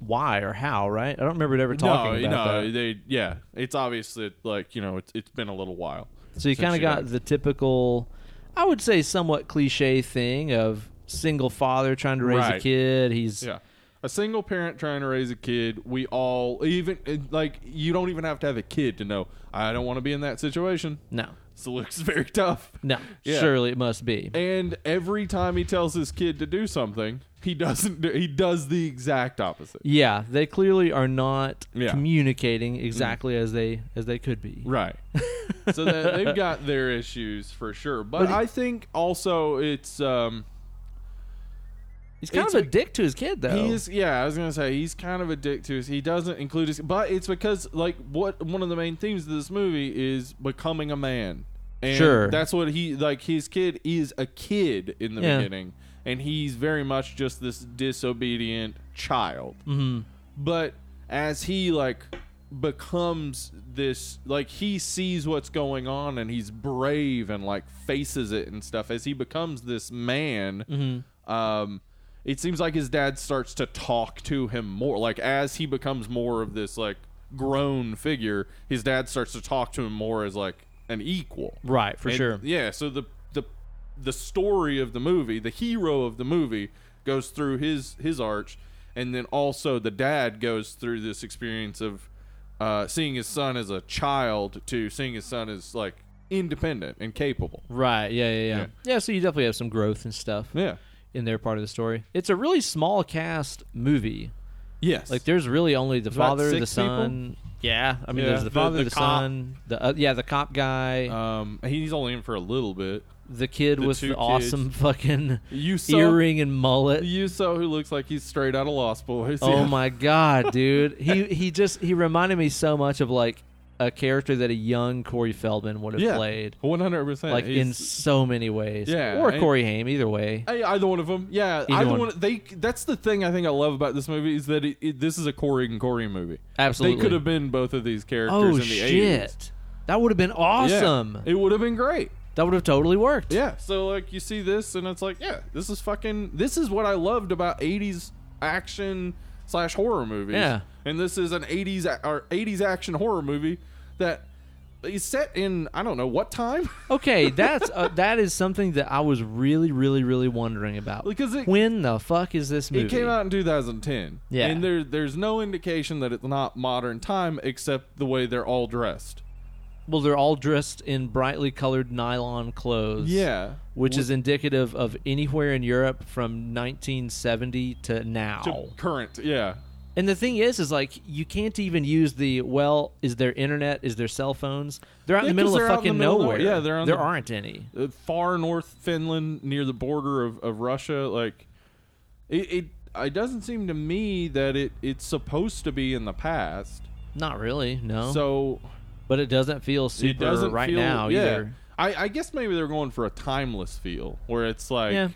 Speaker 1: why or how, right? I don't remember it ever talking
Speaker 2: no,
Speaker 1: about
Speaker 2: no,
Speaker 1: that.
Speaker 2: they yeah. It's obvious that like you know it's it's been a little while.
Speaker 1: So you
Speaker 2: since
Speaker 1: kind of
Speaker 2: she
Speaker 1: got
Speaker 2: died.
Speaker 1: the typical, I would say, somewhat cliche thing of single father trying to raise a
Speaker 2: Right.
Speaker 1: kid. He's
Speaker 2: yeah. A single parent trying to raise a kid, we all even it- like you don't even have to have a kid to know. I don't want to be in that situation.
Speaker 1: no,
Speaker 2: So it looks very tough.
Speaker 1: no.
Speaker 2: Yeah.
Speaker 1: Surely it must be.
Speaker 2: And every time he tells his kid to do something, he doesn't. Do, he does the exact opposite.
Speaker 1: Yeah, they clearly are not
Speaker 2: Yeah. Mm.
Speaker 1: communicating exactly as they as they could be.
Speaker 2: Right. so that, they've got their issues for sure. But,
Speaker 1: But it-
Speaker 2: I think also it's um
Speaker 1: He's kind
Speaker 2: It's
Speaker 1: of a
Speaker 2: a-
Speaker 1: dick to his kid, though.
Speaker 2: he is yeah, I was gonna say he's kind of a dick to us. He doesn't include his but it's because like what one of the main themes of this movie is becoming a man. And
Speaker 1: Sure.
Speaker 2: that's what he like his kid is a kid in the
Speaker 1: Yeah.
Speaker 2: beginning. And he's very much just this disobedient child.
Speaker 1: Mm-hmm.
Speaker 2: but as he like becomes this like he sees what's going on and he's brave and like faces it and stuff as he becomes this man
Speaker 1: Mm-hmm.
Speaker 2: um it seems like his dad starts to talk to him more like as he becomes more of this like grown figure his dad starts to talk to him more as like an equal
Speaker 1: right for
Speaker 2: and-
Speaker 1: sure.
Speaker 2: Yeah, so the the the story of the movie, the hero of the movie goes through his his arch and then also the dad goes through this experience of uh, seeing his son as a child to seeing his son as like independent and capable.
Speaker 1: Right. Yeah, yeah, yeah. Yeah.
Speaker 2: Yeah.
Speaker 1: So you definitely have some growth and stuff
Speaker 2: Yeah.
Speaker 1: in their part of the story. It's a really small cast movie.
Speaker 2: Yes.
Speaker 1: Like there's really only the
Speaker 2: about
Speaker 1: father, the
Speaker 2: six people?
Speaker 1: son. Yeah, I mean
Speaker 2: Yeah.
Speaker 1: there's the
Speaker 2: The-
Speaker 1: father, the,
Speaker 2: the cop.
Speaker 1: son, the uh, yeah, the cop guy,
Speaker 2: um he's only in for a little bit.
Speaker 1: the kid
Speaker 2: the
Speaker 1: with
Speaker 2: two
Speaker 1: the awesome fucking
Speaker 2: You saw
Speaker 1: earring and mullet.
Speaker 2: you saw who looks like he's straight out of Lost Boys.
Speaker 1: Oh
Speaker 2: Yeah.
Speaker 1: my god, dude! He he just he reminded me so much of like a character that a young Corey Feldman would have
Speaker 2: yeah.
Speaker 1: played,
Speaker 2: 100%.
Speaker 1: like in
Speaker 2: He's-
Speaker 1: so many ways.
Speaker 2: Yeah,
Speaker 1: or
Speaker 2: and-
Speaker 1: Corey Haim, either way.
Speaker 2: Hey, either one of them. Yeah,
Speaker 1: Either
Speaker 2: either
Speaker 1: one.
Speaker 2: one. They. That's the thing I think I love about this movie is that it, it, this is a Corey and Corey movie.
Speaker 1: Absolutely.
Speaker 2: They could have been both of these characters
Speaker 1: oh
Speaker 2: in the
Speaker 1: shit,
Speaker 2: 80s.
Speaker 1: that would have been
Speaker 2: Yeah,
Speaker 1: awesome.
Speaker 2: it would have been great.
Speaker 1: that would have totally worked.
Speaker 2: Yeah. So like you see this and it's like, yeah, this is fucking this is what I loved about 80s action slash horror movies.
Speaker 1: Yeah.
Speaker 2: And this is an 80s a- or 80s action horror movie that is set in I don't know what time.
Speaker 1: Okay, that's uh, that is something that I was really, really, really wondering about.
Speaker 2: Because it-
Speaker 1: when the fuck is this movie?
Speaker 2: It came out in 2010.
Speaker 1: Yeah.
Speaker 2: And there, there's no indication that it's not modern time except the way they're all dressed.
Speaker 1: Well, they're all dressed in brightly colored nylon clothes.
Speaker 2: Yeah.
Speaker 1: which is indicative of anywhere in Europe from 1970 to now.
Speaker 2: To current, yeah.
Speaker 1: and the thing is, is like you can't even use the well. Is there internet? Is there cell phones? They're out
Speaker 2: Yeah,
Speaker 1: in the
Speaker 2: 'cause
Speaker 1: middle of
Speaker 2: they're out in
Speaker 1: fucking
Speaker 2: the middle of
Speaker 1: nowhere.
Speaker 2: nowhere. Yeah, they're on
Speaker 1: there
Speaker 2: the-
Speaker 1: aren't any.
Speaker 2: Uh, Far north Finland, near the border of, of Russia, like it, it it doesn't seem to me that it it's supposed to be in the past.
Speaker 1: Not really. No.
Speaker 2: So
Speaker 1: but it doesn't feel super
Speaker 2: it doesn't
Speaker 1: right
Speaker 2: feel,
Speaker 1: now
Speaker 2: yeah.
Speaker 1: either.
Speaker 2: I, I guess maybe they're going for a timeless feel where it's like
Speaker 1: Yeah.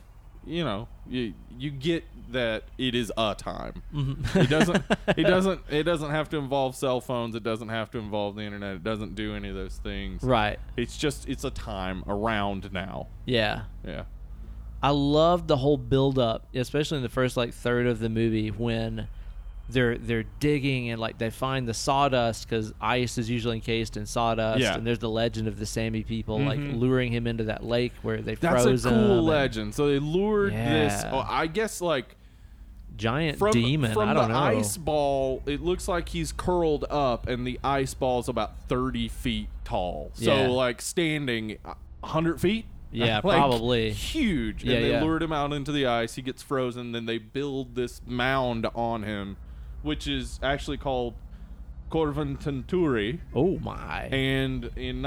Speaker 2: you know, you you get that it is a time.
Speaker 1: Mm-hmm.
Speaker 2: It doesn't it doesn't it doesn't have to involve cell phones, it doesn't have to involve the internet, it doesn't do any of those things.
Speaker 1: Right.
Speaker 2: It's just it's a time around now.
Speaker 1: Yeah.
Speaker 2: Yeah.
Speaker 1: I loved the whole build up, especially in the first like third of the movie when they're they're digging and like they find the sawdust because ice is usually encased in sawdust.
Speaker 2: Yeah.
Speaker 1: And there's the legend of the Sami people like
Speaker 2: Mhm.
Speaker 1: luring him into that lake where they
Speaker 2: That's
Speaker 1: froze
Speaker 2: a
Speaker 1: him.
Speaker 2: cool
Speaker 1: and
Speaker 2: legend. So they lured this.
Speaker 1: Yeah.
Speaker 2: Oh, I guess like
Speaker 1: Giant
Speaker 2: from
Speaker 1: demon.
Speaker 2: from
Speaker 1: I don't
Speaker 2: the
Speaker 1: know.
Speaker 2: ice ball. It looks like he's curled up, and the ice ball's about thirty feet tall. So
Speaker 1: Yeah.
Speaker 2: like standing, uh, hundred feet.
Speaker 1: Yeah,
Speaker 2: Like,
Speaker 1: probably.
Speaker 2: huge.
Speaker 1: Yeah,
Speaker 2: and they
Speaker 1: yeah.
Speaker 2: lured him out into the ice. He gets frozen. Then they build this mound on him, which is actually called Corvan Tenturi.
Speaker 1: Oh my.
Speaker 2: And in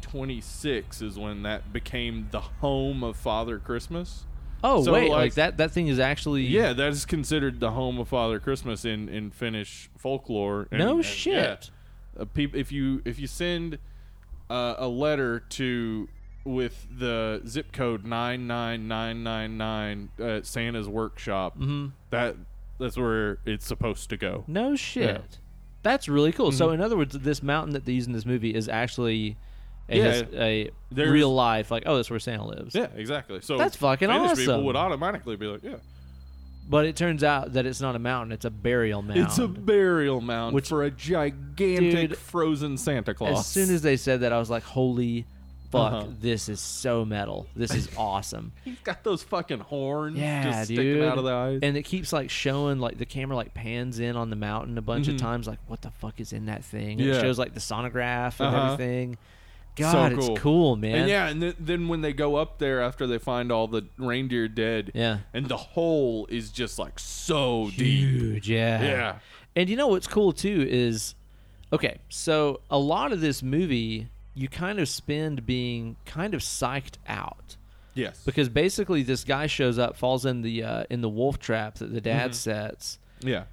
Speaker 2: 1926 is when that became the home of Father Christmas.
Speaker 1: Oh
Speaker 2: so,
Speaker 1: wait, like,
Speaker 2: like-
Speaker 1: that that thing is actually
Speaker 2: Yeah, that is considered the home of Father Christmas in, in Finnish folklore. And,
Speaker 1: No
Speaker 2: and,
Speaker 1: shit.
Speaker 2: Yeah, uh, peop- if you if you send uh, a letter to with the zip code nine nine nine nine nine at Santa's workshop,
Speaker 1: Mm-hmm.
Speaker 2: that that's where it's supposed to go.
Speaker 1: No shit. That's really cool.
Speaker 2: Mm-hmm.
Speaker 1: So in other words, this mountain that they use in this movie is actually a,
Speaker 2: Yeah.
Speaker 1: has a
Speaker 2: There's-
Speaker 1: real life like oh that's where Santa lives.
Speaker 2: Yeah, exactly. So
Speaker 1: That's fucking
Speaker 2: Finnish
Speaker 1: awesome.
Speaker 2: People would automatically be like, yeah,
Speaker 1: But it turns out that it's not a mountain, it's a burial mound.
Speaker 2: it's a burial mound
Speaker 1: Which-
Speaker 2: for a gigantic
Speaker 1: Dude,
Speaker 2: frozen Santa Claus.
Speaker 1: as soon as they said that I was like holy fuck
Speaker 2: Uh-huh.
Speaker 1: this is so metal. This is awesome.
Speaker 2: He's got those fucking horns
Speaker 1: Yeah,
Speaker 2: just
Speaker 1: dude.
Speaker 2: sticking out of the eyes.
Speaker 1: And it keeps like showing like the camera like pans in on the mountain a bunch of times. Like, what the fuck is in that thing? And It
Speaker 2: Mm-hmm. Yeah.
Speaker 1: shows like the sonograph and
Speaker 2: Uh-huh.
Speaker 1: everything. God,
Speaker 2: cool.
Speaker 1: it's cool, man.
Speaker 2: And yeah, and th- then when they go up there after they find all the reindeer dead,
Speaker 1: Yeah.
Speaker 2: and the hole is just like so deep.
Speaker 1: huge. Yeah.
Speaker 2: Yeah.
Speaker 1: And you know what's cool too is, okay, so a lot of this movie you kind of spend being kind of psyched out.
Speaker 2: Yes.
Speaker 1: because basically this guy shows up, falls in the uh, in the wolf trap that the
Speaker 2: Mm-hmm.
Speaker 1: dad sets,
Speaker 2: yeah.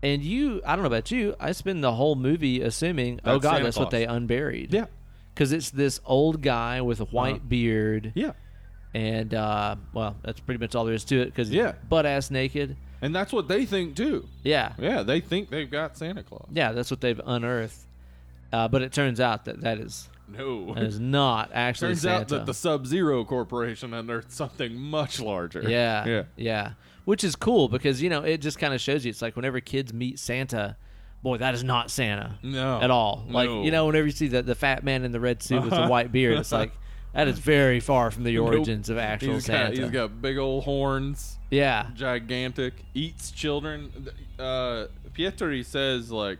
Speaker 1: and you. I don't know about you. I spend the whole movie assuming, oh
Speaker 2: That's
Speaker 1: god,
Speaker 2: Santa
Speaker 1: that's what
Speaker 2: Claus.
Speaker 1: they unburied.
Speaker 2: Yeah. Uh-huh.
Speaker 1: because it's this old guy with a white beard,
Speaker 2: Yeah.
Speaker 1: and uh, well, that's pretty much all there is to it. Because
Speaker 2: Yeah.
Speaker 1: butt ass naked.
Speaker 2: And that's what they think too.
Speaker 1: Yeah,
Speaker 2: Yeah, they think they've got Santa Claus.
Speaker 1: yeah, that's what they've unearthed. Uh, but it turns out that that is
Speaker 2: No.
Speaker 1: that is not actually
Speaker 2: Turns
Speaker 1: Santa.
Speaker 2: out that the Sub Zero Corporation unearthed something much larger.
Speaker 1: Yeah.
Speaker 2: Yeah.
Speaker 1: Yeah. Which is cool because, you know, it just kind of shows you it's like whenever kids meet Santa, boy, that is not Santa.
Speaker 2: No.
Speaker 1: At all. Like,
Speaker 2: No. Uh-huh.
Speaker 1: you know, whenever you see the, the fat man in the red suit with the white beard, it's like, that is very far from the
Speaker 2: Nope.
Speaker 1: origins of actual
Speaker 2: He's
Speaker 1: Santa.
Speaker 2: got, he's got big old horns.
Speaker 1: yeah.
Speaker 2: gigantic eats children uh pietri says like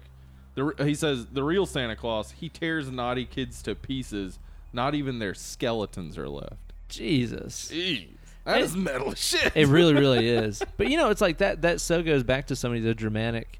Speaker 2: the, he says the real santa claus he tears naughty kids to pieces not even their skeletons are left
Speaker 1: Jesus.
Speaker 2: Jeez, that
Speaker 1: It-
Speaker 2: is metal as shit
Speaker 1: It really, really is. But, you know, it's like that, that so goes back to so many of the Germanic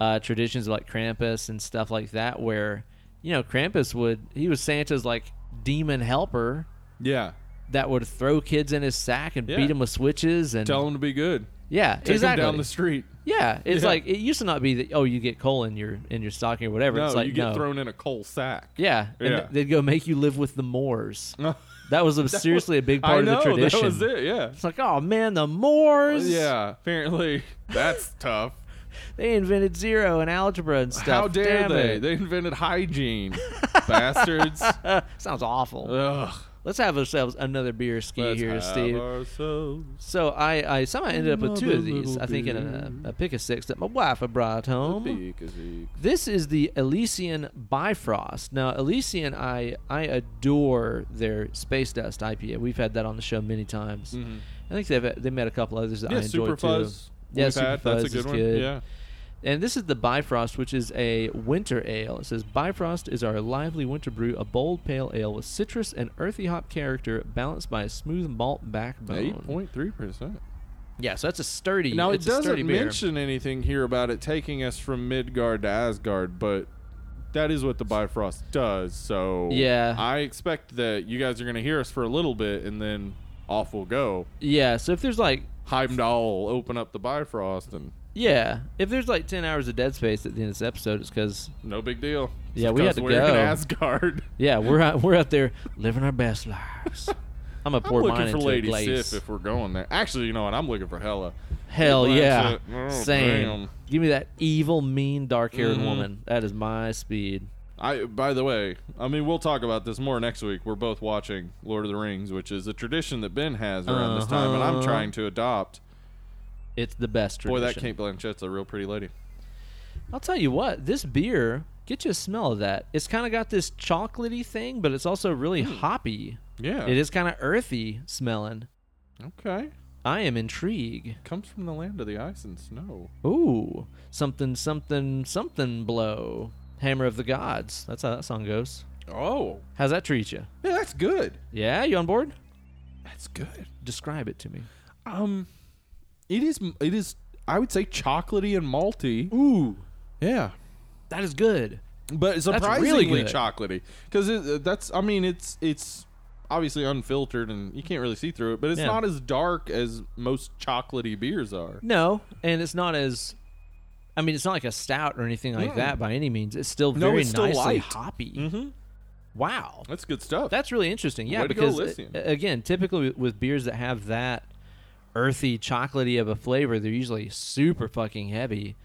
Speaker 1: uh, traditions like Krampus and stuff like that, where, you know, Krampus would, he was Santa's like demon helper.
Speaker 2: yeah
Speaker 1: that would throw kids in his sack and beat 'em
Speaker 2: Yeah.
Speaker 1: beat them with switches and
Speaker 2: tell him to be good
Speaker 1: yeah
Speaker 2: take
Speaker 1: exactly
Speaker 2: him down the street
Speaker 1: yeah it's
Speaker 2: Yeah.
Speaker 1: like it used to not be that oh you get coal in your in your stocking or whatever
Speaker 2: no
Speaker 1: it's like
Speaker 2: you get
Speaker 1: no
Speaker 2: thrown in a coal sack
Speaker 1: yeah and
Speaker 2: Yeah.
Speaker 1: they'd go make you live with the Moors that was a, seriously a big
Speaker 2: I
Speaker 1: part of
Speaker 2: know,
Speaker 1: the tradition
Speaker 2: that was it yeah
Speaker 1: it's like oh man the Moors
Speaker 2: yeah apparently that's tough
Speaker 1: they invented zero and algebra and stuff
Speaker 2: how dare
Speaker 1: Damn
Speaker 2: they
Speaker 1: it.
Speaker 2: they invented hygiene bastards
Speaker 1: sounds awful
Speaker 2: Ugh.
Speaker 1: let's have ourselves another beer ski
Speaker 2: Uh. Let's
Speaker 1: here
Speaker 2: have
Speaker 1: Steve
Speaker 2: ourselves
Speaker 1: So I, I somehow ended up with two
Speaker 2: Another
Speaker 1: of these.
Speaker 2: little
Speaker 1: I think in a, a pick of six that my wife had brought home. This is the Elysian Bifrost. Now Elysian, I I adore their Space Dust IPA. We've had that on the show many times.
Speaker 2: Mm-hmm.
Speaker 1: I think they've they made a couple others that I
Speaker 2: Yeah,
Speaker 1: enjoyed
Speaker 2: Super
Speaker 1: too.
Speaker 2: Fuzz.
Speaker 1: Yeah,
Speaker 2: we've
Speaker 1: Super
Speaker 2: had.
Speaker 1: Fuzz
Speaker 2: That's a
Speaker 1: is
Speaker 2: good one.
Speaker 1: good.
Speaker 2: Yeah.
Speaker 1: And this is the Bifrost, which is a winter ale. It says Bifrost is our lively winter brew, a bold pale ale with citrus and earthy hop character, balanced by a smooth malt backbone.
Speaker 2: Eight point three percent.
Speaker 1: Yeah, so that's a sturdy.
Speaker 2: Now it
Speaker 1: it's a sturdy
Speaker 2: doesn't
Speaker 1: beer.
Speaker 2: mention anything here about it taking us from Midgard to Asgard, but that is what the Bifrost does. So
Speaker 1: Yeah.
Speaker 2: I expect that you guys are going to hear us for a little bit, and then off we'll go.
Speaker 1: Yeah, so if there's like
Speaker 2: Heimdall will open up the Bifrost, and
Speaker 1: yeah, if there's like ten hours of dead space at the end of this episode, it's because
Speaker 2: no big deal. It's
Speaker 1: Yeah, we had
Speaker 2: because
Speaker 1: to
Speaker 2: we're in
Speaker 1: go.
Speaker 2: Asgard.
Speaker 1: yeah, we're out, we're out there living our best lives. I'm gonna
Speaker 2: I'm
Speaker 1: pour mine
Speaker 2: looking for
Speaker 1: into a
Speaker 2: Lady
Speaker 1: glaze.
Speaker 2: Sif if we're going there. Actually, you know what? I'm looking for Hella.
Speaker 1: Hell
Speaker 2: That's
Speaker 1: yeah,
Speaker 2: it. Oh,
Speaker 1: same.
Speaker 2: damn.
Speaker 1: Give me that evil, mean, dark-haired
Speaker 2: Mhm.
Speaker 1: woman. That is my speed.
Speaker 2: I by the way, I mean we'll talk about this more next week. We're both watching Lord of the Rings, which is a tradition that Ben has around this time, and I'm
Speaker 1: Uh-huh.
Speaker 2: trying to adopt.
Speaker 1: It's the best.
Speaker 2: Boy,
Speaker 1: Tradition.
Speaker 2: that Kate Blanchett's a real pretty lady.
Speaker 1: I'll tell you what, this beer, get you a smell of that. It's kind of got this chocolatey thing, but it's also really hoppy.
Speaker 2: Yeah.
Speaker 1: It is kind of earthy smelling.
Speaker 2: Okay.
Speaker 1: I am intrigued.
Speaker 2: Comes from the land of the ice and snow.
Speaker 1: Ooh, something, something, something blow. Hammer of the Gods. That's how that song goes.
Speaker 2: Oh.
Speaker 1: How's that treat you?
Speaker 2: Yeah, that's good.
Speaker 1: Yeah, you on board?
Speaker 2: That's good.
Speaker 1: Describe it to me.
Speaker 2: Um, it is. It is. I would say chocolatey and malty.
Speaker 1: Ooh,
Speaker 2: Yeah,
Speaker 1: that is good.
Speaker 2: but
Speaker 1: really
Speaker 2: surprisingly
Speaker 1: good.
Speaker 2: chocolatey because uh, that's. I mean, it's it's obviously unfiltered and you can't really see through it, but it's
Speaker 1: Yeah.
Speaker 2: not as dark as most chocolatey beers are.
Speaker 1: No, and it's not as. I mean, it's not like a stout or anything like
Speaker 2: Mm.
Speaker 1: that by any means. It's still
Speaker 2: No,
Speaker 1: very
Speaker 2: it's still
Speaker 1: nicely
Speaker 2: light.
Speaker 1: hoppy.
Speaker 2: Mm-hmm.
Speaker 1: Wow,
Speaker 2: That's good stuff.
Speaker 1: that's really interesting. Yeah,
Speaker 2: Way to go,
Speaker 1: because
Speaker 2: Elysium.
Speaker 1: uh, again, typically with- with beers that have that earthy, chocolatey of a flavor, they're usually super fucking heavy.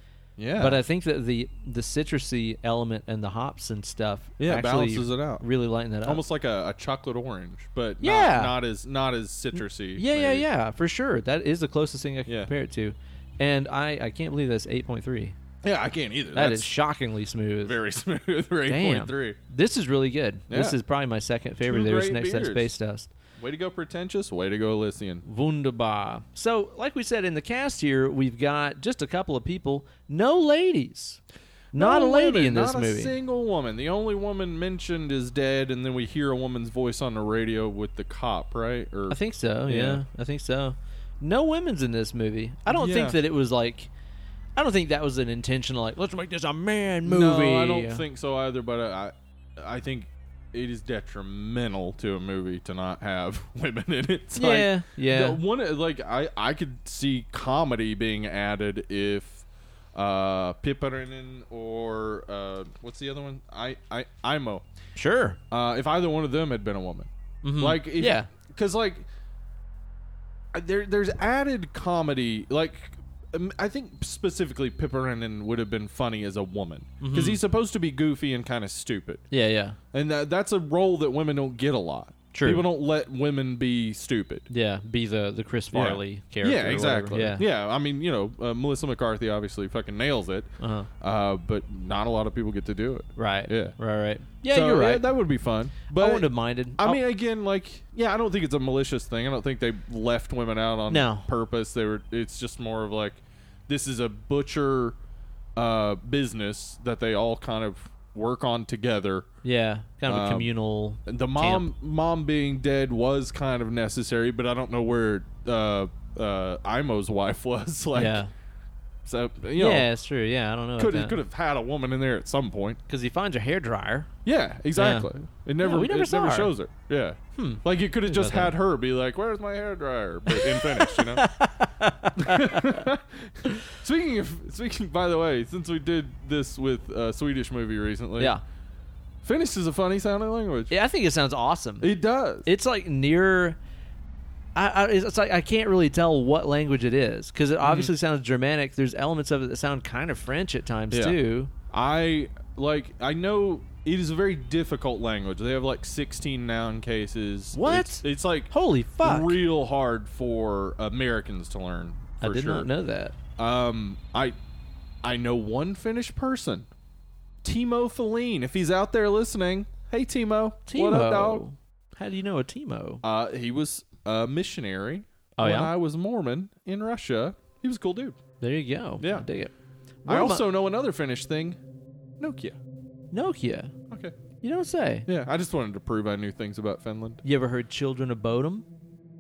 Speaker 2: yeah,
Speaker 1: But uh, I think that the the citrusy element and the hops and stuff
Speaker 2: yeah it
Speaker 1: actually
Speaker 2: balances it out.
Speaker 1: really lighten that up.
Speaker 2: Almost like a, a chocolate orange, but
Speaker 1: Yeah.
Speaker 2: not, not as not as citrusy.
Speaker 1: Yeah, yeah,
Speaker 2: maybe.
Speaker 1: yeah, for sure. That is the closest thing I can
Speaker 2: Yeah.
Speaker 1: compare it to. And I, I can't believe that's 8.3.
Speaker 2: Yeah, I can't either.
Speaker 1: That
Speaker 2: that's
Speaker 1: is shockingly smooth.
Speaker 2: very smooth. Eight
Speaker 1: Damn.
Speaker 2: point three.
Speaker 1: This is really good. This
Speaker 2: Yeah.
Speaker 1: is probably my second favorite.
Speaker 2: Two
Speaker 1: There's
Speaker 2: great
Speaker 1: next to that
Speaker 2: beers.
Speaker 1: space dust.
Speaker 2: Way to go, pretentious. Way to go, Elysian.
Speaker 1: Wunderbar. So, like we said in the cast here, we've got just a couple of people. No ladies. Not a
Speaker 2: No
Speaker 1: lady
Speaker 2: women,
Speaker 1: in this
Speaker 2: not
Speaker 1: movie.
Speaker 2: a single woman. The only woman mentioned is dead, and then we hear a woman's voice on the radio with the cop, right? Or
Speaker 1: I think so. Yeah.
Speaker 2: Yeah.
Speaker 1: I think so. No women's in this movie. I don't think
Speaker 2: Yeah.
Speaker 1: that it was like. I don't think that was an intentional. Like, let's make this a man movie.
Speaker 2: no, I don't think so either. But I, I I think it is detrimental to a movie to not have women in it. It's like-
Speaker 1: Yeah, yeah.
Speaker 2: the one like I I could see comedy being added if. Uh, Pipparinen or uh, what's the other one? I I Imo.
Speaker 1: Sure.
Speaker 2: uh, if either one of them had been a woman. Like, if,
Speaker 1: Mm-hmm. Yeah.
Speaker 2: because like uh, there there's added comedy. Like, um, I think specifically Pipperinen would have been funny as a woman
Speaker 1: Mm-hmm.
Speaker 2: because he's supposed to be goofy and kind of stupid,
Speaker 1: Yeah, yeah,
Speaker 2: and that, that's a role that women don't get a lot.
Speaker 1: True.
Speaker 2: people don't let women be stupid.
Speaker 1: yeah. Be the the Chris
Speaker 2: Yeah.
Speaker 1: Farley character.
Speaker 2: Yeah,
Speaker 1: or
Speaker 2: exactly.
Speaker 1: whatever. Yeah.
Speaker 2: yeah. I mean, you know, uh, Melissa McCarthy obviously fucking nails it,
Speaker 1: Uh-huh.
Speaker 2: uh, but not a lot of people get to do it.
Speaker 1: Right.
Speaker 2: Yeah.
Speaker 1: Right. Right. Yeah,
Speaker 2: So,
Speaker 1: you're right.
Speaker 2: that would be fun.
Speaker 1: I
Speaker 2: But
Speaker 1: wouldn't have minded.
Speaker 2: I
Speaker 1: I'll-
Speaker 2: mean, again, like, yeah, I don't think it's a malicious thing. I don't think they left women out on
Speaker 1: No.
Speaker 2: purpose. They were. It's just more of like, this is a butcher uh, business that they all kind of work on together.
Speaker 1: yeah, kind of a
Speaker 2: um,
Speaker 1: communal.
Speaker 2: The mom, mom being dead was kind of necessary, but I don't know where uh, uh, Imo's wife was. like,
Speaker 1: yeah.
Speaker 2: so you know,
Speaker 1: yeah, it's true. Yeah, I don't know.
Speaker 2: could could have had a woman in there at some point.
Speaker 1: because he finds a hair dryer.
Speaker 2: Yeah, exactly. It never,
Speaker 1: we never
Speaker 2: it
Speaker 1: saw
Speaker 2: never
Speaker 1: her. Hmm.
Speaker 2: shows her. Yeah, like you could have just
Speaker 1: about
Speaker 2: had her be like, "Where's my hair dryer?" But in Finnish, you know. speaking of speaking, by the way, since we did this with a Swedish movie recently,
Speaker 1: Yeah.
Speaker 2: Finnish is a funny sounding language.
Speaker 1: Yeah, I think it sounds awesome.
Speaker 2: It does.
Speaker 1: it's like near I, I it's like I can't really tell what language it is because it
Speaker 2: Mm-hmm.
Speaker 1: obviously sounds Germanic. There's elements of it that sound kind of French at times
Speaker 2: Yeah.
Speaker 1: too.
Speaker 2: I like. I know it is a very difficult language. They have like sixteen noun cases.
Speaker 1: What?
Speaker 2: It's, it's like
Speaker 1: Holy fuck!
Speaker 2: real hard for Americans to learn.
Speaker 1: I
Speaker 2: for
Speaker 1: did
Speaker 2: sure.
Speaker 1: not know that.
Speaker 2: Um, I I know one Finnish person, Timo Feline. If he's out there listening, hey Timo,
Speaker 1: Timo,
Speaker 2: what up, dog?
Speaker 1: how do you know a Timo?
Speaker 2: Uh, he was a missionary
Speaker 1: Oh,
Speaker 2: when
Speaker 1: yeah?
Speaker 2: I was Mormon in Russia. He was a cool dude.
Speaker 1: There you go.
Speaker 2: yeah.
Speaker 1: I dig it.
Speaker 2: I
Speaker 1: Where am
Speaker 2: also know another Finnish thing, Nokia.
Speaker 1: Nokia.
Speaker 2: Okay,
Speaker 1: You don't say.
Speaker 2: yeah, I just wanted to prove I knew things about Finland.
Speaker 1: You ever heard Children of Bodom?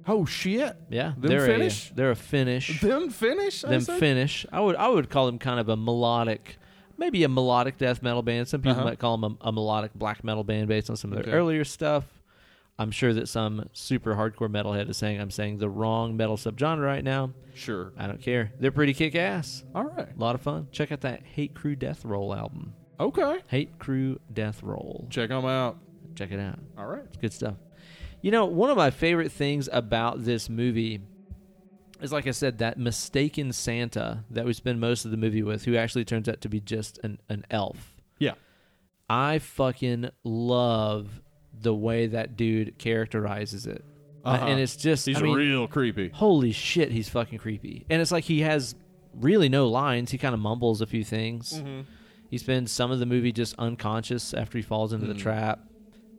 Speaker 2: Oh shit,
Speaker 1: Yeah,
Speaker 2: Them
Speaker 1: they're
Speaker 2: Finnish?
Speaker 1: a they're a Finnish.
Speaker 2: them Finnish, I
Speaker 1: them
Speaker 2: said?
Speaker 1: Finnish. I would I would call them kind of a melodic, maybe a melodic death metal band. Some people
Speaker 2: Uh-huh.
Speaker 1: might call them a, a melodic black metal band based on some of their
Speaker 2: Okay.
Speaker 1: earlier stuff. I'm sure that some super hardcore metalhead is saying I'm saying the wrong metal subgenre right now.
Speaker 2: Sure.
Speaker 1: I don't care. They're pretty kick ass.
Speaker 2: All right.
Speaker 1: A lot of fun. Check out that Hate Crew Death Roll album.
Speaker 2: Okay.
Speaker 1: Hate Crew Death Roll.
Speaker 2: Check them out.
Speaker 1: Check it out.
Speaker 2: All right.
Speaker 1: It's good stuff. You know, one of my favorite things about this movie is, like I said, that mistaken Santa that we spend most of the movie with, who actually turns out to be just an, an elf.
Speaker 2: Yeah.
Speaker 1: I fucking love the way that dude characterizes it. Uh,
Speaker 2: Uh-huh.
Speaker 1: and it's just,
Speaker 2: He's
Speaker 1: I mean,
Speaker 2: real creepy.
Speaker 1: holy shit,
Speaker 2: Mm-hmm.
Speaker 1: he's fucking creepy. And it's like he has really no lines. He kind of mumbles a few things. He spends some of the movie just unconscious after he falls into
Speaker 2: Mm-hmm.
Speaker 1: the trap.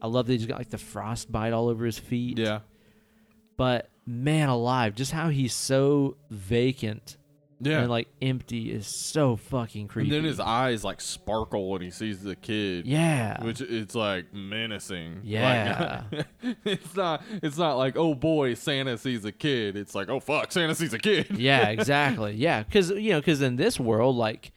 Speaker 1: I love that he's got like the frostbite all over his feet.
Speaker 2: Yeah.
Speaker 1: But man alive, just how he's so vacant
Speaker 2: Yeah.
Speaker 1: and like empty is so fucking
Speaker 2: and
Speaker 1: creepy.
Speaker 2: then his eyes like sparkle when he sees the kid.
Speaker 1: yeah.
Speaker 2: Which it's like menacing. Like,
Speaker 1: Yeah.
Speaker 2: it's not it's not like, oh boy, Santa sees a kid. It's like, oh fuck, Santa sees a kid.
Speaker 1: yeah, exactly. Yeah, because you know, because in this world, like,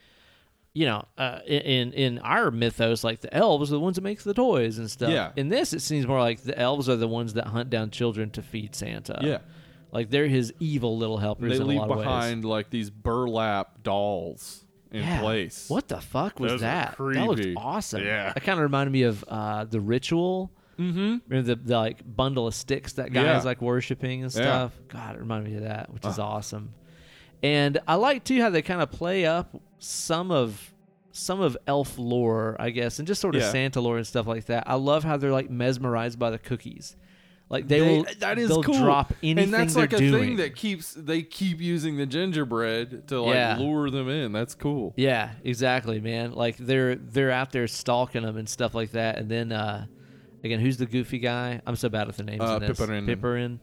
Speaker 1: you know, uh, in in our mythos, like the elves are the ones that make the toys and stuff.
Speaker 2: Yeah.
Speaker 1: In this, it seems more like the elves are the ones that hunt down children to feed Santa.
Speaker 2: Yeah.
Speaker 1: Like they're his evil little helpers.
Speaker 2: They
Speaker 1: in a
Speaker 2: leave
Speaker 1: lot of ways.
Speaker 2: behind like these burlap dolls in
Speaker 1: Yeah.
Speaker 2: place.
Speaker 1: What the fuck was
Speaker 2: Those are
Speaker 1: that? That looked
Speaker 2: creepy.
Speaker 1: awesome.
Speaker 2: Yeah.
Speaker 1: That kind of reminded me of uh, the ritual.
Speaker 2: Mm-hmm.
Speaker 1: Remember the, the like bundle of sticks that guy
Speaker 2: Yeah.
Speaker 1: is like worshiping and
Speaker 2: Yeah.
Speaker 1: stuff. God, it reminded me of that, which is awesome. And I like too how they kind of play up some of some of elf lore, I guess, and just sort of
Speaker 2: Yeah.
Speaker 1: Santa lore and stuff like that. I love how they're like mesmerized by the cookies. Like they, will
Speaker 2: that is
Speaker 1: they'll
Speaker 2: cool.
Speaker 1: drop anything
Speaker 2: and that's
Speaker 1: they're
Speaker 2: like a
Speaker 1: doing.
Speaker 2: thing that keeps they keep using the gingerbread to like
Speaker 1: Yeah.
Speaker 2: lure them in that's cool
Speaker 1: Yeah, exactly, man. Like they're they're out there stalking them and stuff like that. And then uh again, who's the goofy guy? I'm so bad with the names.
Speaker 2: Uh,
Speaker 1: in this.
Speaker 2: Pippin.
Speaker 1: Pippin.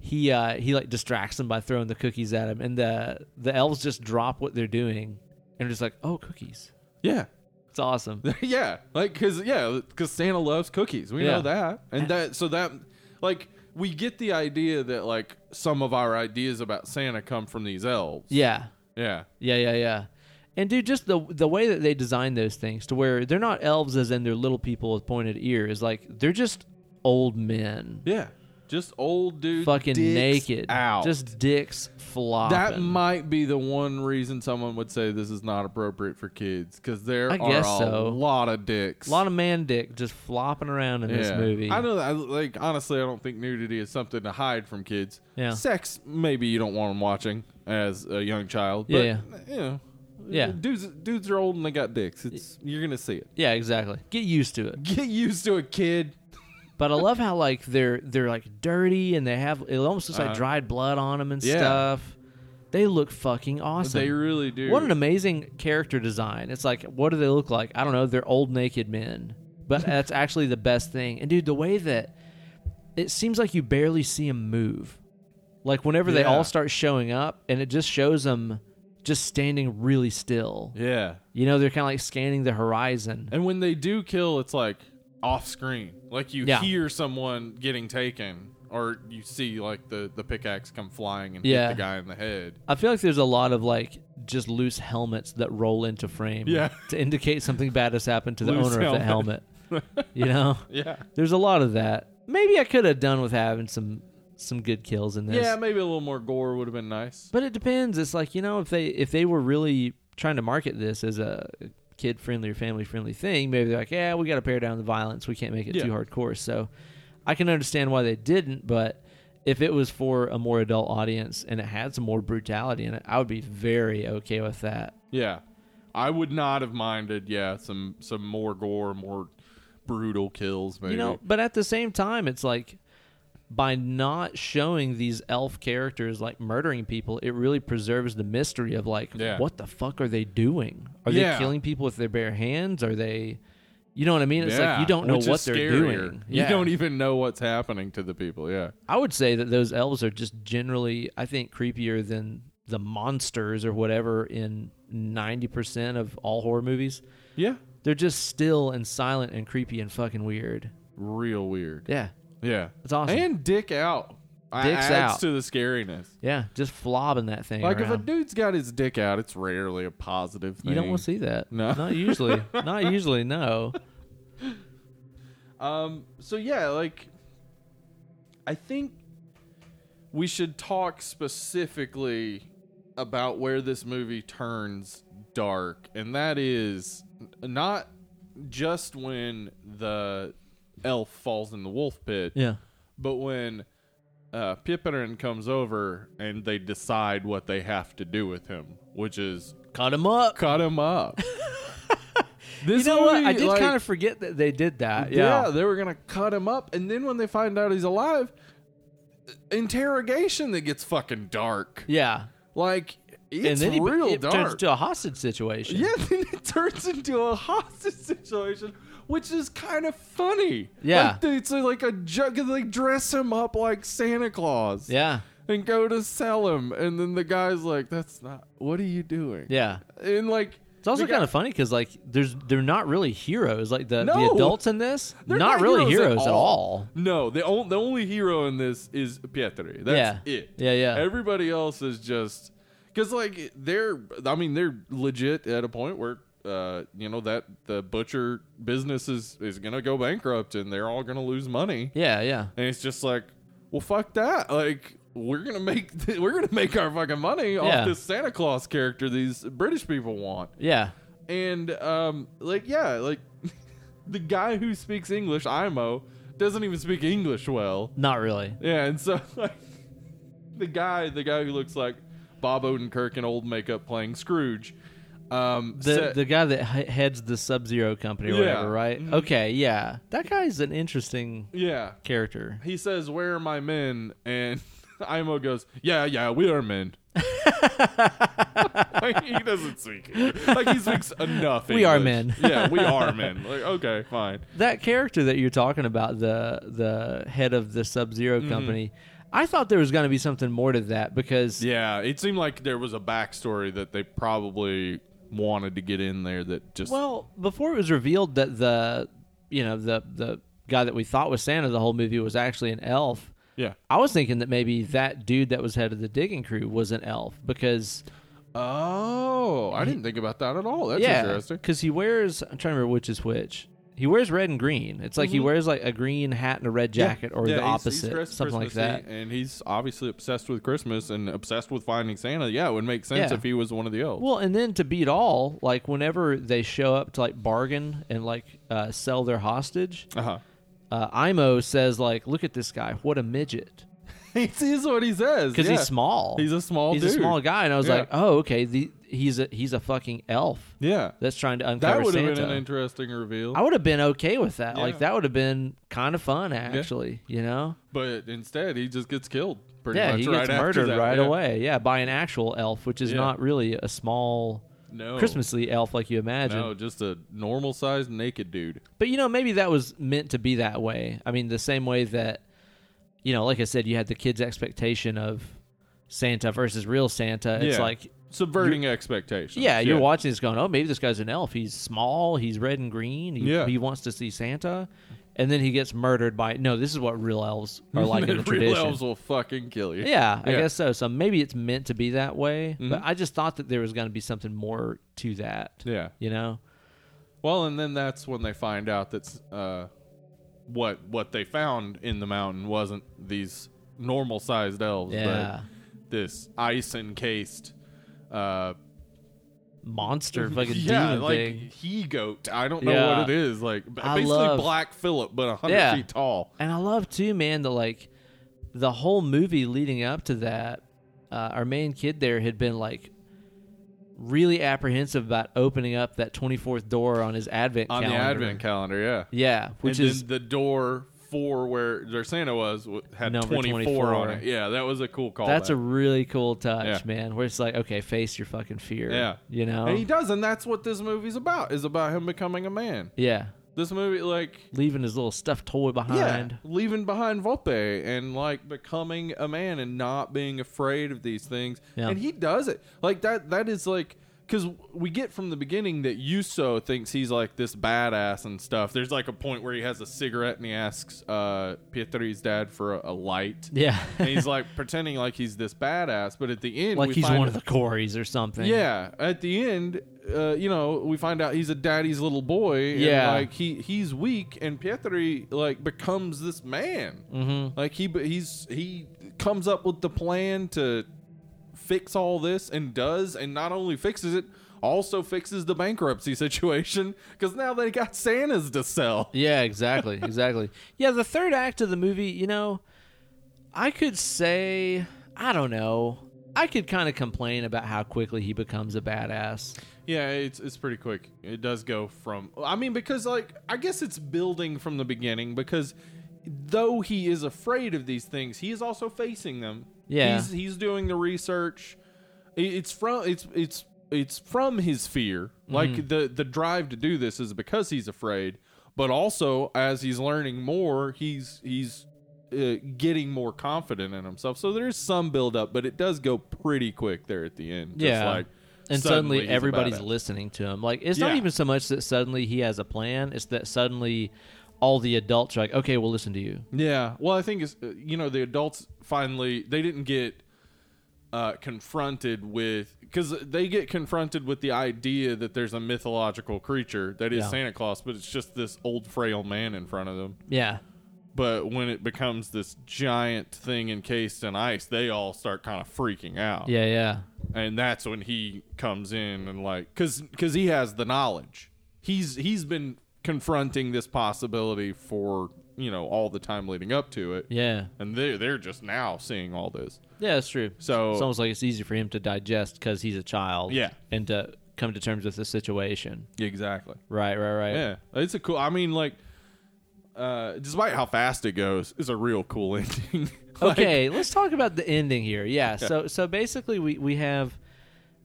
Speaker 1: He uh he like distracts them by throwing the cookies at him, and the the elves just drop what they're doing and are just like, oh, cookies.
Speaker 2: yeah
Speaker 1: It's awesome.
Speaker 2: yeah like because yeah because santa loves cookies we
Speaker 1: Yeah.
Speaker 2: know that and that so that like we get the idea that like some of our ideas about santa come from these elves
Speaker 1: yeah,
Speaker 2: yeah
Speaker 1: yeah, yeah, yeah. And dude, just the the way that they design those things to where they're not elves as in they're little people with pointed ears, like they're just old men.
Speaker 2: yeah just old dude
Speaker 1: Fucking
Speaker 2: dicks
Speaker 1: naked,
Speaker 2: out
Speaker 1: just dicks flopping.
Speaker 2: that might be the one reason someone would say this is not appropriate for kids because there
Speaker 1: I
Speaker 2: are
Speaker 1: guess
Speaker 2: a
Speaker 1: so.
Speaker 2: lot of dicks
Speaker 1: A lot of man dick just flopping around in this movie.
Speaker 2: I know. I, like honestly, I don't think nudity is something to hide from kids.
Speaker 1: Yeah.
Speaker 2: Sex, maybe you don't want them watching as a young child. But,
Speaker 1: Yeah,
Speaker 2: You know,
Speaker 1: Yeah.
Speaker 2: Dudes, dudes are old and they got dicks. It's you're gonna see it.
Speaker 1: Yeah, exactly. Get used to it.
Speaker 2: Get used to it, kid.
Speaker 1: But I love how like they're they're like dirty and they have it almost looks like
Speaker 2: Uh-huh.
Speaker 1: dried blood on them and
Speaker 2: Yeah.
Speaker 1: stuff. They look fucking awesome.
Speaker 2: They really do.
Speaker 1: what an amazing character design. It's like what do they look like? I don't know. They're old naked men. But that's actually the best thing. And dude, the way that it seems like you barely see them move. Like whenever they
Speaker 2: Yeah.
Speaker 1: all start showing up and it just shows them just standing really still.
Speaker 2: yeah.
Speaker 1: You know, they're kind of like scanning the horizon.
Speaker 2: And when they do kill, it's like off screen. Like you
Speaker 1: Yeah.
Speaker 2: hear someone getting taken, or you see like the the pickaxe come flying and
Speaker 1: Yeah.
Speaker 2: hit the guy in the head.
Speaker 1: I feel like there's a lot of like just loose helmets that roll into frame
Speaker 2: Yeah.
Speaker 1: to indicate something bad has happened to the
Speaker 2: Loose
Speaker 1: owner of the helmet.
Speaker 2: helmet.
Speaker 1: You know,
Speaker 2: Yeah.
Speaker 1: there's a lot of that. Maybe I could have done with having some some good kills in this.
Speaker 2: Yeah. Maybe a little more gore would have been nice.
Speaker 1: But it depends. It's like, you know, if they if they were really trying to market this as a kid friendly or family friendly thing, maybe they're like, Yeah, we gotta pare down the violence. We can't make it
Speaker 2: Yeah.
Speaker 1: too hardcore. So I can understand why they didn't, but if it was for a more adult audience and it had some more brutality in it, I would be very okay with that.
Speaker 2: Yeah. I would not have minded, yeah, some some more gore, more brutal kills maybe.
Speaker 1: You know, but at the same time, it's like by not showing these elf characters like murdering people, it really preserves the mystery of like
Speaker 2: Yeah.
Speaker 1: what the fuck are they doing? Are they
Speaker 2: Yeah.
Speaker 1: killing people with their bare hands? Are they you know what I mean? It's
Speaker 2: Yeah,
Speaker 1: like you don't know
Speaker 2: which
Speaker 1: what
Speaker 2: is
Speaker 1: they're
Speaker 2: scarier.
Speaker 1: doing.
Speaker 2: You don't e- even know what's happening to the people, yeah.
Speaker 1: I would say that those elves are just generally, I think, creepier than the monsters or whatever in 90% of all horror movies.
Speaker 2: Yeah.
Speaker 1: They're just still and silent and creepy and fucking weird.
Speaker 2: Real weird.
Speaker 1: Yeah.
Speaker 2: Yeah.
Speaker 1: It's awesome.
Speaker 2: And dick out. I-
Speaker 1: Dick's
Speaker 2: adds
Speaker 1: out.
Speaker 2: to the scariness.
Speaker 1: Yeah. Just flobbing that thing.
Speaker 2: Like if a
Speaker 1: around.
Speaker 2: dude's got his dick out, it's rarely a positive thing.
Speaker 1: You don't want to see that.
Speaker 2: No.
Speaker 1: Not usually. Not usually, no.
Speaker 2: Um. So yeah, like, I think we should talk specifically about where this movie turns dark, and that is n- not just when the elf falls in the wolf pit,
Speaker 1: Yeah.
Speaker 2: but when uh, Pippin comes over and they decide what they have to do with him, which is
Speaker 1: Cut him up.
Speaker 2: cut him up. this
Speaker 1: You know what? I
Speaker 2: movie,
Speaker 1: did
Speaker 2: like-
Speaker 1: kind of forget that they did that.
Speaker 2: yeah.
Speaker 1: Yeah.
Speaker 2: they were gonna cut him up, and then when they find out he's alive, interrogation that gets fucking dark.
Speaker 1: Yeah.
Speaker 2: Like
Speaker 1: and
Speaker 2: It's
Speaker 1: then he,
Speaker 2: real
Speaker 1: it
Speaker 2: dark.
Speaker 1: turns to a hostage situation.
Speaker 2: Yeah, then it turns into a hostage situation, which is kind of funny.
Speaker 1: Yeah.
Speaker 2: like, it's like a joke. They dress him up like Santa Claus.
Speaker 1: Yeah.
Speaker 2: and go to sell him, and then the guy's like, "That's not. What are you doing?"
Speaker 1: Yeah.
Speaker 2: and like
Speaker 1: It's also
Speaker 2: the guy-
Speaker 1: kind of funny because like there's they're not really heroes. Like the, the
Speaker 2: No.
Speaker 1: adults in this,
Speaker 2: They're
Speaker 1: not,
Speaker 2: not
Speaker 1: really
Speaker 2: heroes at
Speaker 1: heroes, at
Speaker 2: all.
Speaker 1: all.
Speaker 2: No, the only the only hero in this is Pietri. That's
Speaker 1: Yeah.
Speaker 2: it.
Speaker 1: Yeah, yeah.
Speaker 2: Everybody else is just because like they're I mean they're legit at a point where uh you know that the butcher business is is gonna go bankrupt and they're all gonna lose money
Speaker 1: Yeah, yeah,
Speaker 2: and it's just like well fuck that like we're gonna make we're gonna make our fucking money
Speaker 1: Yeah.
Speaker 2: off this Santa Claus character these British people want
Speaker 1: yeah,
Speaker 2: and um like yeah like the guy who speaks English Imo doesn't even speak English well
Speaker 1: not really.
Speaker 2: yeah, and so like the guy, the guy who looks like Bob Odenkirk in old makeup playing Scrooge. Um,
Speaker 1: The
Speaker 2: sa-
Speaker 1: the guy that he- heads the Sub Zero company or
Speaker 2: Yeah.
Speaker 1: whatever, right?
Speaker 2: Mhm.
Speaker 1: Okay, yeah, that guy's an interesting
Speaker 2: yeah,
Speaker 1: character.
Speaker 2: he says, "Where are my men?" And Imo goes, "Yeah, yeah, we are men." like, he doesn't speak it. like he speaks enough.
Speaker 1: We are
Speaker 2: English.
Speaker 1: men.
Speaker 2: yeah, we are men. Like okay, fine.
Speaker 1: That character that you're talking about, the the head of the Sub 0
Speaker 2: Mm-hmm.
Speaker 1: company, I thought there was going to be something more to that because
Speaker 2: Yeah, it seemed like there was a backstory that they probably wanted to get in there that just
Speaker 1: Well, before it was revealed that the you know the the guy that we thought was Santa the whole movie was actually an elf.
Speaker 2: yeah.
Speaker 1: I was thinking that maybe that dude that was head of the digging crew was an elf because
Speaker 2: Oh, I didn't think about that at all. That's
Speaker 1: yeah,
Speaker 2: interesting.
Speaker 1: because he wears I'm trying to remember which is which. He wears red and green. It's like he wears like a green hat and a red jacket, or
Speaker 2: Mm-hmm. Yeah,
Speaker 1: the
Speaker 2: he's- he's
Speaker 1: opposite,
Speaker 2: dressed
Speaker 1: something like
Speaker 2: Christmassy,
Speaker 1: that.
Speaker 2: And he's obviously obsessed with Christmas and obsessed with finding Santa. Yeah, it would make sense
Speaker 1: Yeah.
Speaker 2: if he was one of the elves.
Speaker 1: Well, and then to beat all, like whenever they show up to like bargain and like uh, sell their hostage,
Speaker 2: uh-huh.
Speaker 1: uh, Imo says like, "Look at this guy, what a midget."
Speaker 2: he sees what he says.
Speaker 1: because
Speaker 2: yeah.
Speaker 1: he's small.
Speaker 2: He's a small
Speaker 1: He's a
Speaker 2: dude.
Speaker 1: small guy, and I was
Speaker 2: Yeah.
Speaker 1: like, oh, okay. The, he's a he's a fucking elf
Speaker 2: Yeah.
Speaker 1: that's trying to
Speaker 2: That
Speaker 1: uncover
Speaker 2: would have
Speaker 1: Santa.
Speaker 2: been an interesting reveal.
Speaker 1: I would have been okay with that.
Speaker 2: Yeah.
Speaker 1: Like that would have been kind of fun, actually. You know,
Speaker 2: but instead, he just gets killed pretty
Speaker 1: yeah,
Speaker 2: much
Speaker 1: he
Speaker 2: right
Speaker 1: gets
Speaker 2: after
Speaker 1: murdered
Speaker 2: that.
Speaker 1: right
Speaker 2: Yeah.
Speaker 1: away. Yeah, by an actual elf, which is
Speaker 2: Yeah.
Speaker 1: not really a small
Speaker 2: No.
Speaker 1: Christmassy elf like you imagine.
Speaker 2: No, just a normal sized naked dude.
Speaker 1: But you know, maybe that was meant to be that way. I mean, the same way that you know, like I said, you had the kids' expectation of Santa versus real Santa. It's
Speaker 2: Yeah.
Speaker 1: like
Speaker 2: Subverting expectations.
Speaker 1: Yeah, you're watching this going, oh, maybe this guy's an elf. He's small. He's red and green. He,
Speaker 2: Yeah.
Speaker 1: he wants to see Santa. And then he gets murdered by. No, this is what real elves are like in the
Speaker 2: Real
Speaker 1: tradition.
Speaker 2: elves will fucking kill
Speaker 1: yeah,
Speaker 2: you.
Speaker 1: I
Speaker 2: Yeah. Mm-hmm.
Speaker 1: guess so. So maybe it's meant to be that way. But I just thought that there was going to be something more to that.
Speaker 2: Yeah.
Speaker 1: You know?
Speaker 2: Well, and then that's when they find out that's uh, what what they found in the mountain wasn't these normal sized elves,
Speaker 1: Yeah.
Speaker 2: but this ice encased, uh,
Speaker 1: Monster fucking
Speaker 2: yeah,
Speaker 1: demon
Speaker 2: like
Speaker 1: thing.
Speaker 2: he goat. I don't know
Speaker 1: Yeah.
Speaker 2: what it is, like b-
Speaker 1: I
Speaker 2: basically
Speaker 1: love-
Speaker 2: Black Phillip, but hundred
Speaker 1: Yeah.
Speaker 2: feet tall.
Speaker 1: And I love too, man, the like the whole movie leading up to that, uh, our main kid there had been like really apprehensive about opening up that twenty fourth door on his advent
Speaker 2: On
Speaker 1: calendar.
Speaker 2: the advent calendar, yeah,
Speaker 1: Yeah, which
Speaker 2: and
Speaker 1: is
Speaker 2: then the door for where their Santa was w- had
Speaker 1: Number
Speaker 2: 24,
Speaker 1: 24.
Speaker 2: on it. Yeah, that was a cool call.
Speaker 1: that's a really cool touch,
Speaker 2: Yeah.
Speaker 1: man. Where it's like, okay, face your fucking fear.
Speaker 2: Yeah.
Speaker 1: You know?
Speaker 2: and he does, and that's what this movie's about. Is about him becoming a man.
Speaker 1: yeah.
Speaker 2: This movie, like,
Speaker 1: Leaving his little stuffed toy behind.
Speaker 2: Yeah, leaving behind Volpe and like becoming a man and not being afraid of these things.
Speaker 1: Yeah.
Speaker 2: And he does it. Like that that is like because we get from the beginning that Yuso thinks he's like this badass and stuff. There's like a point where he has a cigarette and he asks uh, Pietri's dad for a, a light.
Speaker 1: Yeah.
Speaker 2: and he's like pretending like he's this badass, but at the end,
Speaker 1: like
Speaker 2: we
Speaker 1: he's
Speaker 2: find
Speaker 1: one of the Coreys or something.
Speaker 2: yeah, at the end, uh, you know, we find out he's a daddy's little boy. and,
Speaker 1: Yeah.
Speaker 2: like he he's weak, and Pietri like becomes this man. Mm-hmm. Like he be- he's he comes up with the plan to fix all this, and does, and not only fixes it, also fixes the bankruptcy situation because now they got Santas to sell.
Speaker 1: Yeah, exactly, exactly. Yeah, the third act of the movie, you know, I could say, I don't know, I could kind of complain about how quickly he becomes a badass.
Speaker 2: Yeah, it's it's pretty quick. It does go from I mean because like I guess it's building from the beginning because though he is afraid of these things, he is also facing them.
Speaker 1: Yeah.
Speaker 2: He's he's doing the research. I- It's from it's it's it's from his fear.
Speaker 1: Mm-hmm.
Speaker 2: Like the the drive to do this is because he's afraid, but also as he's learning more, he's he's uh, getting more confident in himself. So there's some build up, but it does go pretty quick there at the end. Just
Speaker 1: Yeah.
Speaker 2: like
Speaker 1: and suddenly,
Speaker 2: he's a
Speaker 1: everybody's
Speaker 2: badass.
Speaker 1: listening to him. Like it's not
Speaker 2: Yeah.
Speaker 1: even so much that suddenly he has a plan; it's that suddenly all the adults are like, "Okay, we'll listen to you."
Speaker 2: Yeah. Well, I think it's uh, you know the adults finally they didn't get uh, confronted with because they get confronted with the idea that there's a mythological creature that is
Speaker 1: Yeah.
Speaker 2: Santa Claus, but it's just this old frail man in front of them.
Speaker 1: Yeah,
Speaker 2: But when it becomes this giant thing encased in ice, they all start kind of freaking out.
Speaker 1: yeah, yeah,
Speaker 2: And that's when he comes in and like cuz cuz he has the knowledge. He's he's been confronting this possibility for, you know, all the time leading up to it
Speaker 1: yeah,
Speaker 2: and they they're just now seeing all this.
Speaker 1: yeah. That's true.
Speaker 2: So-
Speaker 1: it's almost like it's easy for him to digest because he's a child.
Speaker 2: Yeah.
Speaker 1: and to come to terms with the situation.
Speaker 2: Exactly.
Speaker 1: Right, right, right.
Speaker 2: Yeah, it's a cool. I mean, like, uh, despite how fast it goes, it's a real cool ending. Like,
Speaker 1: okay, let's talk about the ending here. Yeah, so so basically we we have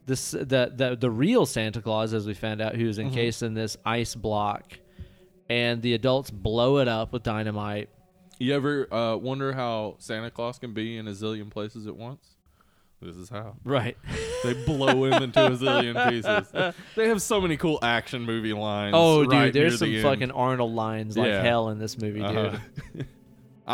Speaker 1: this the the the real Santa Claus as we found out who's
Speaker 2: Mm-hmm.
Speaker 1: encased in this ice block and the adults blow it up with dynamite.
Speaker 2: You ever uh, wonder how Santa Claus can be in a zillion places at once? This is how
Speaker 1: Right.
Speaker 2: they blow him into a zillion pieces. They have so many cool action movie lines.
Speaker 1: Oh
Speaker 2: right
Speaker 1: dude, there's
Speaker 2: near
Speaker 1: some
Speaker 2: the end.
Speaker 1: fucking Arnold lines like
Speaker 2: Yeah.
Speaker 1: hell in this movie, dude.
Speaker 2: Uh-huh.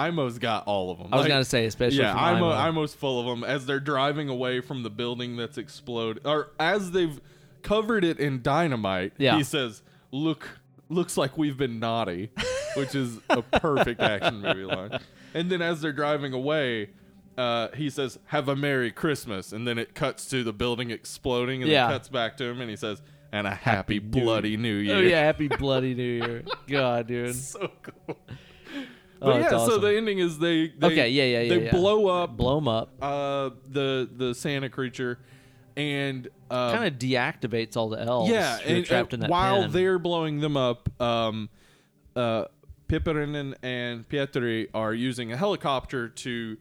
Speaker 2: Imo's got all of them.
Speaker 1: I was going to say especially
Speaker 2: yeah,
Speaker 1: from
Speaker 2: I'm
Speaker 1: Imo.
Speaker 2: almost full of them as they're driving away from the building that's exploded, or as they've covered it in dynamite.
Speaker 1: Yeah.
Speaker 2: he says, "Look, looks like we've been naughty," which is a perfect action movie line. And then as they're driving away, uh, he says, "Have a merry Christmas," and then it cuts to the building exploding, and
Speaker 1: Yeah.
Speaker 2: it cuts back to him, and he says, "And a happy, bloody New Year."
Speaker 1: Oh yeah, happy bloody new year. God, dude.
Speaker 2: so cool.
Speaker 1: Oh,
Speaker 2: But yeah,
Speaker 1: it's
Speaker 2: so
Speaker 1: awesome.
Speaker 2: the ending is they, they
Speaker 1: Okay, yeah, yeah, yeah,
Speaker 2: they
Speaker 1: yeah.
Speaker 2: blow up
Speaker 1: Blow 'em up.
Speaker 2: uh the the Santa creature, and uh,
Speaker 1: Kind of deactivates all the elves.
Speaker 2: yeah,
Speaker 1: who are
Speaker 2: and,
Speaker 1: trapped in
Speaker 2: and
Speaker 1: that
Speaker 2: while
Speaker 1: pen.
Speaker 2: they're blowing them up, um, uh, Pipperinen and Pietri are using a helicopter to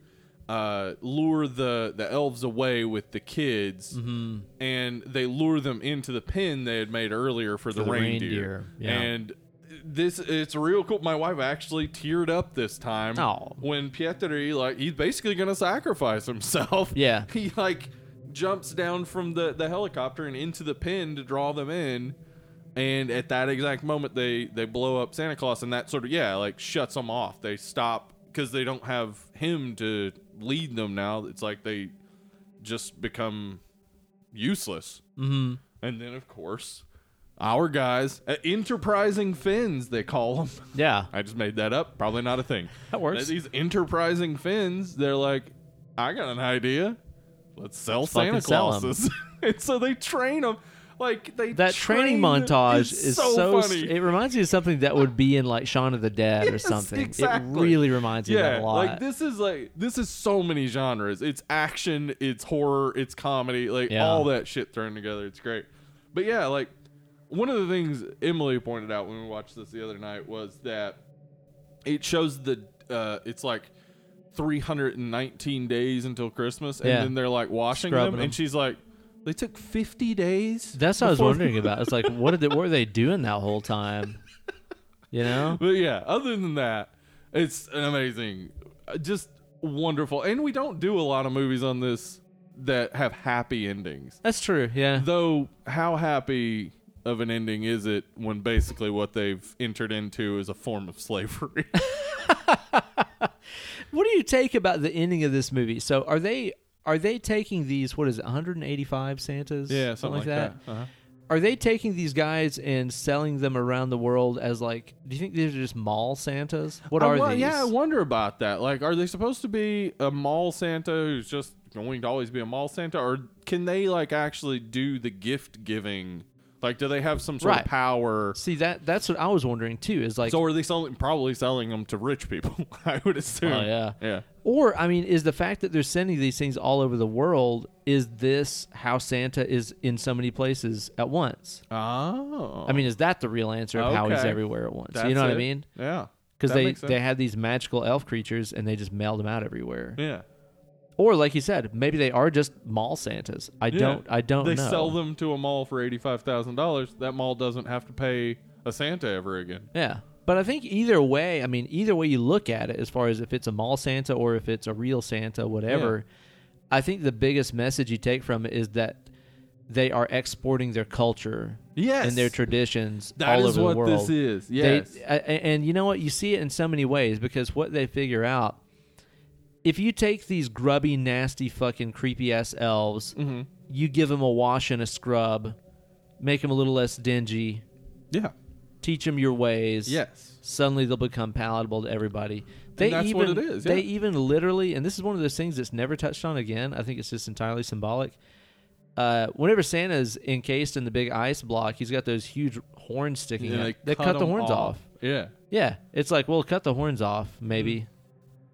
Speaker 2: uh, lure the the elves away with the kids,
Speaker 1: Mm-hmm.
Speaker 2: and they lure them into the pen they had made earlier for the,
Speaker 1: the
Speaker 2: reindeer,
Speaker 1: reindeer, yeah.
Speaker 2: and. This it's real cool. My wife actually teared up this time
Speaker 1: Aw.
Speaker 2: when Pietri like he's basically gonna sacrifice himself.
Speaker 1: Yeah.
Speaker 2: he like jumps down from the, the helicopter and into the pen to draw them in and at that exact moment they they blow up santa claus and that sort of yeah like shuts them off they stop because they don't have him to lead them now it's like they just become useless
Speaker 1: Mhm.
Speaker 2: and then of course our guys uh, enterprising fins they call them
Speaker 1: Yeah.
Speaker 2: i just made that up probably not a thing
Speaker 1: That works.
Speaker 2: these enterprising fins, they're like, I got an idea. Let's sell Santa
Speaker 1: fucking sell 'em."
Speaker 2: Clauses. and so they train them. Like they
Speaker 1: that training
Speaker 2: train 'em.
Speaker 1: montage
Speaker 2: It's
Speaker 1: is
Speaker 2: so,
Speaker 1: so,
Speaker 2: funny.
Speaker 1: it reminds me of something that would be in like Shaun of the Dead or
Speaker 2: Yes,
Speaker 1: something.
Speaker 2: exactly.
Speaker 1: It really reminds me of that a lot.
Speaker 2: Like this is like this is so many genres. It's action, it's horror, it's comedy, like
Speaker 1: Yeah.
Speaker 2: all that shit thrown together. It's great. But yeah, like one of the things Emily pointed out when we watched this the other night was that it shows the uh it's like 319 days until Christmas and
Speaker 1: Yeah.
Speaker 2: then they're like washing
Speaker 1: Scrubbing
Speaker 2: them
Speaker 1: them.
Speaker 2: and she's like they took 50 days.
Speaker 1: That's what I was
Speaker 2: before-
Speaker 1: wondering about. It's like what did they, what were they doing that whole time? You know?
Speaker 2: But yeah, other than that, it's an amazing, uh, just wonderful. And we don't do a lot of movies on this that have happy endings.
Speaker 1: That's true. Yeah.
Speaker 2: Though, how happy of an ending is it when basically what they've entered into is a form of slavery?
Speaker 1: What do you take about the ending of this movie? So are they are they taking these what is it 185 Santas?
Speaker 2: yeah, something, like that. Uh-huh.
Speaker 1: Are they taking these guys and selling them around the world as like do you think these are just mall Santas? What
Speaker 2: I
Speaker 1: are
Speaker 2: wo-
Speaker 1: these?
Speaker 2: Uh, Yeah, I wonder about that. Like, are they supposed to be a mall Santa who's just going to always be a mall Santa, or can they like actually do the gift giving? Like, do they have some sort
Speaker 1: Right.
Speaker 2: of power?
Speaker 1: See that that's what I was wondering too is like
Speaker 2: So are they selling? Probably selling them to rich people. I would assume.
Speaker 1: Oh, yeah.
Speaker 2: yeah.
Speaker 1: Or I mean, is the fact that they're sending these things all over the world is this how Santa is in so many places at once?
Speaker 2: Oh,
Speaker 1: I mean, is that the real answer of how he's
Speaker 2: Okay.
Speaker 1: everywhere at once? you know what I mean?
Speaker 2: Yeah,
Speaker 1: Because
Speaker 2: That
Speaker 1: they
Speaker 2: makes sense.
Speaker 1: they had these magical elf creatures and they just mailed them out everywhere.
Speaker 2: yeah.
Speaker 1: Or like you said, maybe they are just mall Santas. I
Speaker 2: Yeah.
Speaker 1: don't. I don't.
Speaker 2: They
Speaker 1: know.
Speaker 2: sell them to a mall for eighty five thousand dollars. That mall doesn't have to pay a Santa ever again.
Speaker 1: Yeah. But I think either way, I mean, either way you look at it, as far as if it's a mall Santa or if it's a real Santa, whatever, I think the biggest message you take from it is that they are exporting their culture
Speaker 2: Yes.
Speaker 1: and their traditions
Speaker 2: That
Speaker 1: all
Speaker 2: is
Speaker 1: over
Speaker 2: what
Speaker 1: the world.
Speaker 2: this is.
Speaker 1: They-
Speaker 2: Yes.
Speaker 1: a- a- and you know what? You see it in so many ways because what they figure out, if you take these grubby, nasty, fucking creepy ass elves,
Speaker 2: Mm-hmm.
Speaker 1: you give them a wash and a scrub, make them a little less dingy,
Speaker 2: yeah.
Speaker 1: teach them your ways.
Speaker 2: Yes.
Speaker 1: Suddenly they'll become palatable to everybody. They
Speaker 2: that's
Speaker 1: even
Speaker 2: what it is,
Speaker 1: they
Speaker 2: yeah.
Speaker 1: even literally, and this is one of those things that's never touched on again. I think it's just entirely symbolic. Uh, whenever Santa's encased in the big ice block, he's got those huge horns sticking
Speaker 2: And
Speaker 1: out. They, cut, the
Speaker 2: 'em
Speaker 1: horns off.
Speaker 2: Yeah.
Speaker 1: Yeah, it's like, well, cut the horns off, maybe.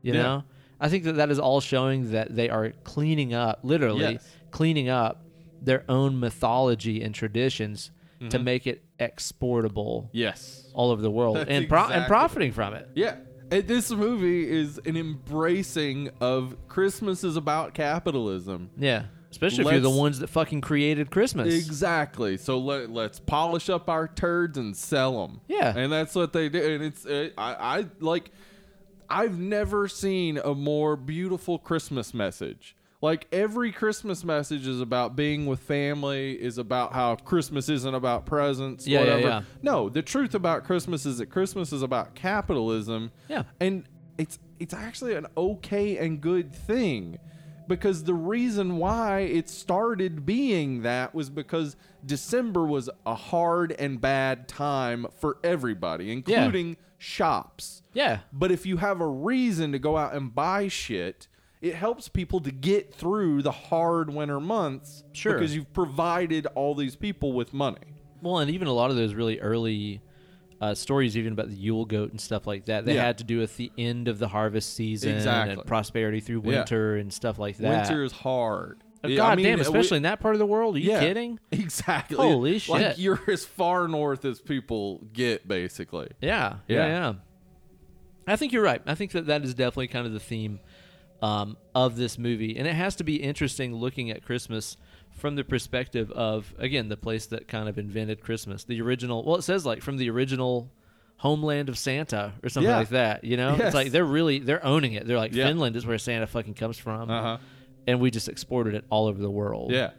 Speaker 1: You
Speaker 2: Mm-hmm. Yeah.
Speaker 1: know, I think that that is all showing that they are cleaning up, literally
Speaker 2: Yes.
Speaker 1: cleaning up their own mythology and traditions to
Speaker 2: Mm-hmm.
Speaker 1: make it exportable
Speaker 2: Yes.
Speaker 1: all over the world
Speaker 2: That's
Speaker 1: and pro- and
Speaker 2: exactly-
Speaker 1: profiting from it.
Speaker 2: Yeah. And this movie is an embracing of Christmas is about capitalism.
Speaker 1: Yeah, especially if you're the
Speaker 2: Let's-
Speaker 1: ones that fucking created Christmas.
Speaker 2: Exactly. So let, let's polish up our turds and sell them.
Speaker 1: Yeah.
Speaker 2: And that's what they do. And it's uh, I, I like I've never seen a more beautiful Christmas message. Like every Christmas message is about being with family, is about how Christmas isn't about presents,
Speaker 1: Yeah, yeah,
Speaker 2: whatever.
Speaker 1: yeah.
Speaker 2: No, the truth about Christmas is that Christmas is about capitalism.
Speaker 1: Yeah.
Speaker 2: And it's it's actually an okay and good thing because the reason why it started being that was because December was a hard and bad time for everybody, including shops.
Speaker 1: yeah,
Speaker 2: But if you have a reason to go out and buy shit, it helps people to get through the hard winter months
Speaker 1: Sure.
Speaker 2: because you've provided all these people with money.
Speaker 1: Well, and even a lot of those really early uh, stories, even about the Yule goat and stuff like that, they
Speaker 2: Yeah.
Speaker 1: had to do with the end of the harvest season
Speaker 2: Exactly.
Speaker 1: and prosperity through winter and stuff like that.
Speaker 2: Winter is hard.
Speaker 1: Uh,
Speaker 2: Yeah,
Speaker 1: God
Speaker 2: I mean,
Speaker 1: damn,
Speaker 2: we-
Speaker 1: especially in that part of the world. Are you
Speaker 2: Yeah.
Speaker 1: kidding?
Speaker 2: Exactly.
Speaker 1: Holy shit.
Speaker 2: Like you're as far north as people get, basically.
Speaker 1: Yeah, yeah,
Speaker 2: Yeah.
Speaker 1: yeah. I think you're right. I think that that is definitely kind of the theme um, of this movie, and it has to be interesting looking at Christmas from the perspective of again the place that kind of invented Christmas, the original. Well, it says like from the original homeland of Santa or something
Speaker 2: Yeah.
Speaker 1: like that. You know,
Speaker 2: Yes.
Speaker 1: it's like they're really they're owning it. They're like
Speaker 2: Yeah.
Speaker 1: Finland is where Santa fucking comes from,
Speaker 2: Uh-huh.
Speaker 1: and we just exported it all over the world.
Speaker 2: Yeah.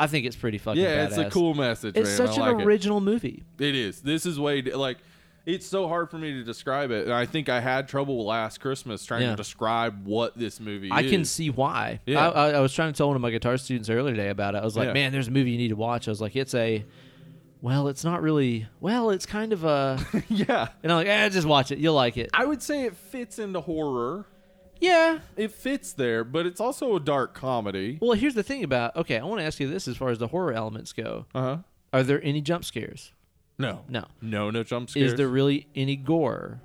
Speaker 1: I think it's pretty fucking.
Speaker 2: Yeah, it's a
Speaker 1: badass.
Speaker 2: cool message.
Speaker 1: It's
Speaker 2: man.
Speaker 1: such
Speaker 2: I
Speaker 1: an
Speaker 2: like it.
Speaker 1: original movie.
Speaker 2: It is. This is way like it's so hard for me to describe it, and I think I had trouble last Christmas trying
Speaker 1: Yeah.
Speaker 2: to describe what this movie
Speaker 1: I
Speaker 2: is.
Speaker 1: can see why.
Speaker 2: Yeah.
Speaker 1: I, I, I was trying to tell one of my guitar students earlier today about it. I was like,
Speaker 2: Yeah.
Speaker 1: man, there's a movie you need to watch. I was like, it's a, well, it's not really, well, it's kind of a,
Speaker 2: yeah,
Speaker 1: and I'm like, eh, just watch it. You'll like it.
Speaker 2: I would say it fits into horror.
Speaker 1: yeah.
Speaker 2: It fits there, but it's also a dark comedy.
Speaker 1: Well, here's the thing about, okay, I want to ask you this as far as the horror elements go.
Speaker 2: Uh huh.
Speaker 1: Are there any jump scares?
Speaker 2: No,
Speaker 1: No.
Speaker 2: no, no jump scares.
Speaker 1: Is there really any gore?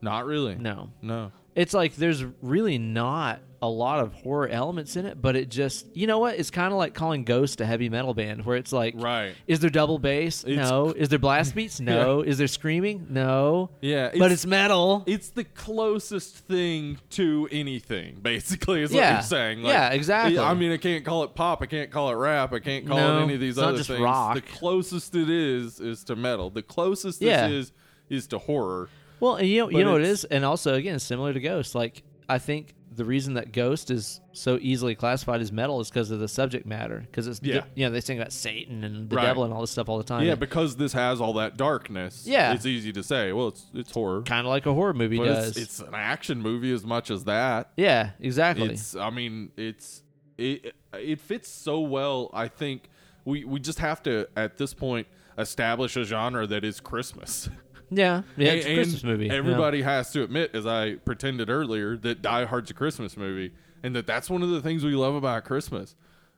Speaker 2: Not really.
Speaker 1: No.
Speaker 2: no.
Speaker 1: It's like there's really not a lot of horror elements in it, but it just, you know what? It's kind of like calling Ghost a heavy metal band where it's like,
Speaker 2: Right.
Speaker 1: Is there double bass?
Speaker 2: It's-
Speaker 1: no. Is there blast beats? No. Is there screaming? No.
Speaker 2: Yeah,
Speaker 1: but
Speaker 2: it's-
Speaker 1: it's metal.
Speaker 2: It's the closest thing to anything, basically, is what
Speaker 1: Yeah.
Speaker 2: you're saying.
Speaker 1: Yeah, exactly.
Speaker 2: I mean, I can't call it pop. I can't call it rap. I can't call
Speaker 1: No,
Speaker 2: it any of these
Speaker 1: it's not
Speaker 2: other
Speaker 1: just
Speaker 2: things.
Speaker 1: rock.
Speaker 2: The closest it is is to metal. The closest
Speaker 1: Yeah.
Speaker 2: this is is to horror.
Speaker 1: well, and you know, you
Speaker 2: but
Speaker 1: know what it
Speaker 2: it's-
Speaker 1: is, and also again, similar to Ghost. Like I think the reason that Ghost is so easily classified as metal is because of the subject matter. Because it's
Speaker 2: Yeah.
Speaker 1: you know they sing about Satan and the
Speaker 2: Right.
Speaker 1: devil and all this stuff all the time.
Speaker 2: Yeah, because this has all that darkness.
Speaker 1: Oh, Yeah.
Speaker 2: it's easy to say. Well, it's it's horror,
Speaker 1: kind of like a horror movie
Speaker 2: but
Speaker 1: does.
Speaker 2: it's, it's an action movie as much as that.
Speaker 1: yeah, exactly.
Speaker 2: It's I mean it's it it fits so well. I think we we just have to at this point establish a genre that is Christmas.
Speaker 1: yeah, yeah, it's a
Speaker 2: And-
Speaker 1: Christmas
Speaker 2: and
Speaker 1: movie. you know.
Speaker 2: Everybody has to admit, as I pretended earlier, that Die Hard's a Christmas movie, and that that's one of the things we love about Christmas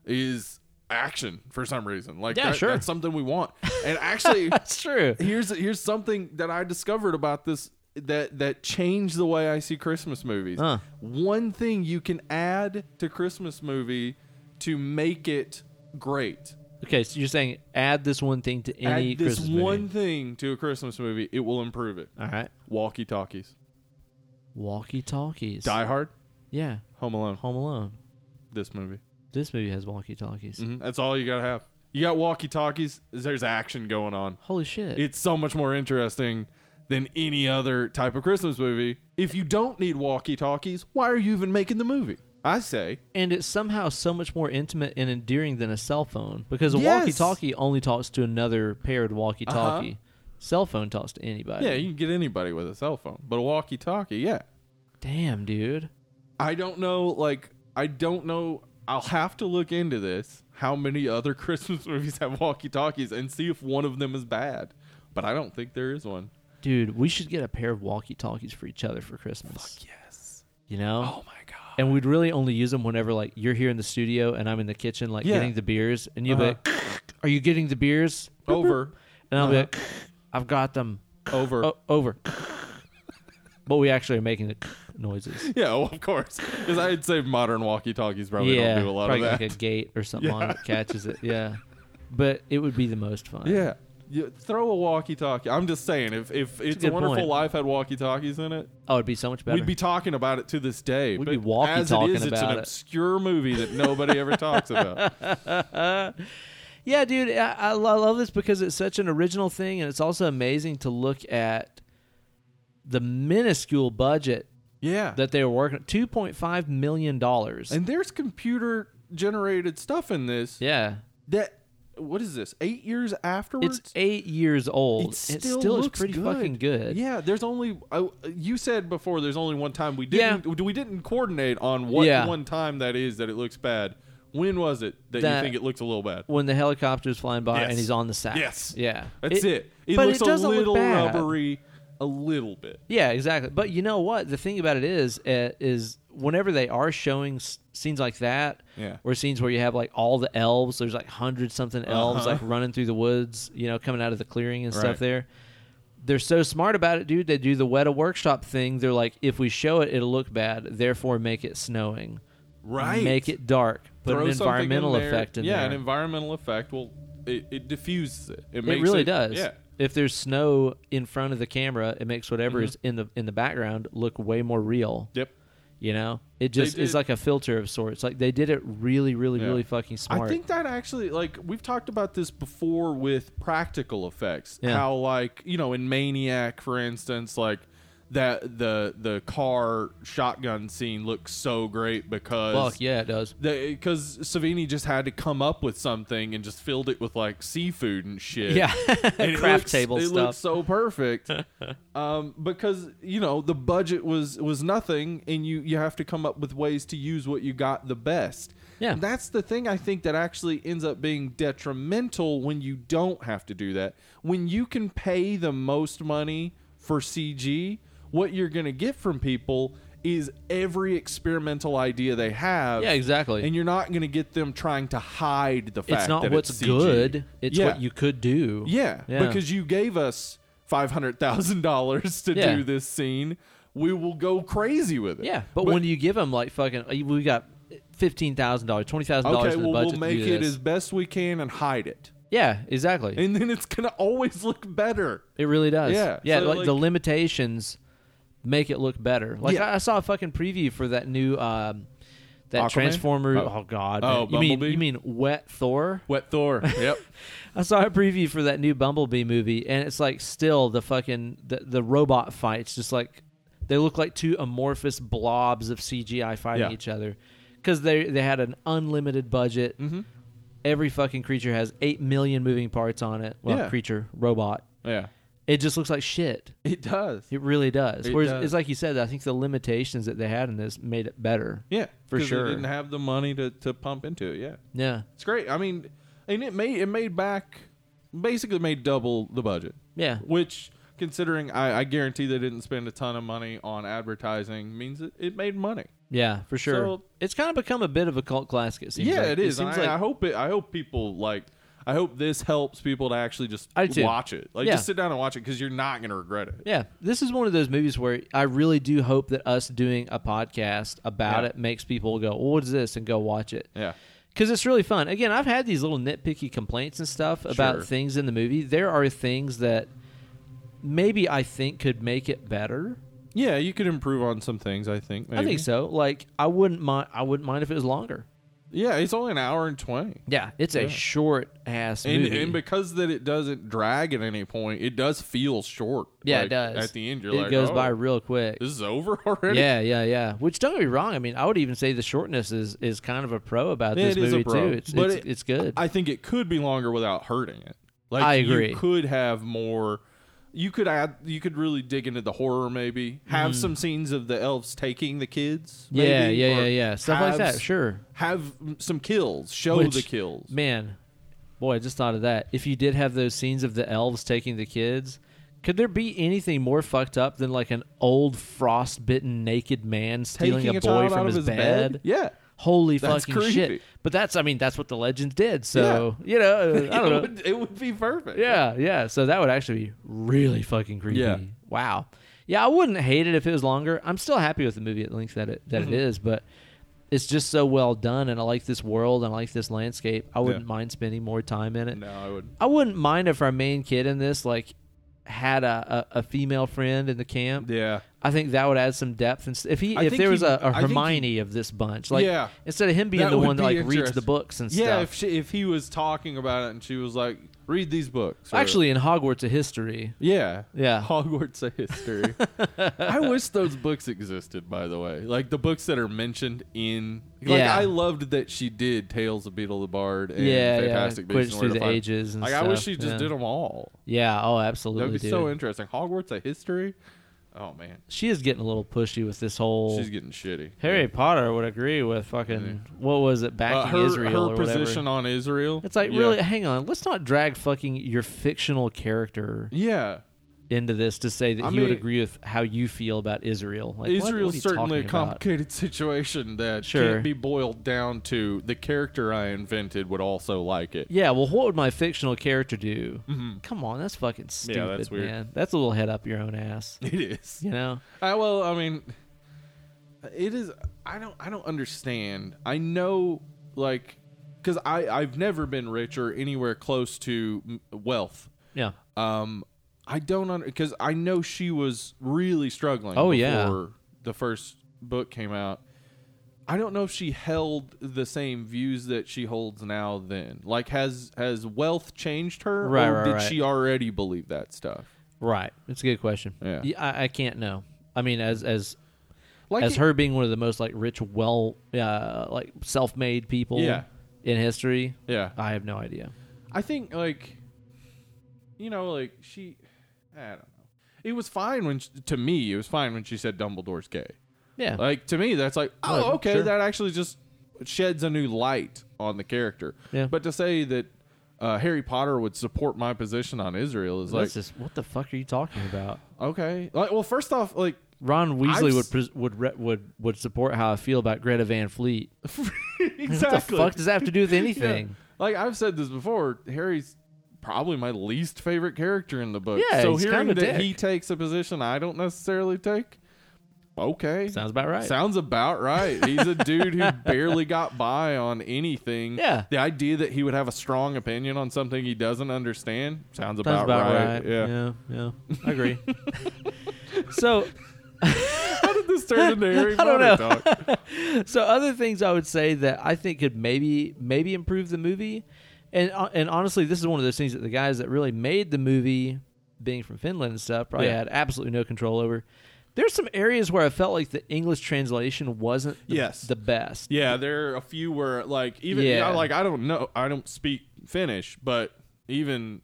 Speaker 2: is action for some reason. Like
Speaker 1: Yeah,
Speaker 2: that-
Speaker 1: sure.
Speaker 2: that's something we want. And actually,
Speaker 1: That's true.
Speaker 2: here's here's something that I discovered about this that that changed the way I see Christmas movies.
Speaker 1: Huh.
Speaker 2: One thing you can add to Christmas movie to make it great.
Speaker 1: Okay, so you're saying add this one thing to any
Speaker 2: add this
Speaker 1: Christmas
Speaker 2: one
Speaker 1: movie.
Speaker 2: thing to a Christmas movie, it will improve it.
Speaker 1: All right,
Speaker 2: Walkie talkies.
Speaker 1: walkie talkies.
Speaker 2: Die Hard,
Speaker 1: Yeah,
Speaker 2: Home Alone.
Speaker 1: Home Alone.
Speaker 2: this movie.
Speaker 1: This movie has walkie talkies.
Speaker 2: hmm That's all you gotta have. You got walkie talkies. There's action going on.
Speaker 1: Holy shit!
Speaker 2: It's so much more interesting than any other type of Christmas movie. If you don't need walkie talkies, why are you even making the movie? I say
Speaker 1: and it's somehow so much more intimate and endearing than a cell phone because a
Speaker 2: Yes. Uh-huh.
Speaker 1: walkie-talkie only talks to another paired walkie-talkie. Cell phone talks to anybody.
Speaker 2: Yeah, you can get anybody with a cell phone, but a walkie-talkie, yeah.
Speaker 1: Damn, dude.
Speaker 2: I don't know, like, I don't know. I'll have to look into this. How many other Christmas movies have walkie-talkies and see if one of them is bad? But I don't think there is one.
Speaker 1: Dude, we should get a pair of walkie-talkies for each other for Christmas.
Speaker 2: Yes.
Speaker 1: You know?
Speaker 2: Oh my god.
Speaker 1: And we'd really only use them whenever like you're here in the studio and I'm in the kitchen like
Speaker 2: Yeah. Uh-huh.
Speaker 1: getting the beers and you'll be like, "Are you getting the beers?"
Speaker 2: Over,
Speaker 1: And I'll be
Speaker 2: Uh-huh.
Speaker 1: like, "I've got them."
Speaker 2: over.
Speaker 1: O- over. but we actually are making the noises.
Speaker 2: Yeah, well, of course. Because I'd say modern walkie-talkies probably
Speaker 1: yeah,
Speaker 2: don't do a lot of
Speaker 1: probably
Speaker 2: that.
Speaker 1: like a gate or something on it that catches it. Yeah, but it would be the most fun.
Speaker 2: yeah. You throw a walkie-talkie. I'm just saying, if if it's, a
Speaker 1: good
Speaker 2: Wonderful
Speaker 1: point.
Speaker 2: Life had walkie-talkies in it,
Speaker 1: oh, it'd be so much better.
Speaker 2: We'd be talking about it to this day.
Speaker 1: We'd
Speaker 2: but
Speaker 1: be walkie
Speaker 2: as
Speaker 1: talking
Speaker 2: it is, It's
Speaker 1: about
Speaker 2: an
Speaker 1: it.
Speaker 2: obscure movie that nobody ever talks about.
Speaker 1: Yeah, dude, I, I lo- I love this because it's such an original thing, and it's also amazing to look at the minuscule budget
Speaker 2: Yeah,
Speaker 1: that they were working. Two point five million dollars.
Speaker 2: and there's computer generated stuff in this.
Speaker 1: Yeah,
Speaker 2: That what is this? Eight years afterwards.
Speaker 1: it's eight years old.
Speaker 2: It
Speaker 1: it still is
Speaker 2: looks
Speaker 1: pretty fucking good.
Speaker 2: Yeah, there's only I, you said before. There's only one time we didn't we didn't coordinate on what
Speaker 1: Yeah.
Speaker 2: one time that is that it looks bad. When was it that,
Speaker 1: That-
Speaker 2: you think it looks a little bad?
Speaker 1: When the helicopter's flying by
Speaker 2: Yes.
Speaker 1: and he's on the sack.
Speaker 2: Yes.
Speaker 1: Yeah.
Speaker 2: That's it. It
Speaker 1: but
Speaker 2: looks
Speaker 1: it
Speaker 2: a
Speaker 1: doesn't look
Speaker 2: little
Speaker 1: bad.
Speaker 2: rubbery, a little bit.
Speaker 1: Yeah, exactly. But you know what? The thing about it is, uh, is whenever they are showing s- scenes like that,
Speaker 2: Yeah.
Speaker 1: or scenes where you have like all the elves, there's like hundred something elves like running through the woods, you know, coming out of the clearing and
Speaker 2: Uh-huh. Right.
Speaker 1: stuff. There, they're so smart about it, dude. They do the Weta workshop thing. They're like, if we show it, it'll look bad. Therefore, make it snowing.
Speaker 2: Right.
Speaker 1: Make it dark. Put
Speaker 2: Throw
Speaker 1: an
Speaker 2: something
Speaker 1: environmental
Speaker 2: in there.
Speaker 1: effect in
Speaker 2: yeah,
Speaker 1: there.
Speaker 2: an environmental effect will it, it diffuses it. It,
Speaker 1: it
Speaker 2: makes
Speaker 1: really does.
Speaker 2: Yeah,
Speaker 1: If there's snow in front of the camera, it makes whatever
Speaker 2: Mm-hmm.
Speaker 1: is in the in the background look way more real.
Speaker 2: yep.
Speaker 1: You know, it just
Speaker 2: did-
Speaker 1: is like a filter of sorts. Like they did it really, really,
Speaker 2: Yeah.
Speaker 1: really fucking smart.
Speaker 2: I think that actually, like we've talked about this before with practical effects,
Speaker 1: Yeah.
Speaker 2: how like you know in Maniac, for instance, like that the the car shotgun scene looks so great because
Speaker 1: Fuck yeah, it does.
Speaker 2: because Savini just had to come up with something and just filled it with like seafood and shit.
Speaker 1: Yeah,
Speaker 2: And it
Speaker 1: craft
Speaker 2: looks-
Speaker 1: table
Speaker 2: it
Speaker 1: stuff.
Speaker 2: looks so perfect um, because you know the budget was was nothing, and you you have to come up with ways to use what you got the best.
Speaker 1: Yeah.
Speaker 2: And that's the thing I think that actually ends up being detrimental when you don't have to do that. When you can pay the most money for CG, what you're going to get from people is every experimental idea they have.
Speaker 1: Yeah, exactly.
Speaker 2: And you're not going to get them trying to hide the fact
Speaker 1: it's not
Speaker 2: that
Speaker 1: what's
Speaker 2: it's CG.
Speaker 1: good; it's
Speaker 2: Yeah.
Speaker 1: what you could do.
Speaker 2: Yeah,
Speaker 1: Yeah.
Speaker 2: because you gave us five hundred thousand dollars to
Speaker 1: Yeah.
Speaker 2: do this scene. We will go crazy with it.
Speaker 1: yeah. But,
Speaker 2: when
Speaker 1: when you give them like fucking, uh, we got fifteen thousand dollars, twenty thousand dollars
Speaker 2: okay,
Speaker 1: in the
Speaker 2: well,
Speaker 1: budget
Speaker 2: we'll make
Speaker 1: to do
Speaker 2: it
Speaker 1: this.
Speaker 2: as best we can and hide it,
Speaker 1: yeah, exactly.
Speaker 2: and then it's gonna always look better.
Speaker 1: It really does.
Speaker 2: Yeah,
Speaker 1: Yeah.
Speaker 2: so,
Speaker 1: like,
Speaker 2: like-
Speaker 1: the limitations make it look better. Like
Speaker 2: Yeah.
Speaker 1: I, I saw a fucking preview for that new um, that
Speaker 2: Aquaman?
Speaker 1: Transformer.
Speaker 2: Oh.
Speaker 1: Oh, god.
Speaker 2: Oh,
Speaker 1: man. you mean
Speaker 2: Bumblebee?
Speaker 1: you mean Wet Thor?
Speaker 2: Wet Thor. Yep.
Speaker 1: I saw a preview for that new Bumblebee movie, and it's like still the fucking the, the robot fights, just like they look like two amorphous blobs of CGI fighting
Speaker 2: Yeah.
Speaker 1: each other because they they had an unlimited budget. Every fucking creature has eight million moving parts on it. Well,
Speaker 2: Yeah.
Speaker 1: creature robot.
Speaker 2: yeah.
Speaker 1: It just looks like shit.
Speaker 2: It does.
Speaker 1: It really does.
Speaker 2: It
Speaker 1: Whereas
Speaker 2: does.
Speaker 1: it's like you said, I think the limitations that they had in this made it better.
Speaker 2: Yeah,
Speaker 1: For
Speaker 2: 'cause
Speaker 1: sure.
Speaker 2: They didn't have the money to, to pump into it. Yeah,
Speaker 1: Yeah.
Speaker 2: it's great. I mean, and it made it made back basically made double the budget.
Speaker 1: Yeah.
Speaker 2: Which, considering I, I guarantee they didn't spend a ton of money on advertising, means it, it made money.
Speaker 1: Yeah, for sure.
Speaker 2: So-
Speaker 1: it's kind of become a bit of a cult classic. It seems
Speaker 2: yeah,
Speaker 1: like.
Speaker 2: it is.
Speaker 1: seems
Speaker 2: I,
Speaker 1: like
Speaker 2: I hope it. I hope people like. I hope this helps people to actually just
Speaker 1: I do too.
Speaker 2: watch it. Like,
Speaker 1: Yeah.
Speaker 2: just sit down and watch it because you're not gonna regret it.
Speaker 1: Yeah, this is one of those movies where I really do hope that us doing a podcast about
Speaker 2: Yeah.
Speaker 1: it makes people go, well, "What is this?" and go watch it.
Speaker 2: Yeah.
Speaker 1: Because it's really fun. Again, I've had these little nitpicky complaints and stuff about
Speaker 2: Sure.
Speaker 1: things in the movie. There are things that maybe I think could make it better.
Speaker 2: Yeah, you could improve on some things. I think.
Speaker 1: I
Speaker 2: maybe.
Speaker 1: think so. Like I wouldn't mind. I wouldn't mind if it was longer.
Speaker 2: Yeah, it's only an hour and twenty.
Speaker 1: Yeah, it's a short ass
Speaker 2: And,
Speaker 1: movie.
Speaker 2: and because that it doesn't drag at any point, it does feel short.
Speaker 1: yeah,
Speaker 2: Like,
Speaker 1: it does.
Speaker 2: At the end, you're
Speaker 1: it
Speaker 2: like,
Speaker 1: goes
Speaker 2: oh,
Speaker 1: by real quick.
Speaker 2: This is over already.
Speaker 1: Yeah, yeah, yeah. Which don't get me wrong. I mean, I would even say the shortness is is kind of a pro about
Speaker 2: Yeah,
Speaker 1: this
Speaker 2: it is a
Speaker 1: movie
Speaker 2: pro,
Speaker 1: too. It's
Speaker 2: but
Speaker 1: it's,
Speaker 2: it-
Speaker 1: it's good.
Speaker 2: I think it could be longer without hurting it. Like
Speaker 1: I
Speaker 2: You
Speaker 1: agree.
Speaker 2: could have more. You could add. You could really dig into the horror. Maybe have some scenes of the elves taking the kids.
Speaker 1: Mm. yeah,
Speaker 2: maybe,
Speaker 1: yeah,
Speaker 2: or
Speaker 1: yeah, yeah. Stuff like
Speaker 2: have
Speaker 1: that.
Speaker 2: s-
Speaker 1: Sure,
Speaker 2: Have some kills. Show
Speaker 1: Which-
Speaker 2: the kills.
Speaker 1: man. Boy, I just thought of that. If you did have those scenes of the elves taking the kids, could there be anything more fucked up than like an old frostbitten naked man stealing
Speaker 2: Taking
Speaker 1: a boy
Speaker 2: child
Speaker 1: from
Speaker 2: out
Speaker 1: his,
Speaker 2: of
Speaker 1: bed?
Speaker 2: Yeah.
Speaker 1: Holy
Speaker 2: That's
Speaker 1: fucking
Speaker 2: creepy.
Speaker 1: shit! But that's, I mean, that's what the legends did. So you know, I
Speaker 2: it
Speaker 1: don't know.
Speaker 2: Would, it would be perfect.
Speaker 1: Yeah, yeah. So that would actually be really fucking creepy.
Speaker 2: Yeah.
Speaker 1: Wow. Yeah, I wouldn't hate it if it was longer. I'm still happy with the movie at length that it that it
Speaker 2: Mm-hmm.
Speaker 1: is, but it's just so well done, and I like this world and I like this landscape. I wouldn't
Speaker 2: Yeah.
Speaker 1: mind spending more time in it.
Speaker 2: No, I would.
Speaker 1: I wouldn't mind if our main kid in this like had a, a, a female friend in the camp.
Speaker 2: Yeah.
Speaker 1: I think that would add some depth. And s- if he
Speaker 2: I
Speaker 1: if
Speaker 2: think
Speaker 1: there was
Speaker 2: he-
Speaker 1: a, a
Speaker 2: I think he-
Speaker 1: Hermione of this bunch, like
Speaker 2: Yeah.
Speaker 1: instead of him being
Speaker 2: That
Speaker 1: the
Speaker 2: would
Speaker 1: one that
Speaker 2: be
Speaker 1: like reads the
Speaker 2: interesting.
Speaker 1: books and
Speaker 2: yeah.
Speaker 1: stuff.
Speaker 2: If she, if he was talking about it and she was like, "Read these books." or-
Speaker 1: Actually, in Hogwarts of History,
Speaker 2: Yeah.
Speaker 1: Yeah.
Speaker 2: Hogwarts of History. I wish those books existed, by the way. Like the books that are mentioned in. Like,
Speaker 1: Yeah.
Speaker 2: I loved that she did Tales of Beetle the Bard and
Speaker 1: Yeah, yeah,
Speaker 2: Fantastic
Speaker 1: Quidditch
Speaker 2: Beasts and Where
Speaker 1: Through
Speaker 2: to
Speaker 1: the
Speaker 2: Find-
Speaker 1: Ages and
Speaker 2: Like, I wish
Speaker 1: stuff,
Speaker 2: she just
Speaker 1: yeah.
Speaker 2: did them all.
Speaker 1: yeah, oh,
Speaker 2: That'd
Speaker 1: absolutely,
Speaker 2: be
Speaker 1: dude.
Speaker 2: so interesting. Hogwarts of History? Oh, man.
Speaker 1: she is getting a little pushy with this whole.
Speaker 2: She's getting shitty.
Speaker 1: Harry Potter would agree with fucking what was it
Speaker 2: Uh,
Speaker 1: backing
Speaker 2: her
Speaker 1: Israel
Speaker 2: her
Speaker 1: or whatever.
Speaker 2: position on Israel.
Speaker 1: It's like
Speaker 2: yeah.
Speaker 1: really, hang on, let's not drag fucking your fictional character
Speaker 2: Yeah.
Speaker 1: into this to say that
Speaker 2: I
Speaker 1: he would
Speaker 2: mean-
Speaker 1: agree with how you feel about Israel. Like, what-
Speaker 2: Israel's
Speaker 1: what are you
Speaker 2: certainly a
Speaker 1: talking about?
Speaker 2: complicated situation that
Speaker 1: Sure.
Speaker 2: can't be boiled down to the character I invented would also like it.
Speaker 1: Yeah, well, what would my fictional character do? Come on, that's fucking stupid,
Speaker 2: Mm-hmm. that's weird.
Speaker 1: man. That's a little head up your own ass,
Speaker 2: It is.
Speaker 1: you know?
Speaker 2: I well, I mean, it is. I don't. I don't understand. I know, like, because I I've never been rich or anywhere close to m- wealth.
Speaker 1: Yeah,
Speaker 2: Um, I don't under because I know she was really struggling.
Speaker 1: Oh,
Speaker 2: before
Speaker 1: yeah.
Speaker 2: the first book came out. I don't know if she held the same views that she holds now. Then, like, has has wealth changed her,
Speaker 1: Right,
Speaker 2: or
Speaker 1: right,
Speaker 2: did
Speaker 1: right.
Speaker 2: she already believe that stuff?
Speaker 1: right. It's a good question.
Speaker 2: Yeah.
Speaker 1: I, I can't know. I mean, as as
Speaker 2: Like,
Speaker 1: as
Speaker 2: it-
Speaker 1: her being one of the most like rich, well, uh, like self-made people
Speaker 2: Yeah.
Speaker 1: in history.
Speaker 2: yeah,
Speaker 1: I have no idea.
Speaker 2: I think like you know like she I don't know. It was fine when she, to me it was fine when she said Dumbledore's gay.
Speaker 1: Yeah,
Speaker 2: Like to me that's like oh
Speaker 1: Whatever,
Speaker 2: okay
Speaker 1: sure.
Speaker 2: that actually just sheds a new light on the character.
Speaker 1: Yeah.
Speaker 2: But to say that uh, Harry Potter would support my position on Israel is
Speaker 1: That's
Speaker 2: like
Speaker 1: just what the fuck are you talking about?
Speaker 2: okay. Like well first off like
Speaker 1: Ron Weasley
Speaker 2: I've
Speaker 1: would
Speaker 2: s-
Speaker 1: pres- would re- would would support how I feel about Greta Van Fleet.
Speaker 2: exactly.
Speaker 1: What the fuck does that have to do with
Speaker 2: Yeah.
Speaker 1: anything?
Speaker 2: Like I've said this before, Harry's probably my least favorite character in the book.
Speaker 1: Yeah,
Speaker 2: so
Speaker 1: he's
Speaker 2: hearing
Speaker 1: kinda
Speaker 2: that
Speaker 1: dick.
Speaker 2: he takes a position I don't necessarily take, okay,
Speaker 1: Sounds about right.
Speaker 2: Sounds about right. He's a dude who barely got by on anything.
Speaker 1: Yeah.
Speaker 2: The idea that he would have a strong opinion on something he doesn't understand sounds
Speaker 1: Sounds
Speaker 2: about,
Speaker 1: about
Speaker 2: right.
Speaker 1: right.
Speaker 2: Yeah.
Speaker 1: yeah, yeah. I agree. so,
Speaker 2: How did this turn into Harry
Speaker 1: I
Speaker 2: Potter
Speaker 1: don't know.
Speaker 2: talk?
Speaker 1: so other things I would say that I think could maybe maybe improve the movie, and uh, and honestly, this is one of those things that the guys that really made the movie, being from Finland and stuff, probably
Speaker 2: Yeah.
Speaker 1: had absolutely no control over. There's some areas where I felt like the English translation wasn't the,
Speaker 2: Yes.
Speaker 1: the best.
Speaker 2: Yeah, there are a few where like even
Speaker 1: Yeah.
Speaker 2: yeah, like I don't know, I don't speak Finnish, but even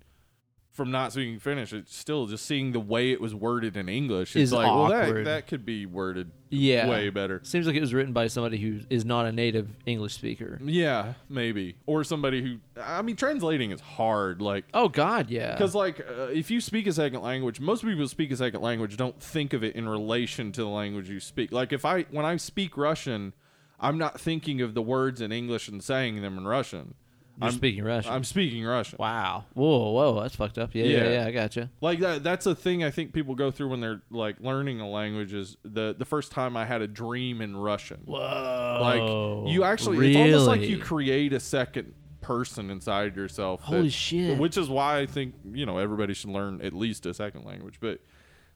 Speaker 2: from not speaking Finnish, it's still just seeing the way it was worded in English. It's
Speaker 1: Is
Speaker 2: like, well, that,
Speaker 1: awkward.
Speaker 2: that could be worded
Speaker 1: Yeah.
Speaker 2: way better.
Speaker 1: Seems like it was written by somebody who is not a native English speaker.
Speaker 2: Yeah, maybe. Or somebody who I mean, translating is hard. Like
Speaker 1: Oh God, yeah.
Speaker 2: Because like, uh, if you speak a second language, most people who speak a second language don't think of it in relation to the language you speak. Like, if I when I speak Russian, I'm not thinking of the words in English and saying them in Russian.
Speaker 1: You're
Speaker 2: I'm
Speaker 1: speaking Russian.
Speaker 2: I'm speaking Russian.
Speaker 1: wow. Whoa, whoa, that's fucked up. Yeah, yeah,
Speaker 2: Yeah.
Speaker 1: yeah. I gotcha.
Speaker 2: Like that. That's a thing I think people go through when they're like learning a language. Is the the first time I had a dream in Russian.
Speaker 1: Whoa.
Speaker 2: Like you actually, it's almost like you
Speaker 1: Really?
Speaker 2: create a second person inside yourself.
Speaker 1: Holy shit.
Speaker 2: Which is why I think you know everybody should learn at least a second language. But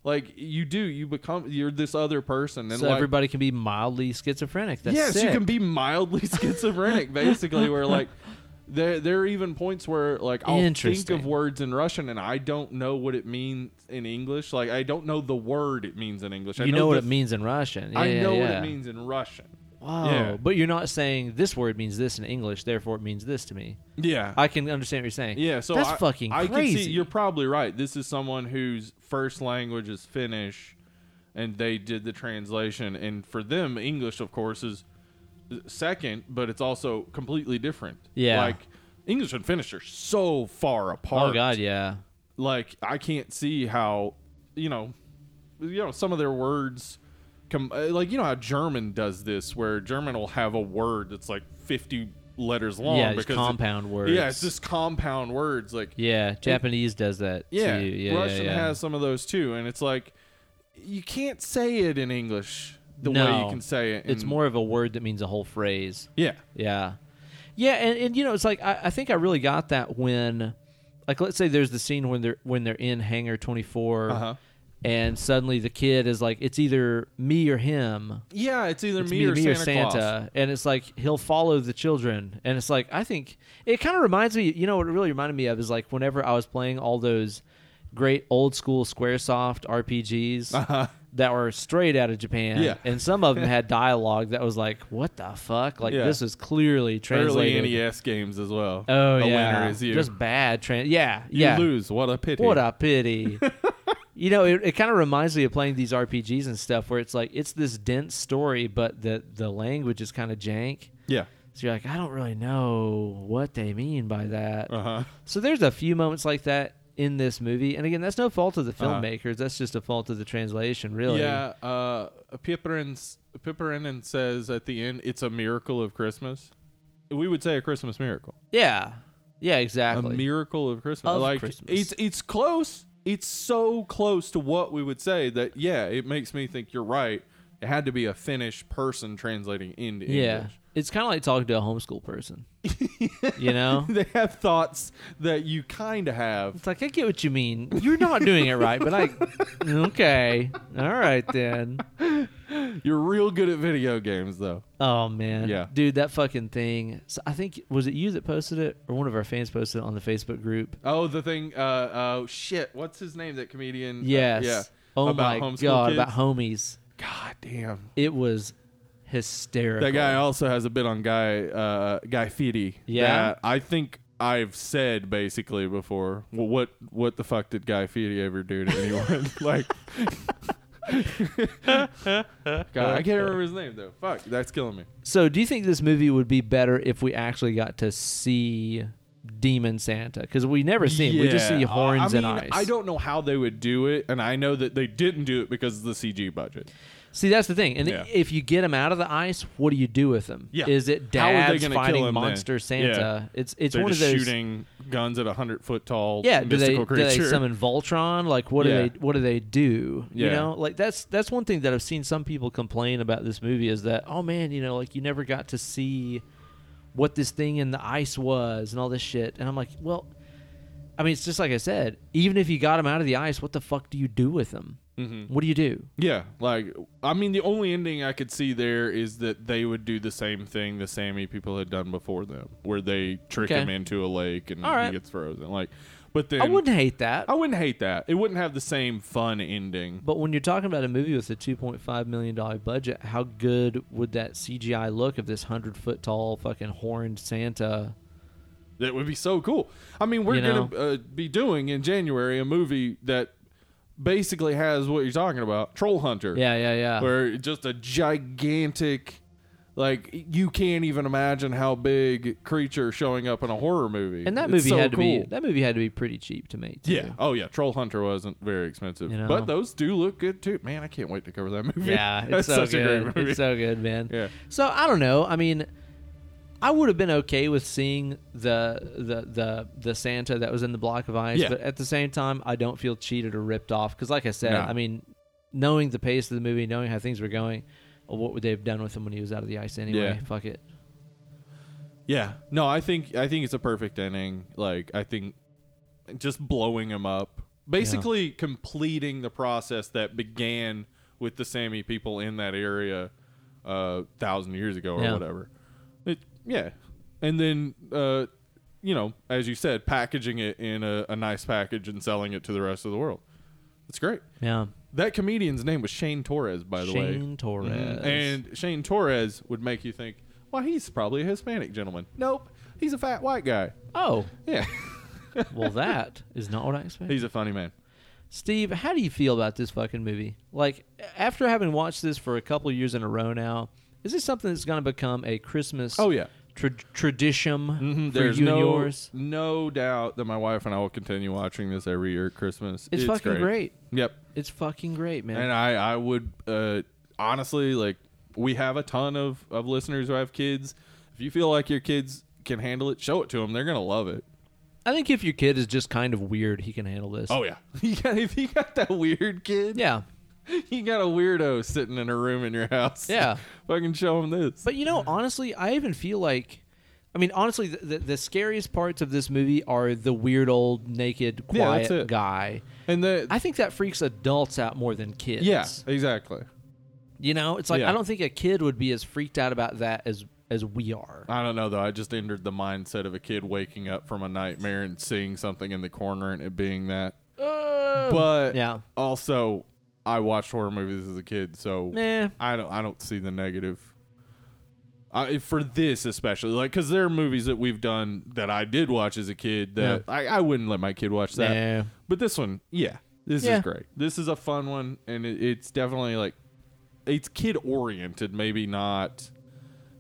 Speaker 2: Like you do, you become you're this other person, and
Speaker 1: so
Speaker 2: like,
Speaker 1: everybody can be mildly schizophrenic. That's
Speaker 2: yes, you
Speaker 1: sick.
Speaker 2: can be mildly schizophrenic, basically. Where like there there are even points where like I'll think
Speaker 1: Interesting.
Speaker 2: of words in Russian and I don't know what it means in English. Like I don't know the word it means in English. I
Speaker 1: You know what
Speaker 2: the-
Speaker 1: it means in Russian.
Speaker 2: I
Speaker 1: Yeah,
Speaker 2: know what
Speaker 1: yeah.
Speaker 2: it means in Russian.
Speaker 1: Wow.
Speaker 2: Yeah.
Speaker 1: But you're not saying this word means this in English, therefore it means this to me.
Speaker 2: Yeah,
Speaker 1: I can understand what you're saying.
Speaker 2: Yeah, so
Speaker 1: that's
Speaker 2: I,
Speaker 1: fucking
Speaker 2: I
Speaker 1: crazy.
Speaker 2: Can see, you're probably right. This is someone whose first language is Finnish, and they did the translation. And for them, English, of course, is second, but it's also completely different.
Speaker 1: Yeah.
Speaker 2: like English and Finnish are so far apart.
Speaker 1: oh god, yeah.
Speaker 2: Like I can't see how you know, you know, some of their words. Com- uh, like you know how German does this, where German will have a word that's like fifty letters long
Speaker 1: yeah, these
Speaker 2: because
Speaker 1: compound words.
Speaker 2: yeah, it's just compound words like
Speaker 1: Yeah, Japanese does that.
Speaker 2: yeah,
Speaker 1: to you. yeah,
Speaker 2: Russian
Speaker 1: yeah, yeah.
Speaker 2: has some of those too, and it's like you can't say it in English the way
Speaker 1: No.
Speaker 2: you can say it. In,
Speaker 1: It's more of a word that means a whole phrase.
Speaker 2: yeah,
Speaker 1: Yeah. Yeah, and, and you know, it's like I, I think I really got that when like let's say there's the scene when they're when they're in hangar twenty
Speaker 2: Uh-huh.
Speaker 1: and suddenly the kid is like, It's either me or him.
Speaker 2: yeah. It's either
Speaker 1: It's
Speaker 2: me, or, Santa Claus.
Speaker 1: and it's like he'll follow the children and it's like i think it kind of reminds me you know what it really reminded me of is like whenever i was playing all those great old school squaresoft rpgs
Speaker 2: Uh-huh.
Speaker 1: that were straight out of japan
Speaker 2: Yeah.
Speaker 1: and some of them had dialogue that was like what the fuck like
Speaker 2: Yeah.
Speaker 1: this is clearly translated
Speaker 2: Early NES games as well.
Speaker 1: oh
Speaker 2: the
Speaker 1: yeah
Speaker 2: winner is you.
Speaker 1: just bad trans yeah
Speaker 2: you
Speaker 1: yeah
Speaker 2: lose. What a pity.
Speaker 1: what a pity. you know, it, it kind of reminds me of playing these RPGs and stuff where it's like it's this dense story, but the the language is kind of jank.
Speaker 2: yeah.
Speaker 1: So you're like, I don't really know what they mean by that.
Speaker 2: Uh huh.
Speaker 1: So there's a few moments like that in this movie, and again, that's no fault of the
Speaker 2: Uh-huh.
Speaker 1: filmmakers. That's just a fault of the translation, really.
Speaker 2: Yeah. Uh, Piperin Piperin says at the end, "It's a miracle of Christmas." We would say a Christmas miracle.
Speaker 1: yeah, yeah,
Speaker 2: a
Speaker 1: exactly.
Speaker 2: miracle of Christmas.
Speaker 1: Of
Speaker 2: like
Speaker 1: Christmas.
Speaker 2: it's it's close. It's so close to what we would say that yeah, it makes me think you're right. It had to be a Finnish person translating into
Speaker 1: yeah,
Speaker 2: English.
Speaker 1: it's kind of like talking to a homeschool person. you know,
Speaker 2: They have thoughts that you kind of have.
Speaker 1: It's like I get what you mean. You're not doing it right, but I okay. All right then.
Speaker 2: You're real good at video games though.
Speaker 1: Oh man.
Speaker 2: Yeah.
Speaker 1: Dude, that fucking thing. So I think was it you that posted it or one of our fans posted it on the Facebook group?
Speaker 2: Oh, the thing. Uh, oh shit. What's his name? That comedian. uh,
Speaker 1: Yes.
Speaker 2: yeah.
Speaker 1: Oh
Speaker 2: about
Speaker 1: my
Speaker 2: homeschool
Speaker 1: god,
Speaker 2: kids?
Speaker 1: about homies.
Speaker 2: God damn.
Speaker 1: It was hysterical.
Speaker 2: That guy also has a bit on Guy uh, Guy Fieri.
Speaker 1: Yeah?
Speaker 2: that I think I've said basically before. Well, what what the fuck did Guy Fieri ever do to anyone? like, God, I can't remember his name though. Fuck, that's killing me.
Speaker 1: So do you think this movie would be better if we actually got to see Demon Santa? Because we never see him. We just see
Speaker 2: Yeah,
Speaker 1: horns
Speaker 2: I
Speaker 1: and
Speaker 2: mean,
Speaker 1: eyes.
Speaker 2: I don't know how they would do it, and I know that they didn't do it because of the CG budget.
Speaker 1: See, that's the thing. And
Speaker 2: Yeah.
Speaker 1: if you get him out of the ice, what do you do with him?
Speaker 2: Yeah.
Speaker 1: Is it
Speaker 2: How are they
Speaker 1: dad's
Speaker 2: gonna kill
Speaker 1: fighting
Speaker 2: him then?
Speaker 1: monster Santa? It's it's
Speaker 2: They're
Speaker 1: one of
Speaker 2: just
Speaker 1: those.
Speaker 2: shooting guns at a hundred foot tall
Speaker 1: yeah. Do they,
Speaker 2: mystical
Speaker 1: do
Speaker 2: creature.
Speaker 1: they summon Voltron? Like, what
Speaker 2: Yeah.
Speaker 1: do they what do they do? You
Speaker 2: Yeah.
Speaker 1: know, like that's that's one thing that I've seen some people complain about this movie is that oh man, you know, like you never got to see what this thing in the ice was and all this shit. And I'm like, well, I mean, it's just like I said. Even if you got him out of the ice, what the fuck do you do with him? Mm-hmm. What do you do?
Speaker 2: Yeah, like I mean, the only ending I could see there is that they would do the same thing the Sammy people had done before them, where they trick
Speaker 1: Okay.
Speaker 2: him into a lake and
Speaker 1: All right.
Speaker 2: he gets frozen. Like, but then
Speaker 1: I wouldn't hate that.
Speaker 2: I wouldn't hate that. It wouldn't have the same fun ending.
Speaker 1: But when you're talking about a movie with a 2.5 million dollar budget, how good would that CGI look of this hundred foot tall fucking horned Santa?
Speaker 2: That would be so cool. I mean, we're
Speaker 1: You know?
Speaker 2: gonna uh, be doing in January a movie that basically has what you're talking about, Troll Hunter.
Speaker 1: Yeah, yeah, yeah.
Speaker 2: where just a gigantic like you can't even imagine how big creature showing up in a horror movie
Speaker 1: and that
Speaker 2: It's
Speaker 1: movie
Speaker 2: so
Speaker 1: had to be
Speaker 2: cool.
Speaker 1: that movie had to be pretty cheap to make. too.
Speaker 2: yeah oh yeah troll hunter wasn't very expensive
Speaker 1: You know?
Speaker 2: but those do look good too man i can't wait to cover that movie
Speaker 1: yeah, it's
Speaker 2: that's
Speaker 1: so
Speaker 2: such
Speaker 1: good.
Speaker 2: a great movie
Speaker 1: It's so good, man.
Speaker 2: Yeah.
Speaker 1: So I don't know. I mean, I would have been okay with seeing the the the the Santa that was in the block of ice,
Speaker 2: Yeah.
Speaker 1: but at the same time, I don't feel cheated or ripped off because, like I said,
Speaker 2: No.
Speaker 1: I mean, knowing the pace of the movie, knowing how things were going, what would they have done with him when he was out of the ice anyway?
Speaker 2: Yeah.
Speaker 1: Fuck it.
Speaker 2: yeah no i think i think it's a perfect ending like i think just blowing him up basically completing the process that began with the Sami people in that area uh, thousand years ago or
Speaker 1: Yeah.
Speaker 2: whatever. It, yeah, and then uh, you know, as you said, packaging it in a, a nice package and selling it to the rest of the world. That's great.
Speaker 1: Yeah.
Speaker 2: That comedian's name was Shane Torres, by the way.
Speaker 1: Shane Torres.
Speaker 2: Mhm. And Shane Torres would make you think, well, he's probably a Hispanic gentleman. Nope, he's a fat white guy.
Speaker 1: Oh,
Speaker 2: Yeah,
Speaker 1: well, that is not what I expected.
Speaker 2: he's a funny man.
Speaker 1: Steve, how do you feel about this fucking movie? Like, after having watched this for a couple years in a row now, is this something that's going to become a Christmas
Speaker 2: Oh yeah.
Speaker 1: tra- tradition
Speaker 2: Mhm,
Speaker 1: for
Speaker 2: There's
Speaker 1: Mm-hmm. you
Speaker 2: no
Speaker 1: and yours?
Speaker 2: no doubt that my wife and I will continue watching this every year at Christmas.
Speaker 1: It's, fucking great.
Speaker 2: Yep,
Speaker 1: It's fucking great, man.
Speaker 2: and I I would uh, honestly like we have a ton of of listeners who have kids. If you feel like your kids can handle it, show it to them. They're gonna love it.
Speaker 1: I think if your kid is just kind of weird, he can handle this.
Speaker 2: Oh yeah, you got, if you got that weird kid,
Speaker 1: yeah.
Speaker 2: you got a weirdo sitting in a room in your house.
Speaker 1: Yeah.
Speaker 2: fucking show him this.
Speaker 1: But you know, honestly, I even feel like, I mean, honestly, the, the, the scariest parts of this movie are the weird old naked
Speaker 2: Yeah, that's
Speaker 1: quiet
Speaker 2: it.
Speaker 1: guy.
Speaker 2: and the
Speaker 1: I think that freaks adults out more than kids.
Speaker 2: yeah, exactly.
Speaker 1: you know, it's like
Speaker 2: Yeah.
Speaker 1: I don't think a kid would be as freaked out about that as as we are.
Speaker 2: I don't know though. I just entered the mindset of a kid waking up from a nightmare and seeing something in the corner and it being that. But
Speaker 1: yeah.
Speaker 2: also, I watched horror movies as a kid, so
Speaker 1: Nah.
Speaker 2: I don't. I don't see the negative. I, for this especially, like, because there are movies that we've done that I did watch as a kid that I, I wouldn't let my kid watch that.
Speaker 1: Nah.
Speaker 2: But this one, yeah, this
Speaker 1: Yeah.
Speaker 2: is great. This is a fun one, and it, it's definitely like it's kid oriented. Maybe not,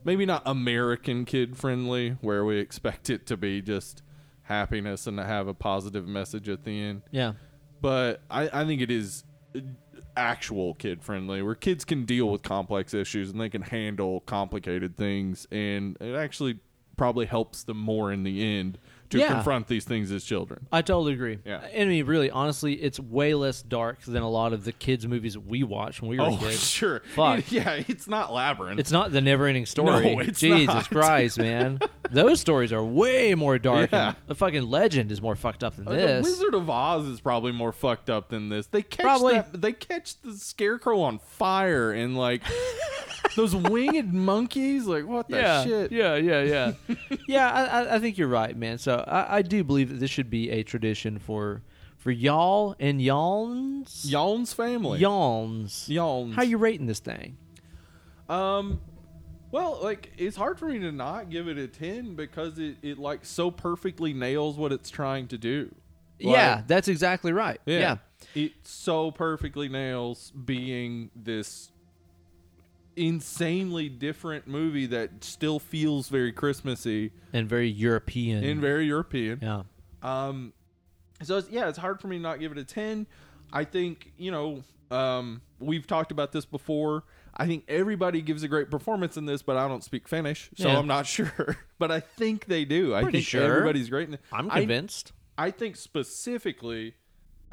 Speaker 2: maybe not American kid friendly, where we expect it to be just happiness and to have a positive message at the end.
Speaker 1: Yeah.
Speaker 2: But I, I think it is uh, actual kid friendly, where kids can deal with complex issues and they can handle complicated things, and it actually probably helps them more in the end to
Speaker 1: Yeah.
Speaker 2: confront these things as children.
Speaker 1: I totally agree.
Speaker 2: Yeah.
Speaker 1: I mean, really, honestly, it's way less dark than a lot of the kids' movies we watched when we were
Speaker 2: Oh,
Speaker 1: kids.
Speaker 2: sure.
Speaker 1: Fuck.
Speaker 2: It- yeah, it's not labyrinth.
Speaker 1: It's not the never-ending story.
Speaker 2: No, it's
Speaker 1: Jesus
Speaker 2: not.
Speaker 1: Christ, man! Those stories are way more dark.
Speaker 2: Yeah.
Speaker 1: And the fucking legend is more fucked up than
Speaker 2: Uh,
Speaker 1: this.
Speaker 2: The Wizard of Oz is probably more fucked up than this. They catch
Speaker 1: Probably.
Speaker 2: that, they catch the scarecrow on fire and like those winged monkeys. Like what the
Speaker 1: yeah,
Speaker 2: shit?
Speaker 1: yeah, yeah, yeah, yeah. I, I- I think you're right, man. So I, I do believe that this should be a tradition for for y'all and yawns,
Speaker 2: Yawn's family.
Speaker 1: yawns.
Speaker 2: Yawns.
Speaker 1: How you rating this thing?
Speaker 2: Um, well, like it's hard for me to not give it a ten because it it like so perfectly nails what it's trying to do. Like,
Speaker 1: yeah, that's exactly right. Yeah.
Speaker 2: It so perfectly nails being this insanely different movie that still feels very Christmassy
Speaker 1: and very European.
Speaker 2: and very European.
Speaker 1: Mm. yeah,
Speaker 2: Um, so it's, yeah, it's hard for me to not give it a ten. I think you know um, we've talked about this before. I think everybody gives a great performance in this, but I don't speak Finnish, so
Speaker 1: Yeah.
Speaker 2: I'm not sure. But I think they do. I
Speaker 1: Pretty
Speaker 2: think
Speaker 1: sure.
Speaker 2: everybody's great. In it.
Speaker 1: I'm
Speaker 2: I-
Speaker 1: convinced.
Speaker 2: I think specifically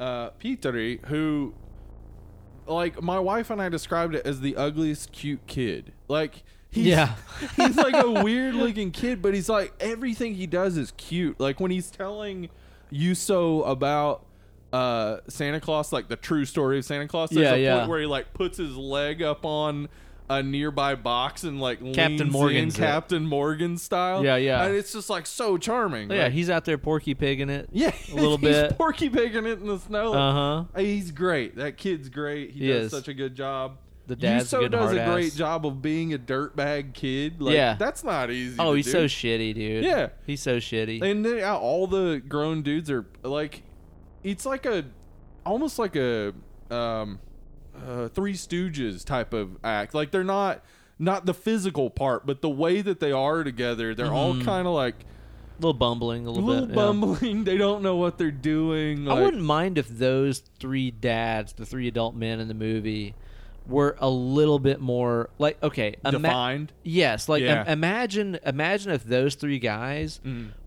Speaker 2: uh Petri, who like my wife and I described it as the ugliest cute kid. Like he's
Speaker 1: Yeah.
Speaker 2: he's like a weird looking kid, but he's like everything he does is cute. Like when he's telling Yuso about uh Santa Claus, like the true story of Santa Claus, there's
Speaker 1: Yeah,
Speaker 2: a
Speaker 1: yeah.
Speaker 2: point where he like puts his leg up on a nearby box and like leans in
Speaker 1: Morgan's it.
Speaker 2: Captain Morgan style.
Speaker 1: Yeah, yeah.
Speaker 2: And it's just like so charming.
Speaker 1: yeah,
Speaker 2: Like,
Speaker 1: he's out there porky pigging it.
Speaker 2: yeah,
Speaker 1: a little
Speaker 2: he's
Speaker 1: bit.
Speaker 2: Porky pigging it in the snow.
Speaker 1: Uh huh.
Speaker 2: He's great. That kid's great. He,
Speaker 1: He
Speaker 2: does
Speaker 1: is.
Speaker 2: such a good job.
Speaker 1: The dad's a
Speaker 2: Yuso
Speaker 1: good
Speaker 2: does a
Speaker 1: hard
Speaker 2: great
Speaker 1: ass.
Speaker 2: job of being a dirtbag kid. Like,
Speaker 1: Yeah.
Speaker 2: that's not easy.
Speaker 1: Oh,
Speaker 2: to
Speaker 1: he's
Speaker 2: do.
Speaker 1: so shitty, dude.
Speaker 2: Yeah.
Speaker 1: he's so shitty.
Speaker 2: and then, yeah, all the grown dudes are like, it's like a, almost like a, um, uh, Three Stooges type of act. Like they're not, not the physical part, but the way that they are together. They're all kind of like
Speaker 1: a little bumbling, Mm-hmm. a
Speaker 2: a
Speaker 1: little,
Speaker 2: little
Speaker 1: bit. yeah.
Speaker 2: bumbling. They don't know what they're doing.
Speaker 1: I
Speaker 2: like-
Speaker 1: wouldn't mind if those three dads, the three adult men in the movie, were a little bit more like okay, ima-
Speaker 2: defined.
Speaker 1: Yes, like
Speaker 2: Yeah. Mm-hmm.
Speaker 1: im- imagine imagine if those three guys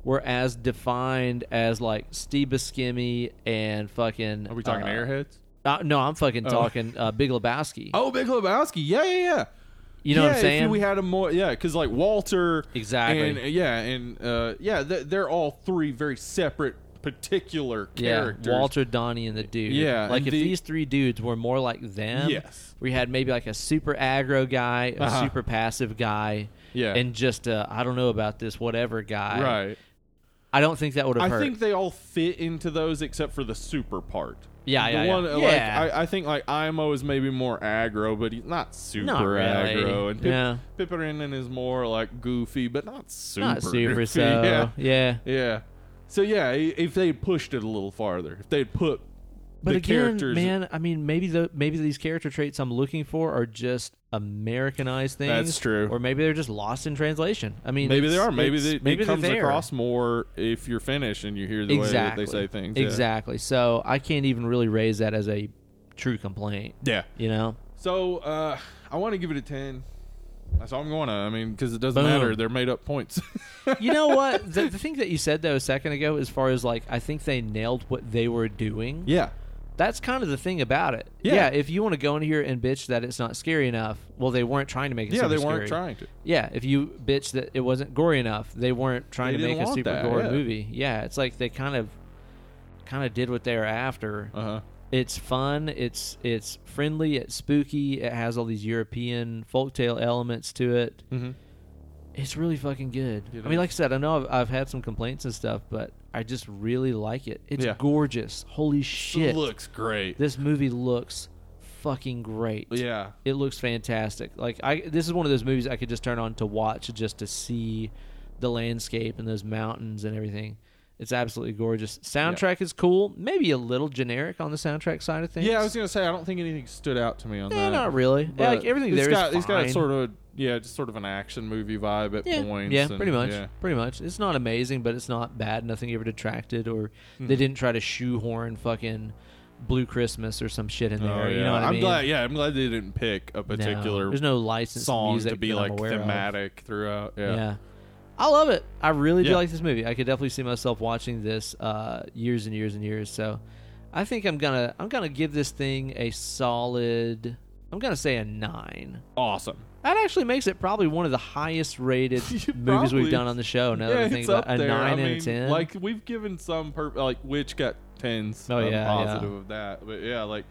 Speaker 1: were as defined as like Steve Buscemi and fucking.
Speaker 2: Are we talking
Speaker 1: uh,
Speaker 2: airheads?
Speaker 1: Uh, no, I'm fucking talking uh, Big Lebowski.
Speaker 2: Oh, Big Lebowski. Yeah, yeah, yeah.
Speaker 1: you know
Speaker 2: yeah,
Speaker 1: what I'm saying?
Speaker 2: If we had a more, yeah, because like Walter,
Speaker 1: Exactly.
Speaker 2: and, yeah, and uh, yeah, th- they're all three very separate particular
Speaker 1: Yeah,
Speaker 2: characters.
Speaker 1: Walter, Donnie, and the dude.
Speaker 2: Yeah,
Speaker 1: like
Speaker 2: and
Speaker 1: if
Speaker 2: the-
Speaker 1: these three dudes were more like them.
Speaker 2: Yes.
Speaker 1: we had maybe like a super aggro guy, a
Speaker 2: Uh-huh.
Speaker 1: super passive guy,
Speaker 2: Yeah.
Speaker 1: and just I I don't know about this whatever guy.
Speaker 2: right.
Speaker 1: I don't think that would have
Speaker 2: I
Speaker 1: hurt.
Speaker 2: think they all fit into those except for the super part.
Speaker 1: Yeah,
Speaker 2: the
Speaker 1: yeah, yeah.
Speaker 2: one, Like,
Speaker 1: Yeah.
Speaker 2: I, I think like IMO is maybe more aggro, but he's not super
Speaker 1: Not really.
Speaker 2: aggro. And Pip,
Speaker 1: Yeah.
Speaker 2: Pippinen is more like goofy, but not super.
Speaker 1: not super
Speaker 2: goofy.
Speaker 1: so.
Speaker 2: Yeah.
Speaker 1: Yeah.
Speaker 2: Yeah. So yeah, i- if they had pushed it a little farther, if they'd put
Speaker 1: But
Speaker 2: the
Speaker 1: again,
Speaker 2: characters,
Speaker 1: man, I mean, maybe the maybe these character traits I'm looking for are just Americanized things.
Speaker 2: That's true.
Speaker 1: Or maybe they're just lost in translation. I mean,
Speaker 2: maybe
Speaker 1: it's-
Speaker 2: they are. Maybe
Speaker 1: it's-
Speaker 2: they, it
Speaker 1: maybe they're
Speaker 2: comes
Speaker 1: there.
Speaker 2: across more if you're Finnish and you hear the
Speaker 1: exactly.
Speaker 2: way that they say things. Yeah.
Speaker 1: Exactly. So I can't even really raise that as a true complaint.
Speaker 2: Yeah.
Speaker 1: You know,
Speaker 2: So uh, I want to give it a ten. That's all I'm going to. I mean, because it doesn't
Speaker 1: Boom.
Speaker 2: matter. They're made up points.
Speaker 1: you know what? the, the thing that you said though a second ago, as far as like, I think they nailed what they were doing.
Speaker 2: yeah.
Speaker 1: That's kind of the thing about it.
Speaker 2: Yeah.
Speaker 1: if you want to go in here and bitch that it's not scary enough, well, they weren't trying to make it.
Speaker 2: Yeah,
Speaker 1: super
Speaker 2: they weren't
Speaker 1: scary.
Speaker 2: trying to.
Speaker 1: Yeah, if you bitch that it wasn't gory enough, they weren't trying
Speaker 2: They
Speaker 1: to
Speaker 2: didn't
Speaker 1: make a
Speaker 2: want
Speaker 1: super
Speaker 2: that,
Speaker 1: gory
Speaker 2: yeah.
Speaker 1: movie. Yeah, it's like they kind of, kind of did what they were after.
Speaker 2: Uh huh.
Speaker 1: It's fun. It's it's friendly. It's spooky. It has all these European folktale elements to it.
Speaker 2: Mm-hmm.
Speaker 1: It's really fucking good.
Speaker 2: It
Speaker 1: I mean,
Speaker 2: is.
Speaker 1: like I said, I know I've, I've had some complaints and stuff, but I just really like it. It's
Speaker 2: Yeah.
Speaker 1: gorgeous. Holy shit!
Speaker 2: Looks great.
Speaker 1: This movie looks fucking great.
Speaker 2: Yeah.
Speaker 1: It looks fantastic. Like I this is one of those movies I could just turn on to watch just to see the landscape and those mountains and everything. It's absolutely gorgeous. Soundtrack is cool. Maybe a little generic on the soundtrack side of things.
Speaker 2: Yeah, I was gonna say I don't think anything stood out to me on
Speaker 1: Eh,
Speaker 2: that.
Speaker 1: not really. Yeah,
Speaker 2: But
Speaker 1: like everything
Speaker 2: it's
Speaker 1: there is
Speaker 2: got, It's got
Speaker 1: fine.
Speaker 2: sort of yeah, just sort of an action movie vibe at
Speaker 1: yeah,
Speaker 2: points.
Speaker 1: yeah,
Speaker 2: and-
Speaker 1: pretty much,
Speaker 2: Yeah.
Speaker 1: pretty much. It's not amazing, but it's not bad. Nothing ever detracted, or
Speaker 2: Mm-hmm.
Speaker 1: they didn't try to shoehorn fucking Blue Christmas or some shit in there.
Speaker 2: Oh, yeah.
Speaker 1: You know what I
Speaker 2: I'm
Speaker 1: mean?
Speaker 2: glad. Yeah, I'm glad they didn't pick a
Speaker 1: No,
Speaker 2: particular
Speaker 1: there's no licensed
Speaker 2: song
Speaker 1: music
Speaker 2: to be
Speaker 1: that I'm
Speaker 2: like
Speaker 1: aware of.
Speaker 2: thematic throughout. Yeah.
Speaker 1: Yeah. I love it. I really do
Speaker 2: Yeah.
Speaker 1: like this movie. I could definitely see myself watching this uh, years and years and years. So I think I'm gonna I'm gonna give this thing a solid I'm gonna say a nine.
Speaker 2: Awesome.
Speaker 1: That actually makes it probably one of the highest rated
Speaker 2: You
Speaker 1: movies
Speaker 2: probably-
Speaker 1: we've done on the show. Now that I
Speaker 2: yeah,
Speaker 1: think
Speaker 2: it's
Speaker 1: about
Speaker 2: up
Speaker 1: a
Speaker 2: there.
Speaker 1: nine
Speaker 2: I
Speaker 1: and
Speaker 2: mean,
Speaker 1: a ten.
Speaker 2: Like we've given some per like which got tens.
Speaker 1: Oh,
Speaker 2: I'm
Speaker 1: yeah,
Speaker 2: positive
Speaker 1: yeah.
Speaker 2: of that. But yeah, like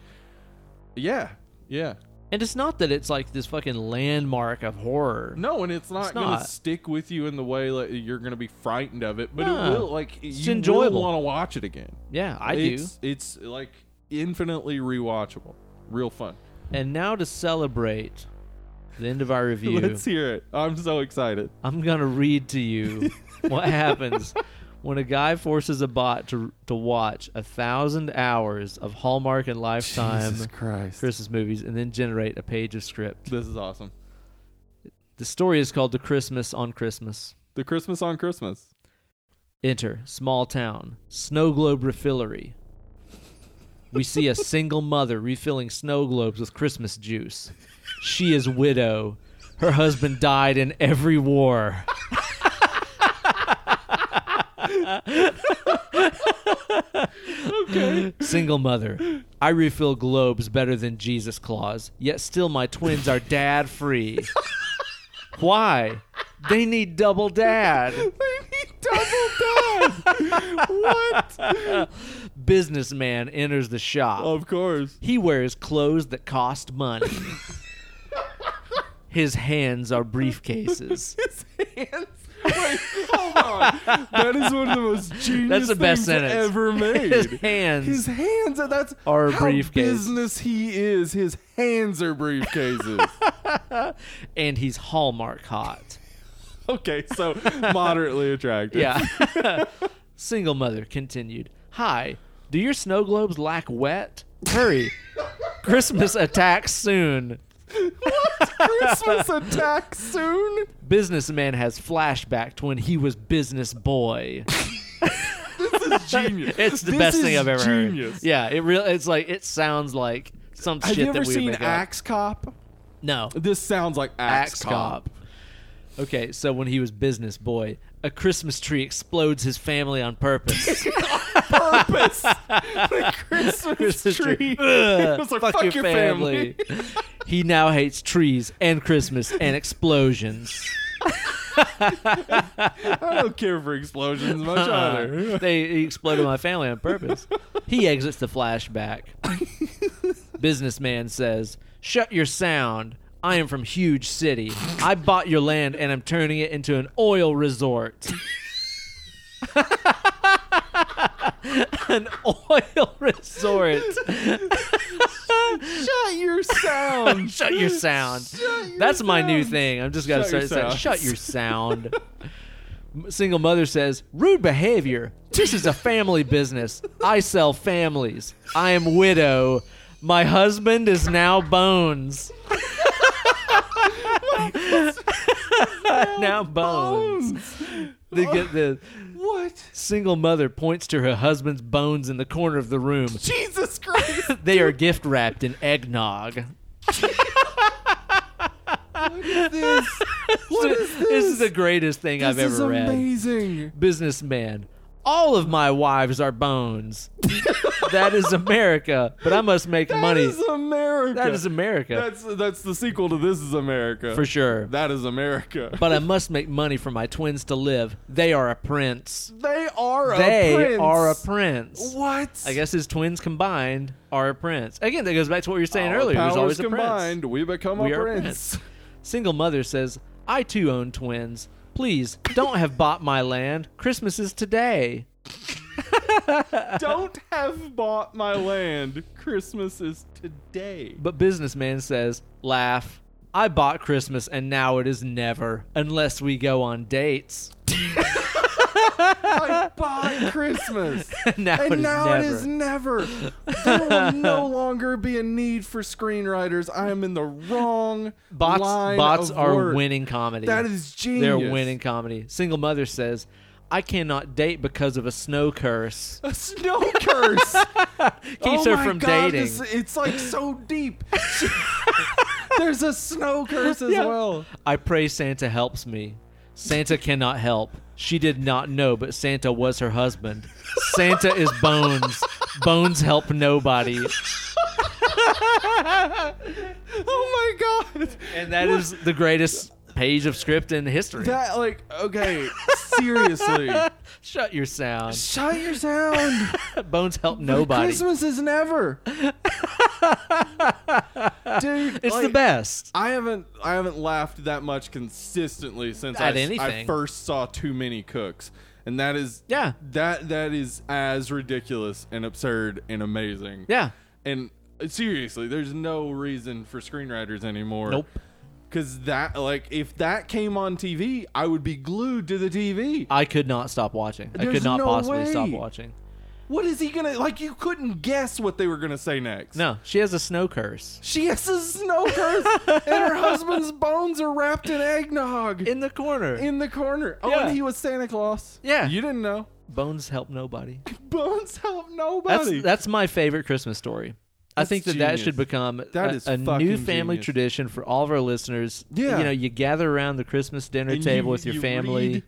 Speaker 2: yeah, yeah.
Speaker 1: and it's not that it's like this fucking landmark of horror.
Speaker 2: No, and it's not
Speaker 1: It's
Speaker 2: gonna
Speaker 1: not.
Speaker 2: stick with you in the way like you're gonna be frightened of it, but
Speaker 1: No.
Speaker 2: it will like
Speaker 1: It's
Speaker 2: you
Speaker 1: enjoyable.
Speaker 2: will want to watch it again.
Speaker 1: Yeah, I do.
Speaker 2: it's, It's like infinitely rewatchable. Real fun.
Speaker 1: And now to celebrate the end of our review.
Speaker 2: Let's hear it. I'm so excited.
Speaker 1: I'm gonna read to you what happens when a guy forces a bot to to watch a thousand hours of Hallmark and Lifetime
Speaker 2: Christ.
Speaker 1: Christmas movies and then generate a page of script.
Speaker 2: This is awesome.
Speaker 1: The story is called "The Christmas on Christmas."
Speaker 2: The Christmas on Christmas.
Speaker 1: Enter small town snow globe refillery. We see a single mother refilling snow globes with Christmas juice. She is widow. Her husband died in every war.
Speaker 2: Okay.
Speaker 1: Single mother. I refill globes better than Jesus Claus, yet still my twins are dad free. Why? They need double dad.
Speaker 2: Double dad. what?
Speaker 1: Businessman enters the shop.
Speaker 2: Of course.
Speaker 1: He wears clothes that cost money. His hands are briefcases.
Speaker 2: His hands. Wait, hold on. That is one of the most genius
Speaker 1: That's the best
Speaker 2: things
Speaker 1: sentence.
Speaker 2: ever made.
Speaker 1: His hands.
Speaker 2: His hands. That's
Speaker 1: Are
Speaker 2: how
Speaker 1: briefcases.
Speaker 2: business he is. His hands are briefcases.
Speaker 1: and he's Hallmark hot.
Speaker 2: okay, so moderately attractive.
Speaker 1: Yeah. Single mother continued. Hi, do your snow globes lack wet? Hurry. Christmas attacks soon.
Speaker 2: Christmas attack soon.
Speaker 1: Businessman has flashback to when he was business boy.
Speaker 2: This is genius.
Speaker 1: It's the
Speaker 2: This
Speaker 1: best
Speaker 2: is
Speaker 1: thing I've ever
Speaker 2: genius.
Speaker 1: heard. Yeah, it real. It's like it sounds like some
Speaker 2: Have
Speaker 1: shit
Speaker 2: you ever
Speaker 1: that we
Speaker 2: seen
Speaker 1: would make
Speaker 2: Axe Cop?
Speaker 1: Up. No,
Speaker 2: This sounds like Axe,
Speaker 1: Axe
Speaker 2: Cop.
Speaker 1: Cop. Okay, so when he was business boy, a Christmas tree explodes his family on purpose.
Speaker 2: Purpose. the Christmas,
Speaker 1: Christmas
Speaker 2: tree.
Speaker 1: tree.
Speaker 2: It
Speaker 1: Ugh,
Speaker 2: was like,
Speaker 1: fuck, your, family. he now hates trees and Christmas and explosions.
Speaker 2: I don't care for explosions much either.
Speaker 1: Uh-uh. they he exploded my family on purpose. He exits the flashback. Businessman says, "Shut your sound. I am from huge city. I bought your land and I'm turning it into an oil resort." an oil resort.
Speaker 2: Shut your sound.
Speaker 1: Shut your sound.
Speaker 2: Shut your
Speaker 1: That's my new
Speaker 2: sound.
Speaker 1: thing. I'm just gonna
Speaker 2: Shut your
Speaker 1: start saying,
Speaker 2: sound.
Speaker 1: "Shut your sound." M- Single mother says, "Rude behavior. This is a family business. I sell families. I am widow. My husband is now bones. now bones." They get the
Speaker 2: What?
Speaker 1: single mother points to her husband's bones in the corner of the room.
Speaker 2: Jesus Christ.
Speaker 1: They are gift wrapped in eggnog.
Speaker 2: this? What is this?
Speaker 1: is the greatest thing I've
Speaker 2: This
Speaker 1: ever
Speaker 2: is
Speaker 1: read.
Speaker 2: amazing.
Speaker 1: Businessman. All of my wives are bones. that is America, but I must make money.
Speaker 2: That is America.
Speaker 1: that is America
Speaker 2: That's that's the sequel to This Is America.
Speaker 1: for sure.
Speaker 2: That is America.
Speaker 1: but I must make money for my twins to live. They are a prince.
Speaker 2: they are
Speaker 1: they
Speaker 2: a prince.
Speaker 1: are a prince.
Speaker 2: What?
Speaker 1: I guess his twins combined are a prince. Again, that goes back to what you were saying
Speaker 2: Our
Speaker 1: earlier. There's
Speaker 2: Powers
Speaker 1: always a prince.
Speaker 2: combined, we become
Speaker 1: We
Speaker 2: a
Speaker 1: are a
Speaker 2: prince.
Speaker 1: Single mother says, I too own twins. Please don't have bought my land. Christmas is today.
Speaker 2: Don't have bought my land. Christmas is today.
Speaker 1: But businessman says, laugh. I bought Christmas and now it is never unless we go on dates.
Speaker 2: I bought Christmas.
Speaker 1: now it
Speaker 2: And
Speaker 1: is
Speaker 2: now it
Speaker 1: never.
Speaker 2: is never. There will no longer be a need for screenwriters. I am in the wrong
Speaker 1: bots
Speaker 2: line
Speaker 1: bots
Speaker 2: of
Speaker 1: are
Speaker 2: work.
Speaker 1: winning comedy.
Speaker 2: That is genius.
Speaker 1: They're winning comedy. Single mother says, I cannot date because of a snow curse.
Speaker 2: A snow curse
Speaker 1: Keeps
Speaker 2: oh
Speaker 1: her
Speaker 2: my
Speaker 1: from
Speaker 2: God,
Speaker 1: dating.
Speaker 2: this- it's like so deep. There's a snow curse as
Speaker 1: Yeah.
Speaker 2: well.
Speaker 1: I pray Santa helps me. Santa cannot help. She did not know, but Santa was her husband. Santa is bones. Bones help nobody.
Speaker 2: Oh my god.
Speaker 1: And that is the greatest page of script in history.
Speaker 2: That like okay, seriously.
Speaker 1: Shut your sound.
Speaker 2: Shut your sound.
Speaker 1: Bones help nobody.
Speaker 2: Christmas is never. Dude,
Speaker 1: It's the
Speaker 2: like,
Speaker 1: best.
Speaker 2: I haven't I haven't laughed that much consistently since
Speaker 1: At
Speaker 2: I, s- I
Speaker 1: anything.
Speaker 2: first saw Too Many Cooks, and that is
Speaker 1: Yeah.
Speaker 2: that that is as ridiculous and absurd and amazing.
Speaker 1: Yeah.
Speaker 2: and uh, seriously, there's no reason for screenwriters anymore.
Speaker 1: Nope.
Speaker 2: Because that like if that came on TV, I would be glued to the TV.
Speaker 1: I could not stop watching. I could
Speaker 2: There's
Speaker 1: not
Speaker 2: no
Speaker 1: possibly stop
Speaker 2: way.
Speaker 1: watching.
Speaker 2: What is he gonna like? You couldn't guess what they were gonna say next.
Speaker 1: No, she has a snow curse.
Speaker 2: She has a snow curse, and her husband's bones are wrapped in eggnog.
Speaker 1: In the corner.
Speaker 2: in the corner. Oh,
Speaker 1: Yeah.
Speaker 2: and he was Santa Claus.
Speaker 1: Yeah.
Speaker 2: You didn't know.
Speaker 1: Bones help nobody.
Speaker 2: Bones help nobody.
Speaker 1: That's that's my favorite Christmas story. I
Speaker 2: That's
Speaker 1: think that that
Speaker 2: genius.
Speaker 1: should become
Speaker 2: That
Speaker 1: a,
Speaker 2: is
Speaker 1: a new
Speaker 2: fucking
Speaker 1: family
Speaker 2: genius.
Speaker 1: tradition for all of our listeners.
Speaker 2: Yeah.
Speaker 1: you know, you gather around the Christmas dinner
Speaker 2: And
Speaker 1: table
Speaker 2: you-
Speaker 1: with your
Speaker 2: you
Speaker 1: family.
Speaker 2: read-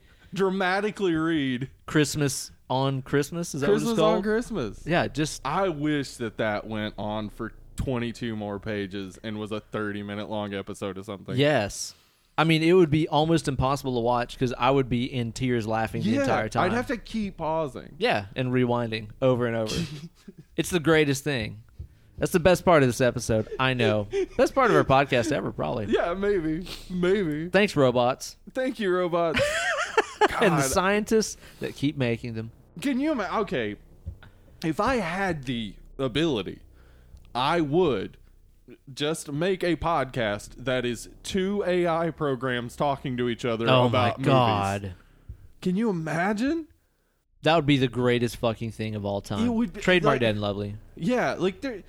Speaker 2: dramatically read
Speaker 1: Christmas on Christmas is that what
Speaker 2: Christmas
Speaker 1: it's called?
Speaker 2: on Christmas.
Speaker 1: yeah, just
Speaker 2: I wish that that went on for 22 more pages and was a 30 minute long episode or something.
Speaker 1: yes. I mean, it would be almost impossible to watch because I would be in tears laughing the
Speaker 2: Yeah,
Speaker 1: entire time.
Speaker 2: I'd have to keep pausing.
Speaker 1: Yeah, and rewinding over and over. it's the greatest thing. That's the best part of this episode. I know. best part of our podcast ever, probably.
Speaker 2: Yeah, maybe. Maybe.
Speaker 1: Thanks, robots.
Speaker 2: Thank you, robots.
Speaker 1: and the
Speaker 2: God.
Speaker 1: scientists that keep making them.
Speaker 2: Can you imagine? Okay, if I had the ability, I would just make a podcast that is two AI programs talking to each other
Speaker 1: Oh my
Speaker 2: about
Speaker 1: god.
Speaker 2: movies. Can you imagine?
Speaker 1: That would be the greatest fucking thing of all time.
Speaker 2: It would be-
Speaker 1: Trademark
Speaker 2: like-
Speaker 1: Dead and Lovely.
Speaker 2: Yeah, like there,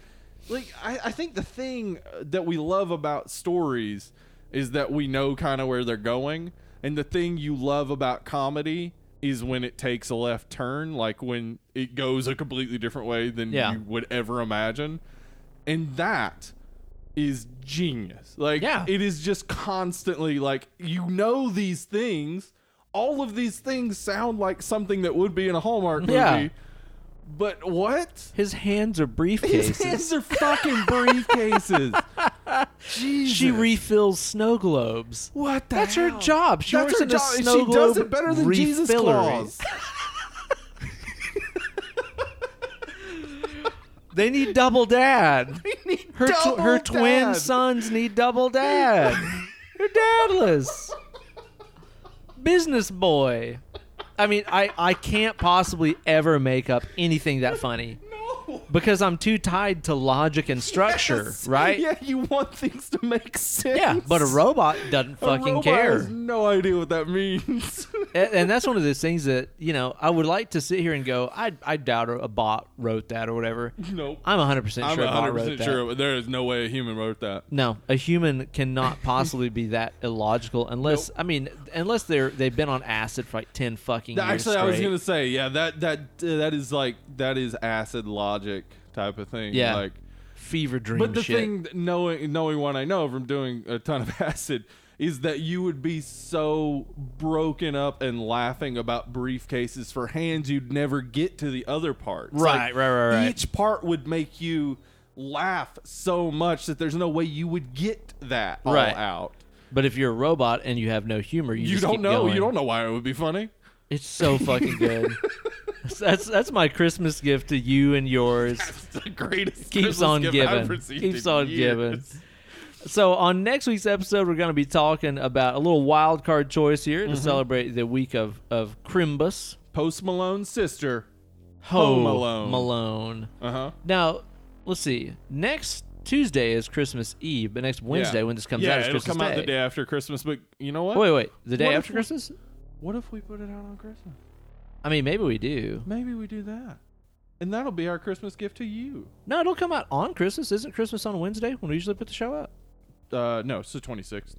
Speaker 2: like I, I think the thing uh, that we love about stories is that we know kind of where they're going, and the thing you love about comedy is when it takes a left turn, like when it goes a completely different way than
Speaker 1: Yeah.
Speaker 2: you would ever imagine, and that is genius. Like
Speaker 1: Yeah.
Speaker 2: it is just constantly like you know these things. All of these things sound like something that would be in a Hallmark movie.
Speaker 1: Yeah.
Speaker 2: But what?
Speaker 1: His hands are
Speaker 2: His
Speaker 1: briefcases.
Speaker 2: hands are fucking briefcases.
Speaker 1: She refills snow globes.
Speaker 2: what the
Speaker 1: That's her
Speaker 2: hell?
Speaker 1: job. She works
Speaker 2: That's her
Speaker 1: in
Speaker 2: job,
Speaker 1: a
Speaker 2: and
Speaker 1: snow
Speaker 2: she does
Speaker 1: globe
Speaker 2: it better than Jesus
Speaker 1: refillery.
Speaker 2: Claus.
Speaker 1: They need double dad. Her tw-
Speaker 2: Double
Speaker 1: her twin
Speaker 2: dad.
Speaker 1: sons need double dad. They're dadless. Business boy. I mean, I, I can't possibly ever make up anything that funny
Speaker 2: No.
Speaker 1: because I'm too tied to logic and structure,
Speaker 2: Yes.
Speaker 1: right?
Speaker 2: Yeah, you want things to make sense.
Speaker 1: Yeah, but a robot doesn't
Speaker 2: A
Speaker 1: fucking
Speaker 2: robot
Speaker 1: care.
Speaker 2: Has no idea what that means.
Speaker 1: and, and that's one of those things that you know I would like to sit here and go I I doubt a bot wrote that or whatever.
Speaker 2: nope.
Speaker 1: I'm 100 percent
Speaker 2: I'm
Speaker 1: sure a bot
Speaker 2: 100
Speaker 1: wrote
Speaker 2: percent
Speaker 1: that.
Speaker 2: sure there is no way a human wrote that.
Speaker 1: No, a human cannot possibly be that illogical unless I mean unless they're they've been on acid for like 10 fucking years.
Speaker 2: Actually, I was
Speaker 1: straight.
Speaker 2: gonna say, yeah, that that uh, that is like that is acid logic type of thing.
Speaker 1: Yeah.
Speaker 2: Like,
Speaker 1: fever dream
Speaker 2: but the
Speaker 1: shit.
Speaker 2: thing knowing knowing what I know from doing a ton of acid is that you would be so broken up and laughing about briefcases for hands you'd never get to the other parts.
Speaker 1: Right, right, right, right.
Speaker 2: Each part would make you laugh so much that there's no way you would get that all
Speaker 1: Right.
Speaker 2: out.
Speaker 1: but if you're a robot and you have no humor, you,
Speaker 2: You,
Speaker 1: just
Speaker 2: don't
Speaker 1: keep
Speaker 2: know.
Speaker 1: going.
Speaker 2: You don't know why it would be funny.
Speaker 1: It's so fucking good. that's that's my Christmas gift to you and yours.
Speaker 2: That's the greatest.
Speaker 1: keeps
Speaker 2: Christmas
Speaker 1: on
Speaker 2: gift I've
Speaker 1: giving.
Speaker 2: received
Speaker 1: Keeps
Speaker 2: in
Speaker 1: on
Speaker 2: years.
Speaker 1: giving. So on next week's episode, we're going to be talking about a little wild card choice here
Speaker 2: Mm-hmm.
Speaker 1: to celebrate the week of of Crimbus
Speaker 2: Post Malone's sister.
Speaker 1: Ho
Speaker 2: Home Alone.
Speaker 1: Malone.
Speaker 2: Uh huh.
Speaker 1: Now, let's see. Next Tuesday is Christmas Eve, but next Wednesday when this comes
Speaker 2: yeah,
Speaker 1: out is
Speaker 2: it'll
Speaker 1: Christmas
Speaker 2: come out
Speaker 1: Day.
Speaker 2: the day after Christmas. But you know what?
Speaker 1: Wait, wait, the day
Speaker 2: What if
Speaker 1: after
Speaker 2: we-
Speaker 1: Christmas?
Speaker 2: What if we put it out on Christmas?
Speaker 1: I mean, maybe we do.
Speaker 2: Maybe we do that, and that'll be our Christmas gift to you.
Speaker 1: No, it'll come out on Christmas. Isn't Christmas on Wednesday when we usually put the show out?
Speaker 2: Uh, no, it's the twenty sixth.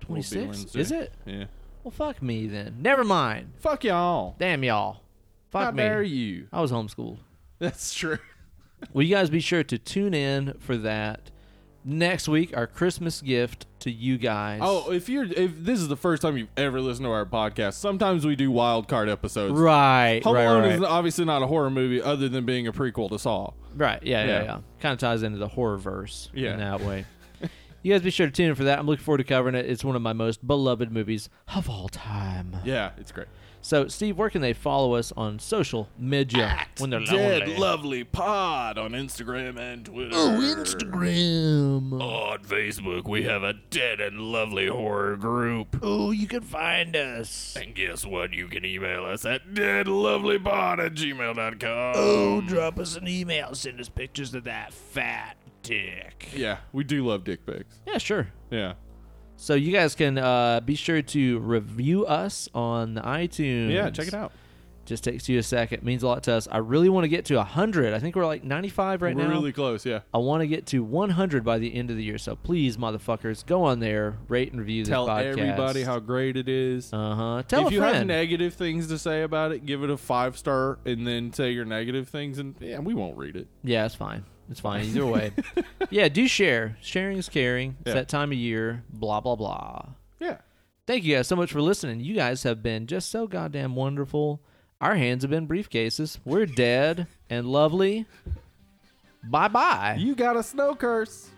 Speaker 1: Twenty six? Is it?
Speaker 2: Yeah.
Speaker 1: Well, fuck me then. Never mind.
Speaker 2: Fuck y'all.
Speaker 1: Damn y'all. Fuck
Speaker 2: How
Speaker 1: me.
Speaker 2: dare you?
Speaker 1: I was homeschooled.
Speaker 2: That's true.
Speaker 1: Will you guys be sure to tune in for that next week? Our Christmas gift to you guys.
Speaker 2: Oh, if you're if this is the first time you've ever listened to our podcast, sometimes we do wild card episodes.
Speaker 1: right,
Speaker 2: Home
Speaker 1: right,
Speaker 2: Alone
Speaker 1: right.
Speaker 2: is obviously not a horror movie, other than being a prequel to Saw.
Speaker 1: Right, Yeah, yeah, yeah.
Speaker 2: Yeah.
Speaker 1: Kind of ties into the horror verse
Speaker 2: Yeah.
Speaker 1: in that way. you guys be sure to tune in for that. I'm looking forward to covering it. It's one of my most beloved movies of all time.
Speaker 2: Yeah, it's great.
Speaker 1: So, Steve, where can they follow us on social media when they're lonely?
Speaker 2: Lovely Pod on Instagram and Twitter.
Speaker 1: Instagram.
Speaker 2: On Facebook, we have a Dead and Lovely Horror group.
Speaker 1: Oh, you can find us.
Speaker 2: And guess what? You can email us at deadlovelypod at gmail.com.
Speaker 1: drop us an email. Send us pictures of that fat dick.
Speaker 2: Yeah, we do love dick pics.
Speaker 1: Yeah, sure.
Speaker 2: Yeah.
Speaker 1: So you guys can uh, be sure to review us on iTunes.
Speaker 2: Yeah, check it out.
Speaker 1: Just takes you a second. means a lot to us. I really want to get to 100. I think we're like 95 right
Speaker 2: We're
Speaker 1: now.
Speaker 2: really close, yeah.
Speaker 1: I want to get to 100 by the end of the year. So please, motherfuckers, go on there, rate and review
Speaker 2: Tell
Speaker 1: this podcast.
Speaker 2: everybody how great it is.
Speaker 1: Uh-huh. Tell
Speaker 2: if
Speaker 1: a
Speaker 2: you have
Speaker 1: friend.
Speaker 2: negative things to say about it, give it a five star and then say your negative things, and yeah, we won't read it.
Speaker 1: yeah, it's fine. It's fine either way. yeah, do share. Sharing is caring. It's
Speaker 2: Yeah.
Speaker 1: that time of year. Blah, blah, blah.
Speaker 2: Yeah.
Speaker 1: Thank you guys so much for listening. You guys have been just so goddamn wonderful. Our hands have been briefcases. We're dead and lovely. Bye bye.
Speaker 2: You got a snow curse.